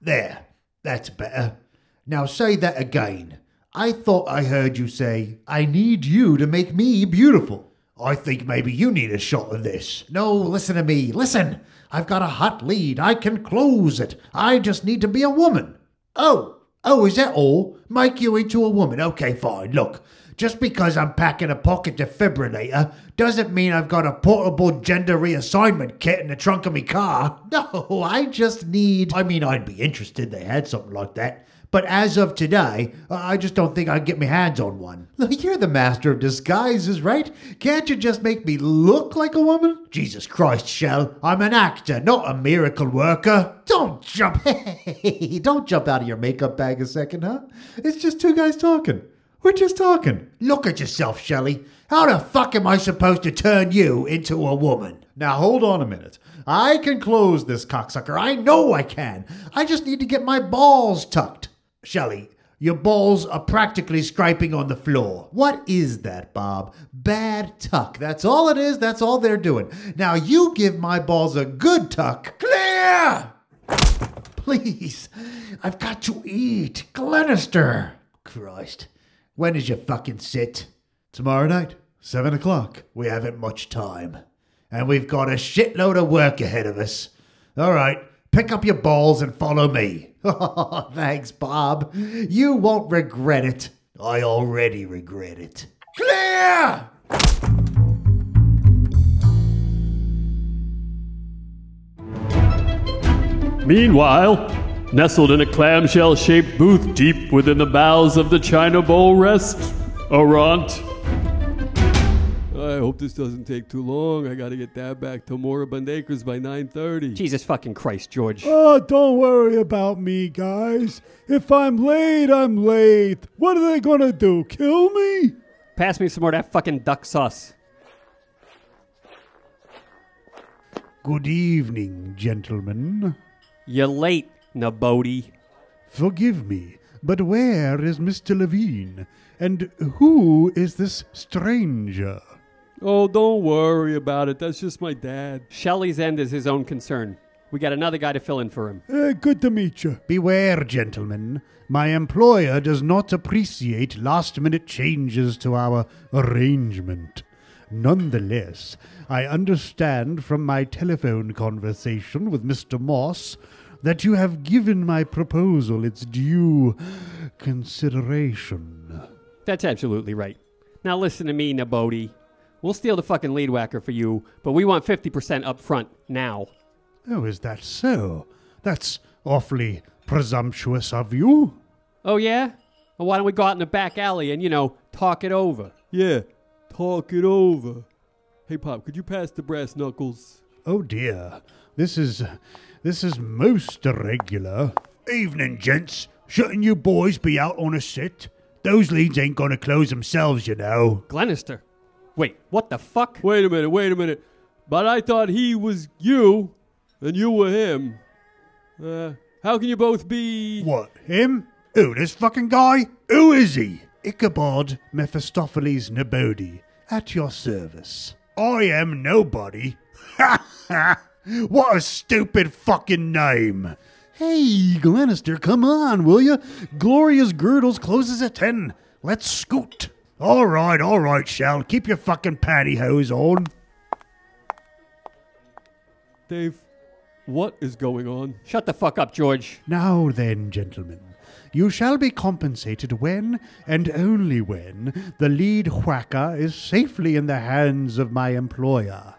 There. That's better. Now say that again.
I thought I heard you say, I need you to make me beautiful.
I think maybe you need a shot of this.
No, listen to me. Listen. I've got a hot lead. I can close it. I just need to be a woman.
Oh, oh, is that all? Make you into a woman. Okay, fine. Look, just because I'm packing a pocket defibrillator doesn't mean I've got a portable gender reassignment kit in the trunk of my car. (laughs) No, I just need. I mean, I'd be interested they had something like that. But as of today,
uh,
I just don't think I'd get my hands on one.
You're the master of disguises, right? Can't you just make me look like a woman?
Jesus Christ, Shell, I'm an actor, not a miracle worker.
Don't jump. (laughs) Hey, don't jump out of your makeup bag a second, huh? It's just two guys talking. We're just talking.
Look at yourself, Shelley. How the fuck am I supposed to turn you into a woman?
Now hold on a minute. I can close this cocksucker. I know I can. I just need to get my balls tucked.
Shelley, your balls are practically scraping on the floor.
What is that, Bob? Bad tuck. That's all it is. That's all they're doing. Now you give my balls a good tuck.
Clear!
Please. I've got to eat. Glenister.
Christ. When is your fucking sit?
Tomorrow night, 7 o'clock.
We haven't much time. And we've got a shitload of work ahead of us. All right, pick up your balls and follow me. (laughs)
Oh, thanks, Bob. You won't regret it.
I already regret it. Clear!
Meanwhile, nestled in a clamshell shaped booth deep within the bowels of the China Bowl rests Arant.
I hope this doesn't take too long. I gotta get that back to Moribund Acres by 9.30.
Jesus fucking Christ, George.
Oh, don't worry about me, guys. If I'm late, I'm late. What are they gonna do, kill me?
Pass me some more of that fucking duck sauce.
Good evening, gentlemen.
You're late, Nabodi.
Forgive me, but where is Mr. Levine? And who is this stranger?
Oh, don't worry about it. That's just my dad.
Shelley's end is his own concern. We got another guy to fill in for him.
Uh, good to meet you.
Beware, gentlemen. My employer does not appreciate last minute changes to our arrangement. Nonetheless, I understand from my telephone conversation with Mr. Moss that you have given my proposal its due consideration.
That's absolutely right. Now listen to me, Nabodi. We'll steal the fucking lead whacker for you, but we want 50% up front now.
Oh, is that so? That's awfully presumptuous of you.
Oh, yeah? Well, why don't we go out in the back alley and, you know, talk it over?
Yeah, talk it over. Hey, Pop, could you pass the brass knuckles?
Oh, dear. This is. This is most irregular.
Evening, gents. Shouldn't you boys be out on a sit? Those leads ain't gonna close themselves, you know.
Glenister. Wait, what the fuck?
Wait a minute, wait a minute. But I thought he was you, and you were him. Uh, how can you both be.
What, him? Who, this fucking guy? Who is he?
Ichabod Mephistopheles Nobody, at your service.
I am nobody. Ha ha! What a stupid fucking name.
Hey, Glenister, come on, will you? Gloria's Girdles closes at 10. Let's scoot.
All right, all right, Shell. Keep your fucking pantyhose on.
Dave, what is going on?
Shut the fuck up, George.
Now then, gentlemen, you shall be compensated when, and only when, the lead whacker is safely in the hands of my employer.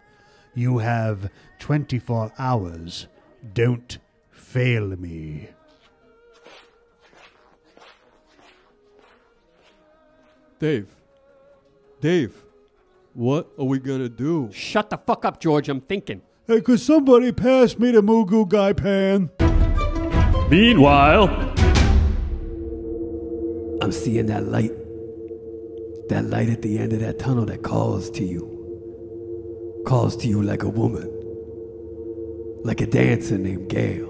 You have 24 hours. Don't fail me.
Dave. Dave. What are we gonna do?
Shut the fuck up, George. I'm thinking.
Hey, could somebody pass me the Mugu Guy pan?
Meanwhile,
I'm seeing that light. That light at the end of that tunnel that calls to you calls to you like a woman, like a dancer named Gail,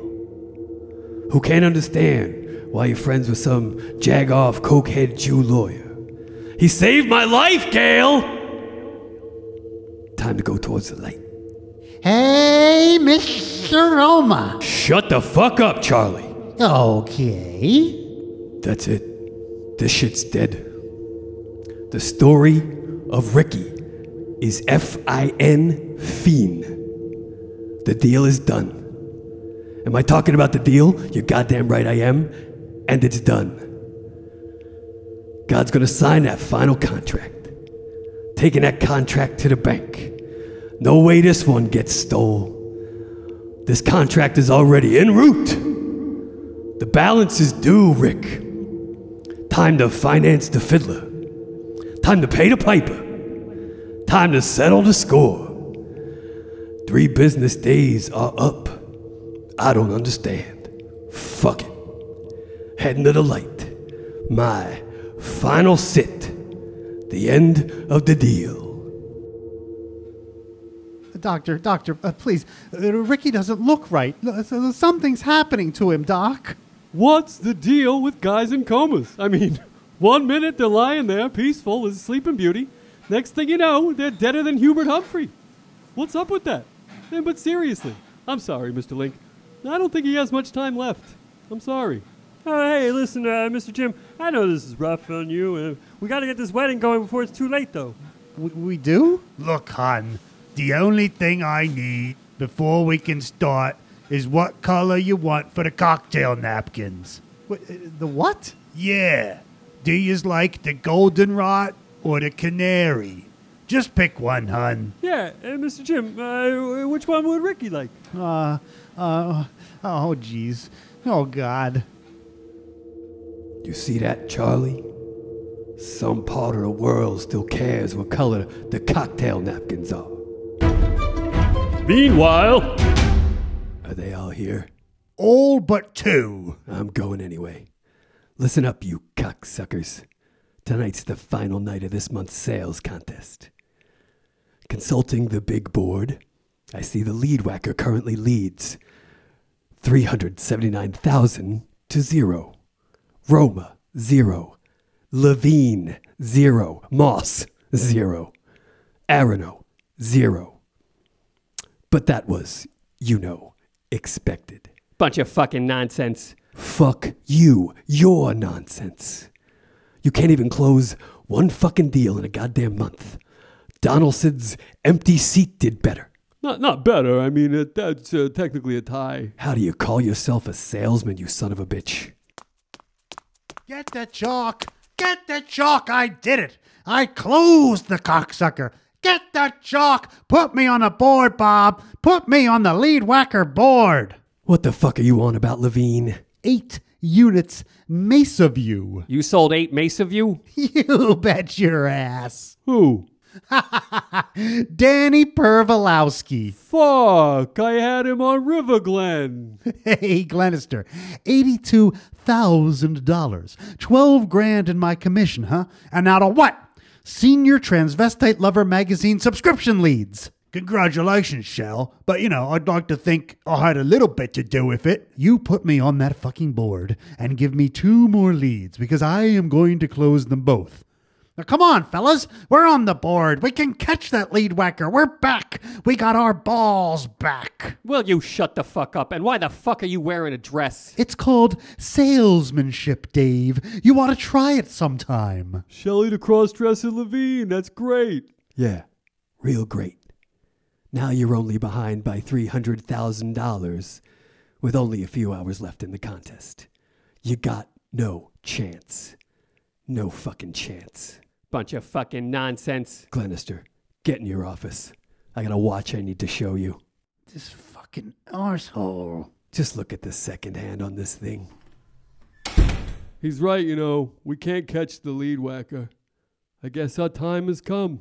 who can't understand why you're friends with some jagoff cokehead Jew lawyer. He saved my life, Gail! Time to go towards the light.
Hey, Mr. Roma.
Shut the fuck up, Charlie.
Okay.
That's it. This shit's dead. The story of Ricky is F I N Fiend. The deal is done. Am I talking about the deal? You're goddamn right I am. And it's done. God's gonna sign that final contract. Taking that contract to the bank. No way this one gets stole. This contract is already en route. The balance is due, Rick. Time to finance the fiddler. Time to pay the piper. Time to settle the score. Three business days are up. I don't understand. Fuck it. Heading to the light. My final sit. The end of the deal.
Doctor, doctor, uh, please. Uh, Ricky doesn't look right. Uh, s- uh, Something's happening to him, Doc.
What's the deal with guys in comas? I mean, (laughs) one minute they're lying there peaceful as Sleeping Beauty. Next thing you know, they're deader than Hubert Humphrey. What's up with that? Eh, But seriously, I'm sorry, Mr. Link. I don't think he has much time left. I'm sorry.
Oh, hey, listen, uh, Mr. Jim, I know this is rough on you. Uh, we got to get this wedding going before it's too late, though.
We, we do? Look, hon, the only thing I need before we can start is what color you want for the cocktail napkins.
uh,
the what? Yeah. Do you like the goldenrod or the canary? Just pick one, hon.
Yeah, uh, Mr. Jim, uh, which one would Ricky like?
Uh, uh, oh, jeez. Oh, God.
You see that, Charlie? Some part of the world still cares what color the cocktail napkins are.
Meanwhile,
are they all here?
All but two.
I'm going anyway. Listen up, you cocksuckers. Tonight's the final night of this month's sales contest. Consulting the big board, I see the lead whacker currently leads 379,000 to zero. Roma, zero. Levine, zero. Moss, zero. Arano, zero. But that was, you know, expected.
Bunch of fucking nonsense.
Fuck you, your nonsense. You can't even close one fucking deal in a goddamn month. Donaldson's empty seat did better.
Not, not better. I mean, it, that's uh, technically a tie.
How do you call yourself a salesman, you son of a bitch?
Get the chalk. Get the
Chalk, I did it. I closed the cocksucker. Get the chalk. Put me on the board, Bob. Put me on the lead whacker board.
What the fuck are you on about, Levine?
Eight units, Mesa View.
You sold eight Mesa of you?
(laughs) You bet your ass.
Who?
(laughs) Danny Pervalowski.
Fuck, I had him on River Glen.
(laughs) Hey, Glenister, $82,000. 12 grand in my commission, huh? And out of what? Senior Transvestite Lover magazine subscription leads.
Congratulations, Shell. But you know, I'd like to think I had a little bit to do with it.
You put me on that fucking board and give me two more leads because I am going to close them both.
Now, come on, fellas. We're on the board. We can catch that lead whacker. We're back. We got our balls back.
Will you shut the fuck up? And why the fuck are you wearing a dress?
It's called salesmanship, Dave. You ought to try it sometime.
Shelly to cross dresser Levine. That's great.
Yeah, real great. Now you're only behind by $300,000 with only a few hours left in the contest. You got no chance. No fucking chance.
Bunch of fucking nonsense.
Glenister, get in your office. I got a watch I need to show you.
This fucking arsehole.
Just look at the second hand on this thing.
He's right, you know. We can't catch the lead whacker. I guess our time has come.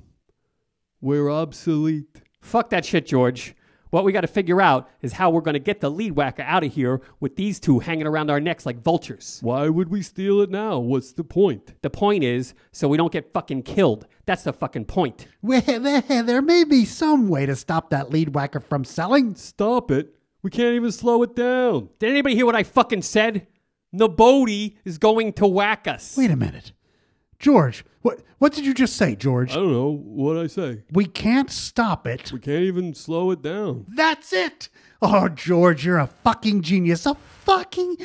We're obsolete.
Fuck that shit, George. What we got to figure out is how we're going to get the lead whacker out of here with these two hanging around our necks like vultures.
Why would we steal it now? What's the point?
The point is so we don't get fucking killed. That's the fucking point.
Well, there there may be some way to stop that lead whacker from selling.
Stop it. We can't even slow it down.
Did anybody hear what I fucking said? Nobody is going to whack us.
Wait a minute. George, what what did you just say, George?
I don't know what I say.
We can't stop it.
We can't even slow it down.
That's it.
Oh, George, you're a fucking genius. A fucking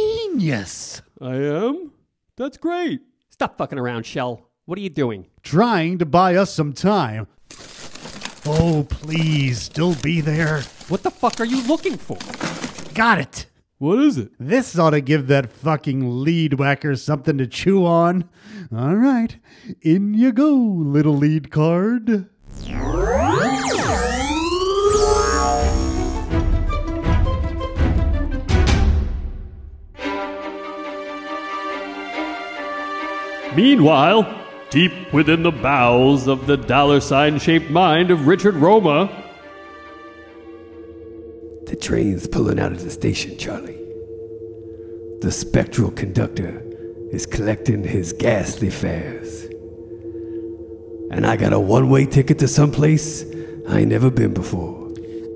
genius.
I am? That's great.
Stop fucking around, Shell. What are you doing?
Trying to buy us some time.
Oh, please, still be there.
What the fuck are you looking for?
Got it.
What is it?
This ought to give that fucking lead whacker something to chew on. All right, in you go, little lead card.
Meanwhile, deep within the bowels of the dollar sign shaped mind of Richard Roma,
The train's pulling out of the station, Charlie. The spectral conductor is collecting his ghastly fares. And I got a one way ticket to someplace I ain't never been before.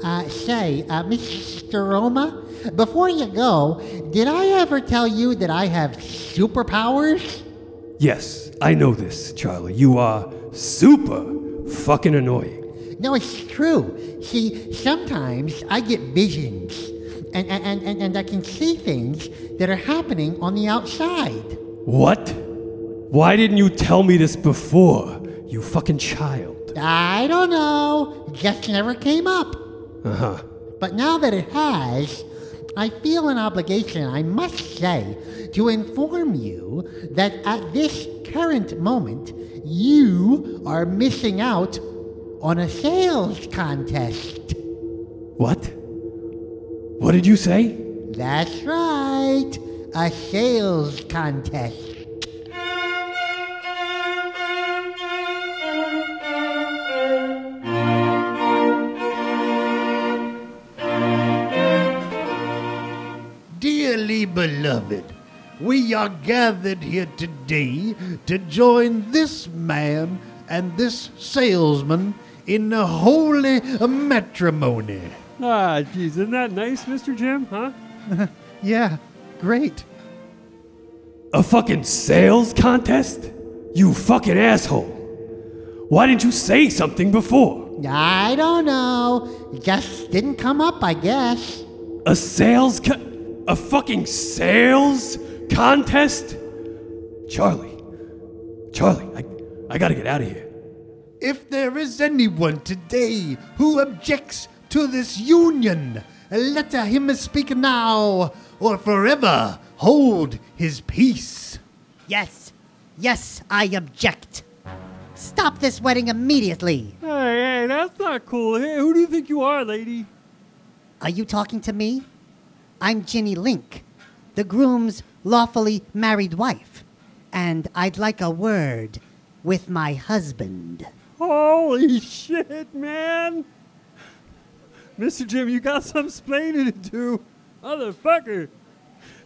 Uh, say, uh, Mr. Roma, before you go, did I ever tell you that I have superpowers?
Yes, I know this, Charlie. You are super fucking annoying.
No, it's true. See, sometimes I get visions, and, and, and- and, and I can see things that are happening on the outside.
What? Why didn't you tell me this before, you fucking child?
I don't know, just never came up.
Uh huh.
But now that it has, I feel an obligation, I must say, to inform you that at this current moment, you are missing out on a sales contest.
What? What did you say?
That's right, a sales contest.
Dearly beloved, we are gathered here today to join this man and this salesman in a holy matrimony.
Ah, jeez, isn't that nice, Mr. Jim? Huh?
yeah, great.
A fucking sales contest? You fucking asshole. Why didn't you say something before?
I don't know, just didn't come up, I guess.
A sales co- a fucking sales contest? Charlie. Charlie, I I got to get out of here.
If there is anyone today who objects to this union, let him speak now or forever hold his peace.
Yes, yes, I object. Stop this wedding immediately.
Uh,
Hey, hey, that's not cool. Hey, who do you think you are, lady?
Are you talking to me? I'm Ginny Link, the groom's lawfully married wife, and I'd like a word with my husband.
Holy shit, man! Mr. Jim, you got some splaining to do. Motherfucker!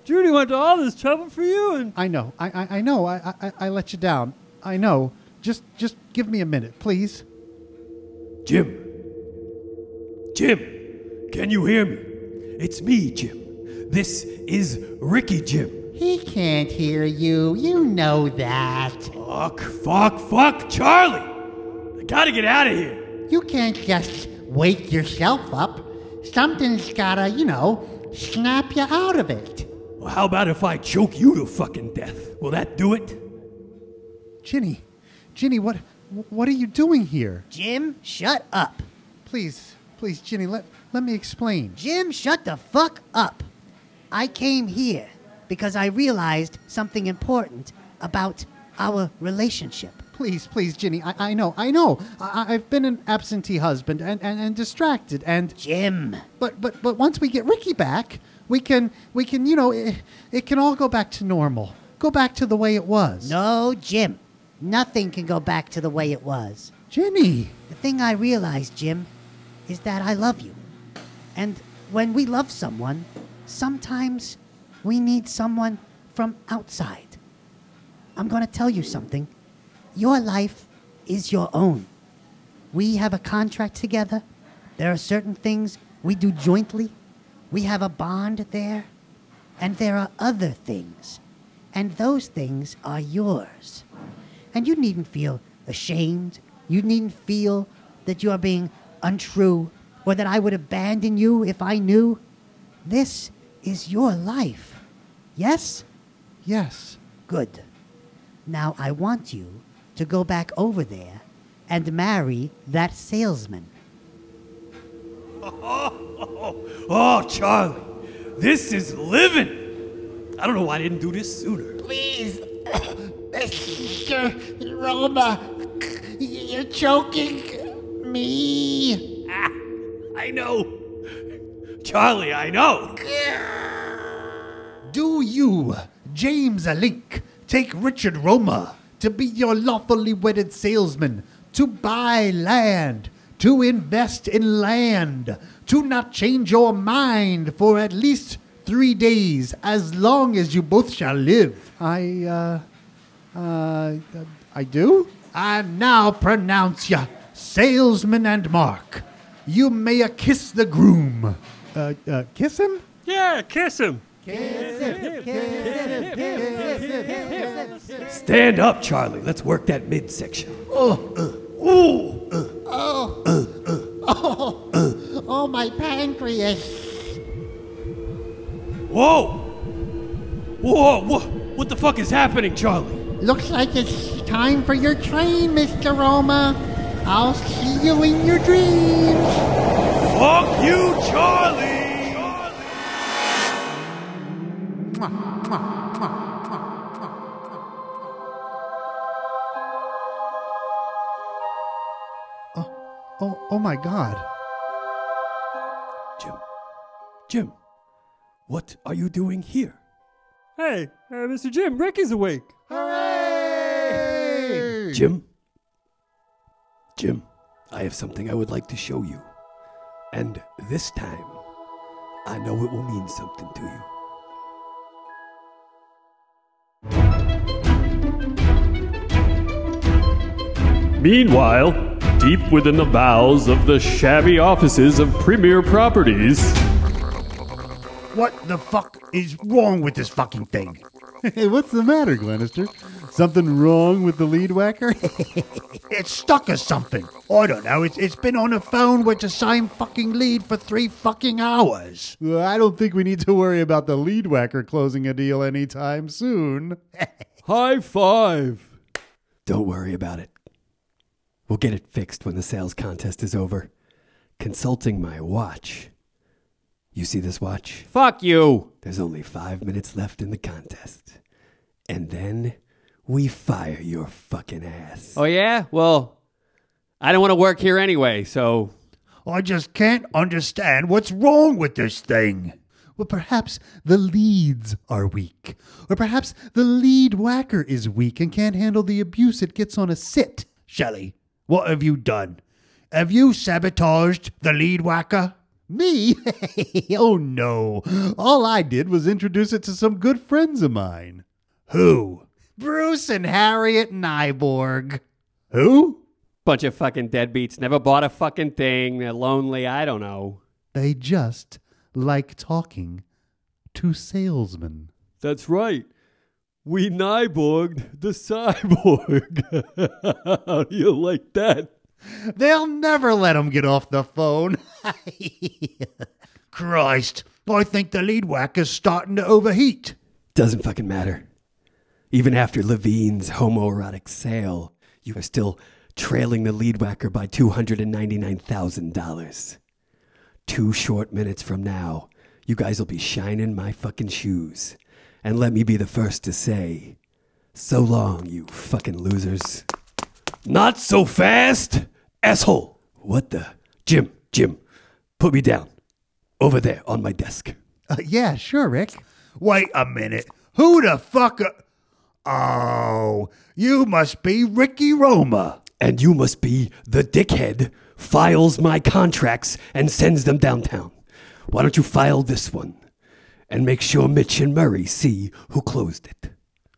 Judy went to all this trouble for you and.
I know. I I, I know. I, I I let you down. I know. Just just give me a minute, please.
Jim. Jim, can you hear me? It's me, Jim. This is Ricky Jim.
He can't hear you, you know that.
Fuck, fuck, fuck, Charlie! I gotta get out of here.
You can't just wake yourself up. Something's gotta, you know, snap you out of it.
Well, how about if I choke you to fucking death? Will that do it?
Ginny, Ginny, what what are you doing here?
Jim, shut up.
Please, please, Ginny, let let me explain.
Jim, shut the fuck up. I came here because I realized something important about our relationship.
Please, please, Ginny, I, I know, I know. I, I- I've been an absentee husband and, and, and distracted and
Jim.
But but but once we get Ricky back, we can we can you know it, it can all go back to normal. Go back to the way it was.
No, Jim. Nothing can go back to the way it was.
Jenny.
The thing I realized, Jim, is that I love you. And when we love someone, sometimes we need someone from outside. I'm going to tell you something. Your life is your own. We have a contract together. There are certain things we do jointly. We have a bond there. And there are other things. And those things are yours. And you needn't feel ashamed. You needn't feel that you are being untrue or that I would abandon you if I knew. This is your life. Yes?
Yes.
Good. Now I want you to go back over there and marry that salesman.
Oh, Charlie, this is living. I don't know why I didn't do this sooner.
Please, Mr. Roma, you're choking me.
I know. Charlie, I know.
Do you, James Alink, take Richard Roma to be your lawfully wedded salesman, to buy land, to invest in land, to not change your mind for at least three days, as long as you both shall live? I, uh, uh, I do? I now pronounce you salesman and Mark. You may a kiss the groom. Uh, uh, kiss him?
Yeah, kiss him.
Stand up, Charlie. Let's work that midsection.
Oh,
Ooh!
oh, oh, oh, my pancreas.
Whoa! Whoa, whoa, what the fuck is happening, Charlie?
Looks like it's time for your train, Mr. Roma. I'll see you in your dreams.
Fuck you, Charlie!
Oh, oh my God.
Jim. Jim. What are you doing here?
Hey, uh, Mr. Jim, Ricky's awake. Hooray!
Jim? Jim, I have something I would like to show you. And this time, I know it will mean something to you.
Meanwhile, deep within the bowels of the shabby offices of Premier Properties.
What the fuck is wrong with this fucking thing?
(laughs) Hey, what's the matter, Glenister? Something wrong with the lead whacker? (laughs)
it's stuck or something. I don't know. It's, it's been on the phone with the same fucking lead for three fucking hours.
Well, I don't think we need to worry about the lead whacker closing a deal anytime soon.
(laughs)
High five!
Don't worry about it. We'll get it fixed when the sales contest is over. Consulting my watch. You see this watch?
Fuck you!
There's only five minutes left in the contest. And then we fire your fucking ass.
Oh, yeah? Well, I don't want to work here anyway, so.
I just can't understand what's wrong with this thing. Well, perhaps the leads are weak. Or perhaps the lead whacker is weak and can't handle the abuse it gets on a sit. Shelley, what have you done? Have you sabotaged the lead whacker?
Me? (laughs) oh no. All I did was introduce it to some good friends of mine.
Who? Bruce and Harriet Nyborg.
Who?
Bunch of fucking deadbeats. Never bought a fucking thing. They're lonely. I don't know.
They just like talking to salesmen.
That's right. We Nyborged
(laughs)
the cyborg. How do you like that?
They'll never let him get off the phone.
(laughs) Christ, I think the lead whacker's starting to overheat.
Doesn't fucking matter. Even after Levine's homoerotic sale, you are still trailing the lead whacker by $299,000. Two short minutes from now, you guys will be shining my fucking shoes. And let me be the first to say, so long, you fucking losers.
Not so fast, asshole.
What the? Jim, Jim, put me down. Over there on my desk.
Uh, yeah, sure, Rick. Wait a minute. Who the fuck? Are... Oh, you must be Ricky Roma.
And you must be the dickhead files my contracts and sends them downtown. Why don't you file this one and make sure Mitch and Murray see who closed it?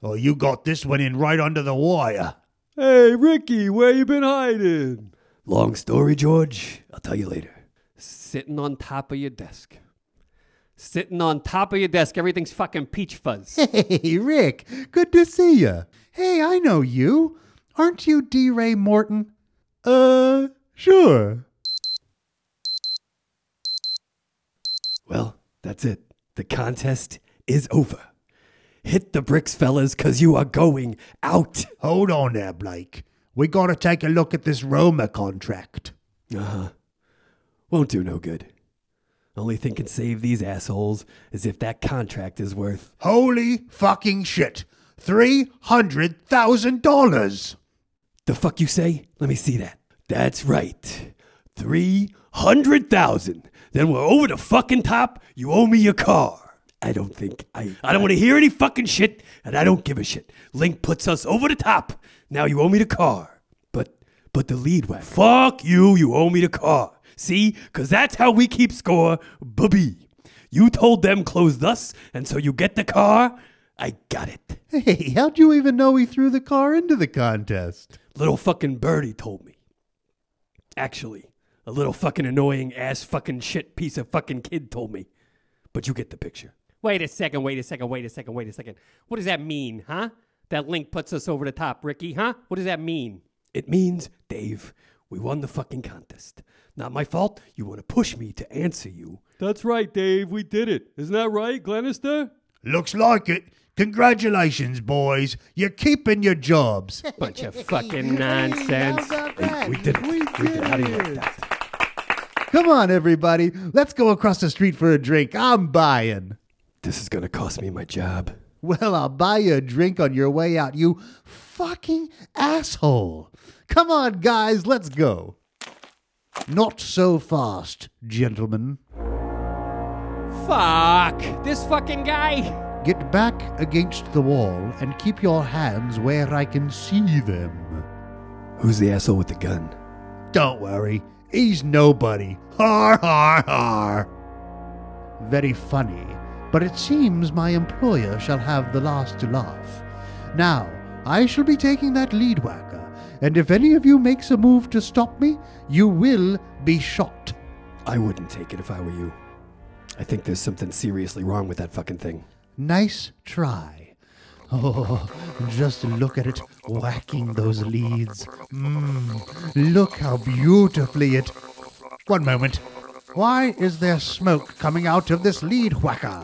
Oh, you got this one in right under the wire.
Hey, Ricky, where you been hiding?
Long story, George. I'll tell you later.
Sitting on top of your desk. Sitting on top of your desk. Everything's fucking peach fuzz.
(laughs)
Hey, Rick, good to see you. Hey, I know you. Aren't you D. Ray Morton? Uh, sure.
Well, that's it. The contest is over. Hit the bricks, fellas, because you are going out.
Hold on there, Blake.
We gotta take a look at this Roma contract.
Uh huh. Won't do no good. Only thing can save these assholes is if that contract is worth.
Holy fucking shit! Three hundred thousand dollars!
The fuck you say? Let me see that. That's right. 300,000.
Then we're over the fucking top. You owe me your car.
I don't think I.
I don't want to hear any fucking shit, and I don't give a shit. Link puts us over the top. Now you owe me the car.
But but the lead whack.
Fuck you, you owe me the car. See? Because that's how we keep score, booby. You told them close us, and so you get the car. I got it.
Hey, how'd you even know he threw the car into the contest?
Little fucking birdie told me. Actually, a little fucking annoying ass fucking shit piece of fucking kid told me. But you get the picture.
Wait a second, wait a second, wait a second, wait a second. What does that mean, huh? That link puts us over the top, Ricky, huh? What does that mean?
It means, Dave, we won the fucking contest. Not my fault. You want to push me to answer you.
That's right, Dave. We did it. Isn't that right, Glenister?
Looks like it. Congratulations, boys. You're keeping your (laughs) jobs.
Bunch of fucking nonsense.
Hey, we did it. We did, it. How do you like that?
Come on, everybody. Let's go across the street for a drink. I'm buying.
This is going to cost me my job.
Well, I'll buy you a drink on your way out, you fucking asshole. Come on, guys, let's go.
Not so fast, gentlemen.
Fuck. This fucking guy.
Get back against the wall and keep your hands where I can see them.
Who's the asshole with the gun?
Don't worry, he's nobody. Har, har, har. Very funny, but it seems my employer shall have the last laugh. Now, I shall be taking that lead whacker, and if any of you makes a move to stop me, you will be shot.
I wouldn't take it if I were you. I think there's something seriously wrong with that fucking thing.
Nice try. Oh, just look at it whacking those leads. Mm, look how beautifully it. One moment. Why is there smoke coming out of this lead whacker?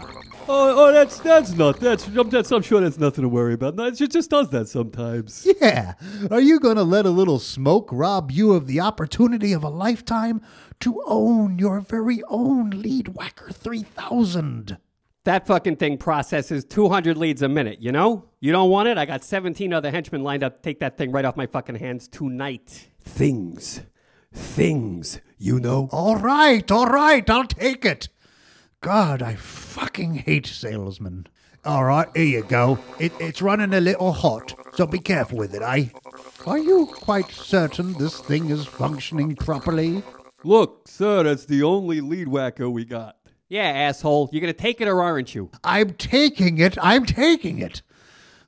Oh, oh, that's that's not that's that's I'm sure that's nothing to worry about. No, It just does that sometimes.
Yeah. Are you going to let a little smoke rob you of the opportunity of a lifetime to own your very own lead whacker 3000?
That fucking thing processes 200 leads a minute, you know? You don't want it? I got 17 other henchmen lined up to take that thing right off my fucking hands tonight.
Things. Things, you know?
All right, all right, I'll take it. God, I fucking hate salesmen. All right, here you go. It, it's running a little hot, so be careful with it, eh? Are you quite certain this thing is functioning properly?
Look, sir, that's the only lead whacker we got.
Yeah, asshole. You're going to take it or aren't you?
I'm taking it. I'm taking it.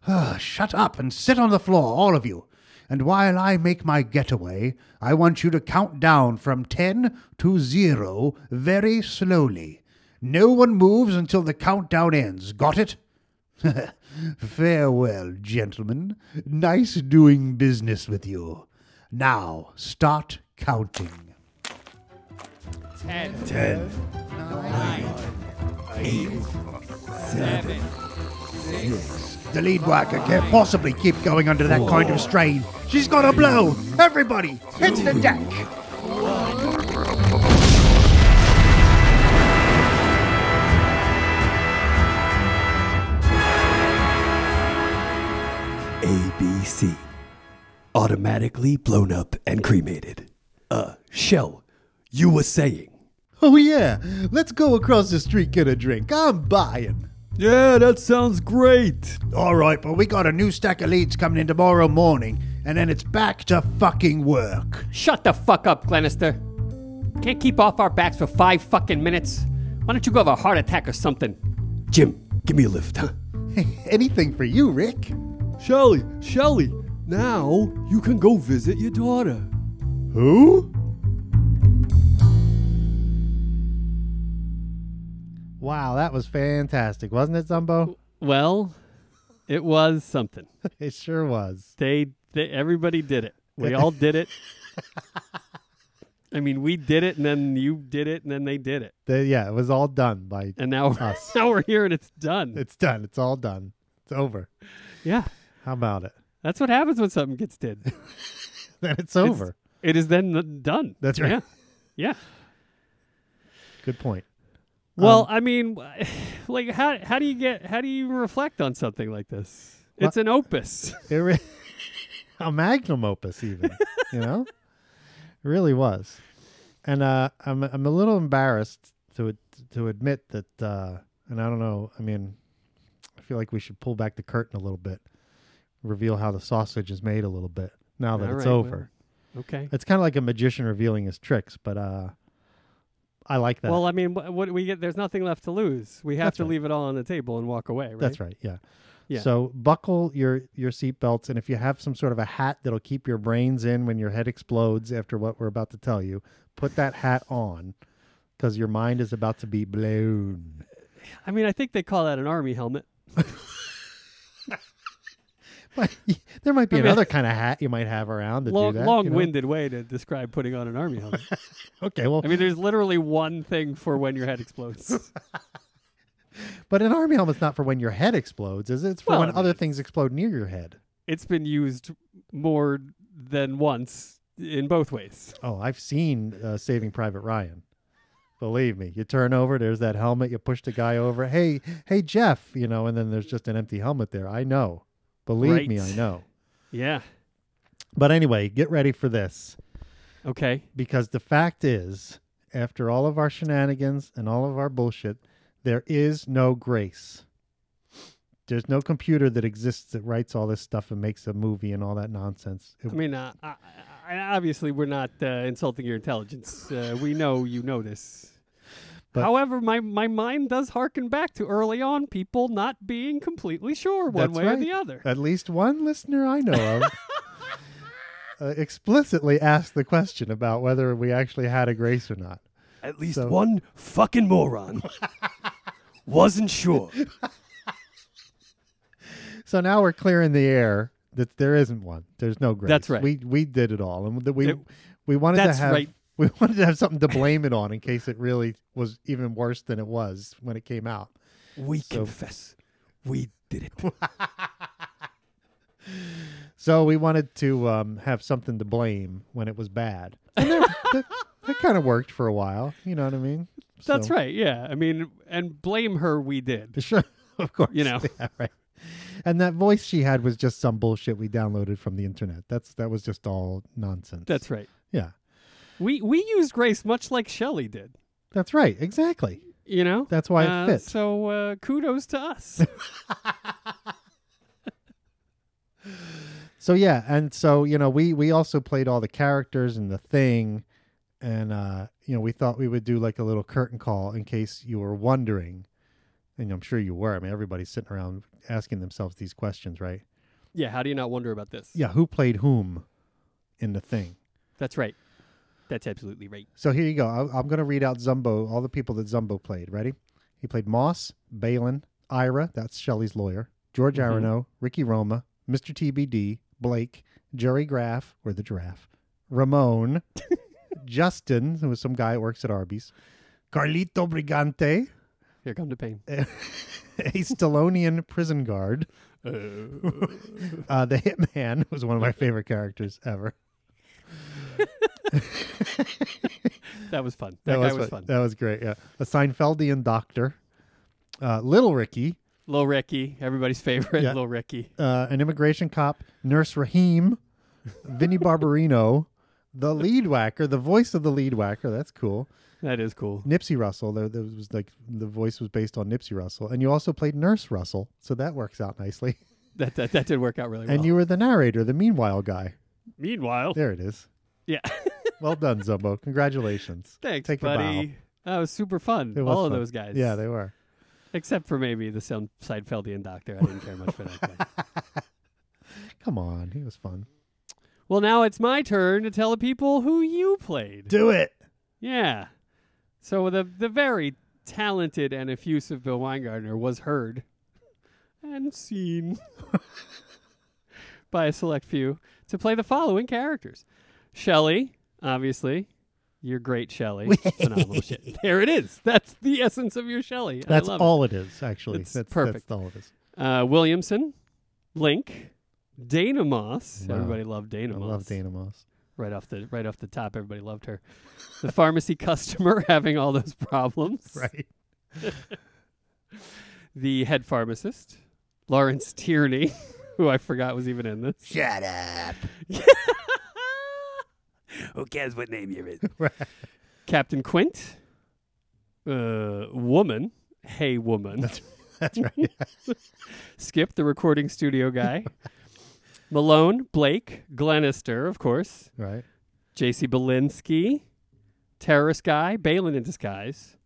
Ah, shut up and sit on the floor, all of you. And while I make my getaway, I want you to count down from 10 to 0 very slowly. No one moves until the countdown ends. Got it? (laughs) Farewell, gentlemen. Nice doing business with you. Now, start counting.
10,
10
nine,
eight, seven,
six,
The lead whacker can't possibly keep going under that kind of strain. She's gonna blow! Everybody, hit the deck!
ABC. Automatically blown up and cremated. Uh, Shell, you were saying.
Oh, yeah. Let's go across the street, get a drink. I'm buying.
Yeah, that sounds great.
All right, but we got a new stack of leads coming in tomorrow morning, and then it's back to fucking work.
Shut the fuck up, Glenister. Can't keep off our backs for five fucking minutes. Why don't you go have a heart attack or something?
Jim, give me a lift, huh?
Anything for you, Rick.
Shelly, Shelly, now you can go visit your daughter.
Who?
Wow, that was fantastic, wasn't it, Zumbo?
Well, it was something.
(laughs) it sure was.
They, they everybody did it. We all
(laughs)
did it. I mean, we did it, and then you did it, and then they did it,
The- yeah, it was all done by
and now we're,
us.
(laughs) now we're here, and it's done.
It's done. It's all done. It's over.
Yeah,
How about it?
that's what happens when something gets did.
(laughs) then it's over.
It is then n- done.
That's right. Um,
Yeah. Yeah.
Good point.
Well, I mean, (sighs) like how how do you get how do you even reflect on something like this? It's an opus.
It re- (laughs) a magnum opus, even. you know, it really was. And uh, I'm I'm a little embarrassed to to admit that. Uh, and I don't know. I mean, I feel like we should pull back the curtain a little bit, reveal how the sausage is made a little bit now that
All
it's
right,
over.
well, okay.
It's kind of like a magician revealing his tricks, but uh, I like that.
Well, I mean, wh- what do we get? There's nothing left to lose. We have
That's
to
right.
leave it all on the table and walk away. Right.
That's right. Yeah.
Yeah.
So buckle your your seatbelts, and if you have some sort of a hat that'll keep your brains in when your head explodes after what we're about to tell you, put that hat on, because your mind is about to be blown.
I mean, I think they call that an army
(laughs)
helmet.
There might be
I mean,
another kind of hat you might have around to do
long,
that. you know?
long-winded way to describe putting on an army helmet.
(laughs) okay, well,
I mean, there's literally one thing for when your
(laughs)
head explodes.
but an army helmet's not for when your head explodes, is it? It's for
Well,
when
I mean-
other things explode near your head.
it's been used more than once in both ways.
Oh, I've seen uh, Saving Private Ryan. Believe me, you turn over, there's that helmet. You push the guy over. Hey, hey, Jeff, you know, and then there's just an empty helmet there. I know. Believe me, I
Right.
know.
Yeah.
But anyway, get ready for this.
Okay.
Because the fact is, after all of our shenanigans and all of our bullshit, there is no grace. There's no computer that exists that writes all this stuff and makes a movie and all that nonsense. It-
I mean, uh, I, I, obviously, we're not uh, insulting your intelligence. Uh, we know you know this.
But-
However, my, my mind does harken back to early on people not being completely sure one
That's
way or
right.
the other.
At least one listener I know of
(laughs)
uh, explicitly asked the question about whether we actually had a grace or not.
At least
So-
one fucking
(laughs)
moron wasn't sure.
So now we're clearing the air that there isn't one. There's no grace.
That's right.
We we did it all, and that we
It-
we wanted to
that's
have
right.
(laughs) we wanted to have something to blame it on in case it really was even worse than it was when it came out.
We
So-
confess we did it.
(laughs) So we wanted to um, have something to blame when it was bad, and there, that, that kind of worked for a while. You know what I mean?
That's
So-
right. Yeah. I mean, and blame her, we
(laughs)
did.
Sure, of course.
You know.
Yeah, right. And that voice she had was just some bullshit we downloaded from the internet. That's that was just all nonsense. (laughs)
That's right.
Yeah.
We we use grace much like Shelley did.
That's right. Exactly.
You know.
That's why
Uh,
it fits.
So uh, kudos
(laughs)
to us.
So yeah, and so you know, we we also played all the characters and the thing, and uh, you know, we thought we would do like a little curtain call in case you were wondering, and I'm sure you were. I mean, everybody's sitting around asking themselves these questions, right?
yeah. How do you not wonder about this?
Yeah, who played whom in the thing?
That's right. That's absolutely right.
So here you go. I, I'm going to read out Zumbo, all the people that Zumbo played. Ready? He played Moss, Balin, Ira, that's Shelley's lawyer, George
Mhm.
Arano, Ricky Roma, Mr. TBD, Blake, Jerry Graff, or the giraffe,
(laughs)
Ramon, Justin, who was some guy that works at Arby's, Carlito Brigante,
Here come the pain.
(laughs) a Stallonian prison
(laughs)
guard, (laughs) uh, the hitman (laughs) was one of my favorite characters ever.
that was fun. That, guy was,
fu-
fun.
That was great. Yeah, a Seinfeldian doctor, uh, Little Ricky,
Lil Ricky, everybody's favorite.
Yeah.
Lil Ricky.
uh, an immigration cop, Nurse Raheem, Vinnie Barbarino, the lead whacker, the voice of the lead whacker. That's cool.
That is cool.
Nipsey Russell. There, there was like the voice was based on Nipsey Russell, and you also played Nurse Russell, so that works out nicely.
That that, that did work out really well.
And you were the narrator, the meanwhile guy.
Meanwhile,
There it is.
yeah. (laughs)
Well done, Zumbo. Congratulations.
Thanks,
Take a bow.
buddy. That was super fun.
It was
All of
fun.
those guys.
Yeah, they were.
Except for maybe the Sound- Seinfeldian doctor. I didn't care much for that. guy.
(laughs) Come on, he was fun.
Well, now it's my turn to tell the people who you played.
Do it.
Yeah. So the the very talented and effusive Bill Weingartner was heard and seen by a select few to play the following characters: Shelley, obviously, you're great,
(laughs)
Shelley, phenomenal shit. There it is. That's the essence of your Shelley. I
That's
love
all it is, actually.
It's
that's
perfect.
That's all it is.
Uh, Williamson, Link, Dana Moss. Everybody loved Dana
I
Moss.
love Dana Moss.
Right off the right off the top, everybody loved her. The pharmacy (laughs) customer having all those problems.
(laughs) Right.
(laughs) the head pharmacist, Lawrence Tierney, (laughs) who I forgot was even in this.
(laughs) Shut up. (laughs) Who cares what name you're (laughs) in?
Captain Quint, uh, woman, hey woman. That's,
that's right.
(laughs) Skip, the recording
(laughs)
studio guy. Malone, Blake, Glenister, of course.
Right.
J.C. Belinsky, terrorist guy, Balin in disguise.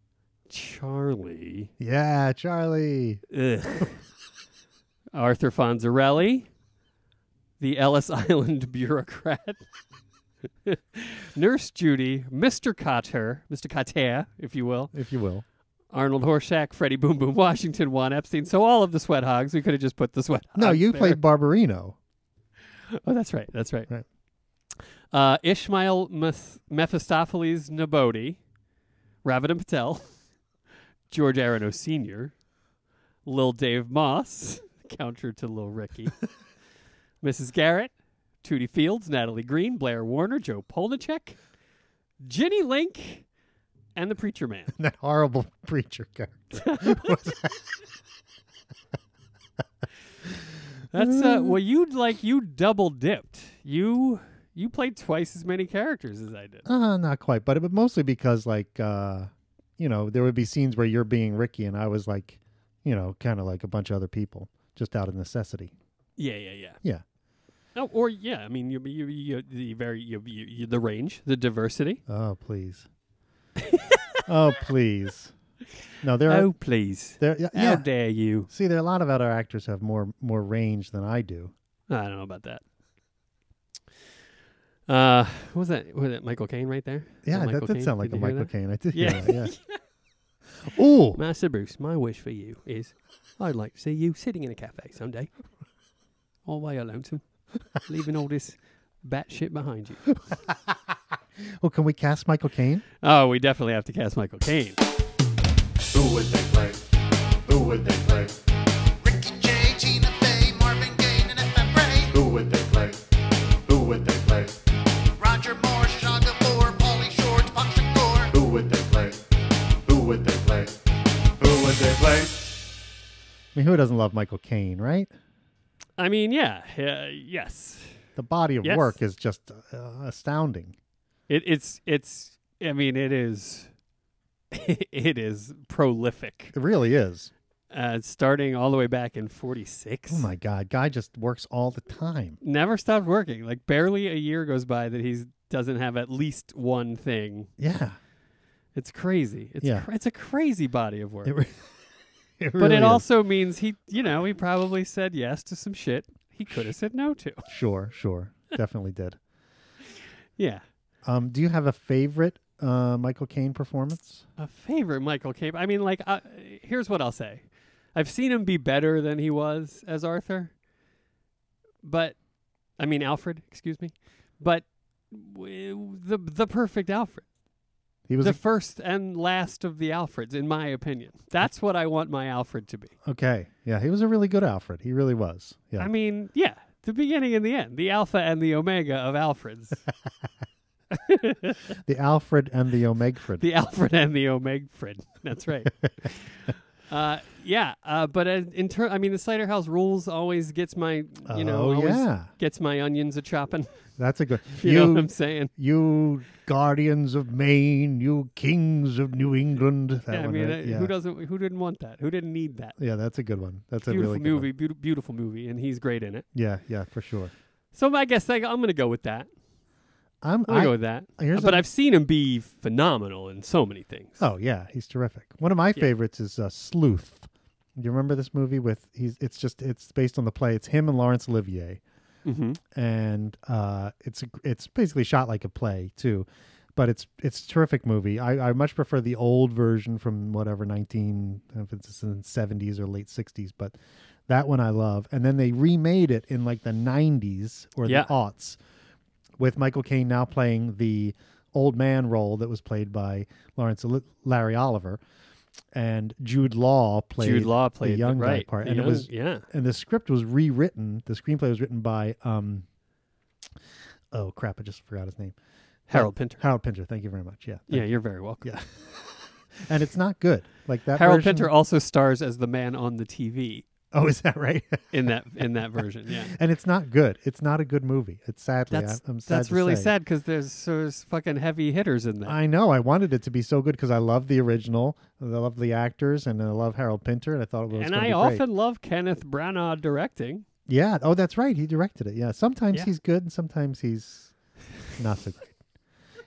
Charlie.
Yeah, Charlie.
Ugh. (laughs) Arthur Fonzarelli, the Ellis (laughs) Island bureaucrat, (laughs) Nurse Judy, Mr. Cotter, Mr. Cotter, if you will.
If you will.
Arnold Horshack, Freddie Boom Boom Washington, Juan Epstein. So all of the Sweat Hogs. We could have just put the Sweat
No,
Hogs
you
there.
played Barbarino.
Oh, that's right. That's right. Uh, Ishmael Mes- Mephistopheles Nabodi, Ravidan Patel, (laughs) George Arano Sr., Lil Dave Moss, (laughs) counter to Lil (laughs) Ricky, Mrs. Garrett, Tootie Fields, Natalie Green, Blair Warner, Joe Polnicek, Ginny Link, and the Preacher Man.
(laughs) that horrible preacher character.
That's (laughs) uh, well, you like you double dipped. You you played twice as many characters as I did.
Uh, not quite, but but mostly because like uh, you know, there would be scenes where you're being Ricky and I was like, you know, kind of like a bunch of other people, just out of necessity.
Yeah, yeah, yeah.
Yeah.
No, Oh, or yeah, I mean, you, you, you the very you, you, you, the range, the diversity.
Oh
(laughs)
please. oh please. No, there.
Oh,
are,
please.
There, yeah,
How
yeah.
dare you?
See, there are a lot of other actors who have more more range than I do.
I don't know about that. Uh, what was that? Was that Michael Caine right there? Was
Yeah, that
Michael
did
Caine?
sound like
Did
a
you hear
Michael
that?
Caine. I did hear
Yeah.
that, (laughs)
yeah.
Ooh.
(laughs) Master Bruce, my wish for you is, I'd like to see you sitting in a cafe someday, all by
(laughs)
your lonesome, leaving all this bat shit behind you. (laughs)
Oh, can we cast Michael Caine?
oh, we definitely have to cast Michael Caine.
Who would they play? Who would they play? Ricky Jay, Tina Fey, Marvin Gaye, and FM Ray. Who would they play? Who would they play? Roger Moore, Shaggy Moore, Paulie Shore, Tupac Shakur. Who would they play? Who would they play? Who would they play?
I mean, who doesn't love Michael Caine, right?
I mean, yeah, uh, yes.
The body of
Yes.
work is just uh, astounding.
It, it's it's. I mean, it is. (laughs) it is prolific.
It really is.
Uh, starting all the way back in '46.
Oh my God, guy just works all the time.
Never stopped working. Like barely a year goes by that he doesn't have at least one thing.
Yeah.
It's crazy. It's
Yeah.
cra- it's a crazy body of work.
It re- (laughs) it
but
really
it
is.
also means he, you know, he probably said yes to some shit he could have said no to. (laughs)
Sure, sure, (laughs) definitely did.
Yeah.
Um, do you have a favorite uh, Michael Caine performance?
A favorite Michael Caine. I mean, like, uh, here's what I'll say: I've seen him be better than he was as Arthur, but I mean Alfred, excuse me, but w- the the perfect Alfred.
He was
the
a-
first and last of the Alfreds, in my opinion. That's what I want my Alfred to be.
Okay, yeah, he was a really good Alfred. He really was. Yeah,
I mean, yeah, the beginning and the end, the Alpha and the Omega of Alfreds,
the Alfred and the Omegfred.
(laughs) the Alfred and the Omega Fred. That's
(laughs)
right. Uh, yeah, uh, but uh, in ter- I mean, the cider house rules always gets my, you know,
Oh,
always
yeah.
gets my onions a chopping.
That's a good.
(laughs) You know what I'm saying?
You guardians of Maine, you kings of New England. That
(laughs) Yeah, I
one,
mean,
right?
uh,
yeah.
who doesn't, who didn't want that? Who didn't need that?
Yeah, that's a good one. That's a
beautiful
really good one.
movie, beauti- beautiful movie, and he's great in it.
Yeah, yeah, for sure.
So I guess I, I'm gonna go with that.
I'm,
I'm gonna
I-
go with that.
here's
but
a-
I've seen him be phenomenal in so many things.
Oh yeah, he's terrific. One of my favorites is uh, Sleuth. Do you remember this movie with he's it's just it's based on the play. It's him and Laurence Olivier.
Mhm.
And uh it's a, it's basically shot like a play too. But it's it's a terrific movie. I, I much prefer the old version from whatever nineteen I don't know if it's in the seventies or late sixties, but that one I love. And then they remade it in like the nineties or
Yeah.
the aughts with Michael Caine now playing the old man role that was played by Lawrence Oli- Larry Oliver. and Jude Law played
Jude Law
the
played
young
the-
guy
right,
part,
the
and it
young-
was
yeah.
and the script was rewritten. The screenplay was written by um, oh crap, I just forgot his name,
Harold
Uh, Harold Pinter, thank you very much. Yeah,
Yeah, you're very welcome.
Yeah, (laughs) and it's not good. Like that.
Harold
version-
Pinter also stars as the man on the TV.
Oh, is that right? (laughs)
in that in that version, yeah.
and it's not good. It's not a good movie. It's sadly,
That's
I, am sad
that's
to
really
say.
sad because there's there's fucking heavy hitters in that.
I know. I wanted it to be so good because I love the original. and I love the actors, and I love Harold Pinter, and I thought it was.
and
gonna
I
be great.
often love Kenneth Branagh directing.
Yeah. Oh, that's right. He directed it. Yeah. Sometimes
Yeah.
he's good, and sometimes he's not so great.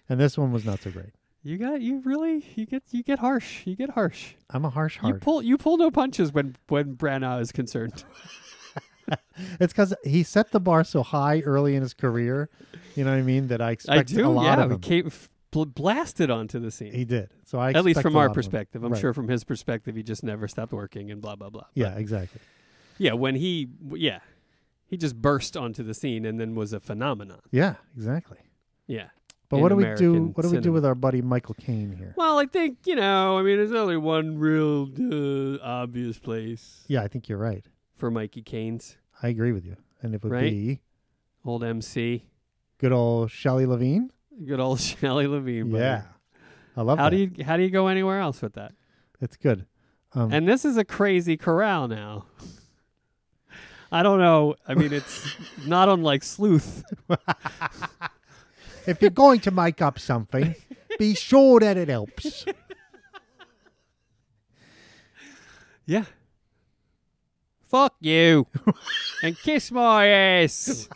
And this one was not so great.
You got you really you get you get harsh. You get harsh.
I'm a harsh
You
heart.
pull you pull no punches when when Branagh is concerned.
(laughs) It's because he set the bar so high early in his career. You know what I mean? That I expect
I do.
a lot
yeah,
of
we
him.
came f- bl- blasted onto the scene.
He did. So I
at least
expect
from
a
our
lot of him.
perspective. I'm
Right.
sure from his perspective, he just never stopped working and blah blah blah.
Yeah, exactly.
Yeah, when he w- yeah, he just burst onto the scene and then was a phenomenon.
Yeah, exactly.
Yeah.
But
in
what do we do?
American
What do we do
cinema.
with our buddy Michael Caine here?
Well, I think you know. I mean, there's only one real uh, obvious place
Yeah, I think you're right.
for Mikey Caines,
I agree with you. And it would
Right?
be
old MC,
good old Shelley Levine.
good old (laughs) Shelley Levine. buddy.
Yeah. I love
How
that.
do you how do you go anywhere else with that?
It's good. Um,
and this is a crazy corral now. I don't know. I
(laughs)
mean, it's not unlike Sleuth.
(laughs) if you're going to make up something, be sure that it helps.
Yeah. Fuck
(laughs)
you. and kiss my ass.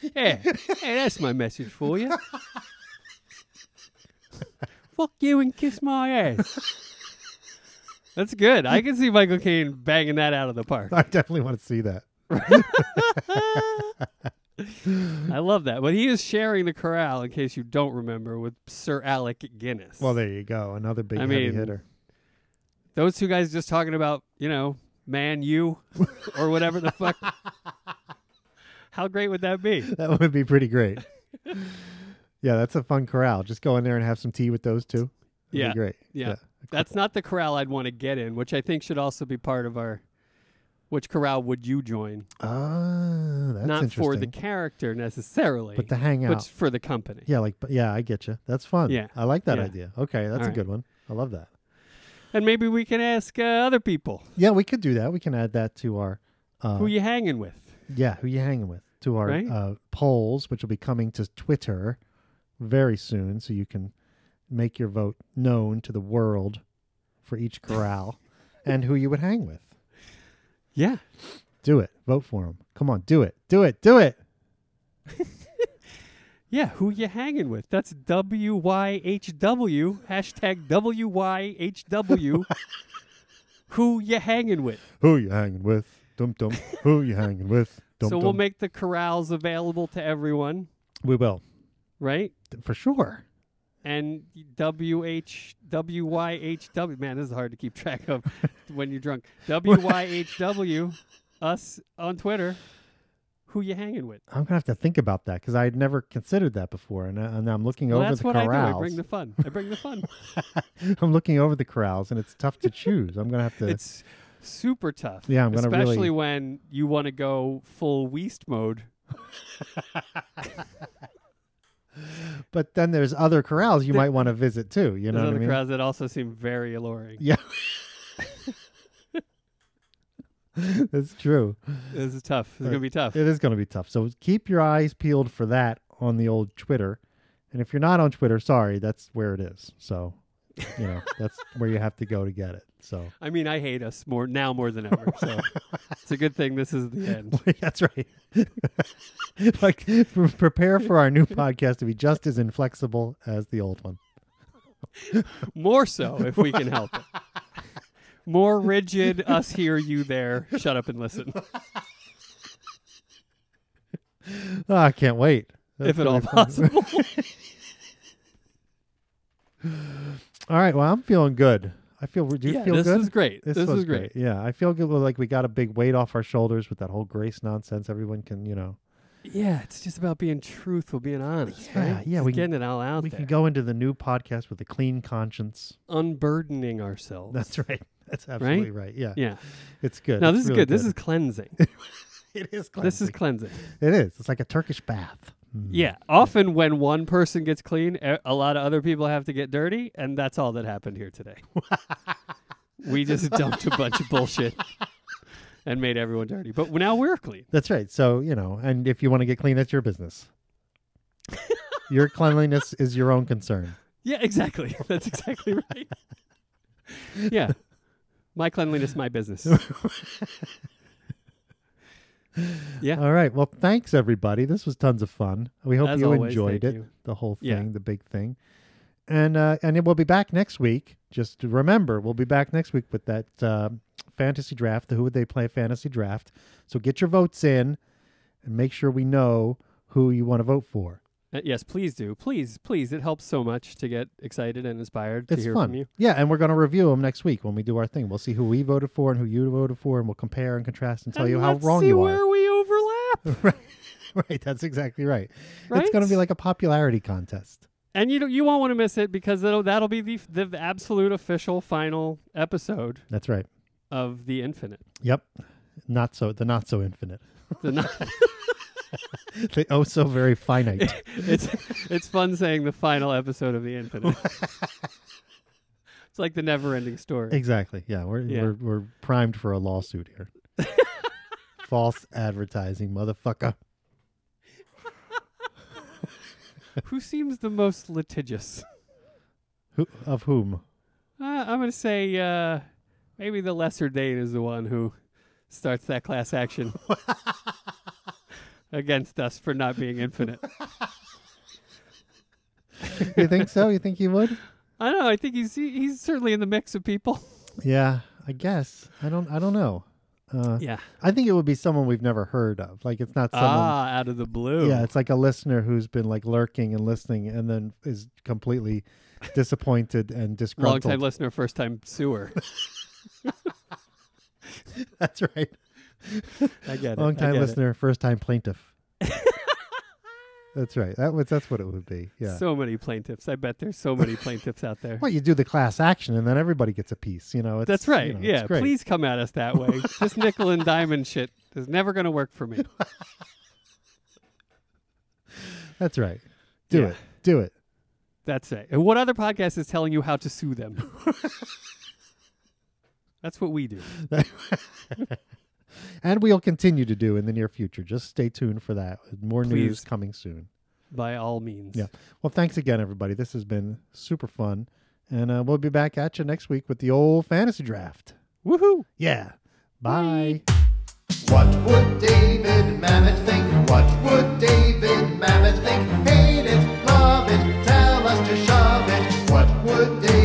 yeah. Hey, that's my message for you. Fuck you and kiss my ass. That's good. I can see Michael Caine banging that out of the
(laughs)
park.
I definitely want to see
(laughs)
that.
I love that. But he is sharing the corral, in case you don't remember, with Sir Alec Guinness.
Well, there you go. Another big
I
heavy
mean,
hitter.
Those two guys just talking about, you know,
(laughs)
man, you, or whatever the fuck. How great would that be?
(laughs) That would be pretty
(laughs)
great. yeah, that's a fun corral. Just go in there and have some tea with those two. That'd be
yeah.
great.
Yeah. That's not the corral I'd want to get in, which I think should also be part of our. Which corral would you join?
Ah, that's
Not
interesting.
for the character necessarily,
but to hang out.
but for the company.
Yeah, like but yeah, I get you. That's fun.
Yeah.
I like that
Yeah.
idea. Okay, that's a
Alright.
good one. I love that.
And maybe we can ask uh, other people
Yeah, we could do that. We can add that to our. Uh,
who you hanging with.
Yeah, who you hanging with? To our
Right?
uh, polls, which will be coming to Twitter very soon, so you can make your vote known to the world for each (laughs) corral and who you would hang with.
Yeah,
do it. Vote for them. Come on, do it. Do it. Do it.
Yeah, who you hanging with? That's W Y H W hashtag W Y H
(laughs)
W. Who you hanging with?
Who you hanging with? Dum (laughs) dum. who you hanging with? Dum
so
dum.
we'll make the corrals available to everyone,
we will
right?
for sure.
And W H W Y H W. Man, this is hard to keep track of (laughs) when you're
(laughs)
drunk. W Y H W. Us on Twitter. Who you hanging with?
I'm gonna have to think about that because I had never considered that before, and, I, and I'm looking
Well,
over
that's
the
what I do. I
corrals.
bring the fun. I bring the fun.
(laughs) I'm looking over the corrals, and it's tough to choose. I'm gonna have to.
It's super tough.
Yeah, I'm gonna really-
especially when you want to go full Weast mode.
But then there's other corrals you
There-
might want to visit too. You know what
Those are
I
the
mean?
crowds that also seem very alluring.
Yeah. (laughs) That's true.
This is tough. It's
Uh,
gonna be tough.
It is gonna be tough. So keep your eyes peeled for that on the old Twitter. And if you're not on Twitter, sorry, that's where it is. So, you know, that's where you have to go to get it. So
I mean, I hate us more now more than ever. So it's a good thing this is the
(laughs)
end.
that's right. (laughs) like pre- prepare for our new podcast to be just as inflexible as the old one.
More so if we can
(laughs)
help it. More rigid, us here, you
(laughs)
there. Shut up and listen.
Oh, I can't wait.
if
That's
at all
really fun. (laughs)
possible.
All right. Well, I'm feeling good. I feel. Do you
Yeah,
feel
this
good?
was great. This was great.
Yeah, I feel good. Like we got a big weight off our shoulders with that whole grace nonsense. Everyone can, you know.
Yeah, it's just about being truthful, being honest,
Yeah,
right?
yeah,
Just
we can-
getting it all out
we
there,
can go into the new podcast with a clean conscience.
unburdening ourselves.
That's right. That's absolutely right. Yeah.
yeah,
It's good.
No,
It's
this is
really
good. This
good.
is cleansing.
(laughs) It is
This is cleansing.
It is. It's like a Turkish bath. Hmm.
Yeah, often when one person gets clean, e- a lot of other people have to get dirty, and that's all that happened here
(laughs)
today. we just dumped a bunch of bullshit and made everyone dirty. But now we're clean.
That's right. So, you know, and if you want to get clean, that's your
(laughs)
business. your cleanliness is your own concern.
Yeah,
(laughs)
exactly. That's exactly right. (laughs) yeah. My cleanliness,
(laughs)
my business. Uh, Yeah.
All right. Well, thanks everybody. This was tons of fun. We hope
As
you
always,
enjoyed it,
thank you.
the whole thing,
Yeah.
the big thing. And uh and then we'll be back next week. Just to remember, we'll be back next week with that uh, fantasy draft, the who would they play fantasy draft. So get your votes in and make sure we know who you want to vote for.
Uh, yes, please do. Please, please. It helps so much to get excited and inspired to
It's
hear
fun.
from you.
Yeah, and we're going to review them next week when we do our thing. We'll see who we voted for and who you voted for, and we'll compare and contrast and tell
And
you how
let's
wrong
see
you
where
are.
we overlap.
(laughs) right, that's exactly right. It's
Right?
going to be like a popularity contest.
And you don't, you won't want to miss it because that'll that'll be the f- the absolute official final episode
That's right.
of the infinite.
Yep. Not so the not so infinite.
The not-
(laughs)
(laughs)
the oh so very finite.
(laughs)
(laughs)
it's it's fun saying the final episode of the infinite. it's like the never-ending story.
exactly. Yeah, we're
Yeah.
we're we're primed for a lawsuit
(laughs)
here. False advertising, motherfucker.
Who seems the most litigious?
Who of whom?
Uh, I'm gonna say uh, maybe the lesser Dane is the one who starts that
(laughs)
class action against us for not being infinite.
You think so? You think he would?
I don't know. I think he's he, he's certainly in the mix of people.
Yeah, I guess. I don't I don't know. Uh,
Yeah.
I think it would be someone we've never heard of. Like it's not someone
Ah, out of the blue.
Yeah, it's like a listener who's been like lurking and listening and then is
(laughs)
completely disappointed and
Long
disgruntled.
time listener, first time sewer.
(laughs) That's right.
I get it.
Long
I
time
get it.
listener, first time
(laughs)
plaintiff. that's right. That was that's what it would be. Yeah.
So many plaintiffs. I bet there's so many plaintiffs out there.
well, you do the class action and then everybody gets a piece, you know. It's,
That's
you
right.
know, it's
yeah.
great.
Please come at us that
(laughs)
way. this nickel and diamond shit is never going to work for me.
That's right. Do
Yeah.
it. Do it.
That's it. And what other podcast is telling you how to
(laughs)
sue them? That's what we do.
And we'll continue to do in the near future. Just stay tuned for that. More news
Please.
coming soon.
By all means.
Yeah. Well, thanks again, everybody. This has been super fun. And uh, we'll be back at you next week with the old fantasy draft.
Woohoo.
Yeah. Bye.
What would David Mamet think? What would David Mamet think? Hate it, love it, tell us to shove it. What would David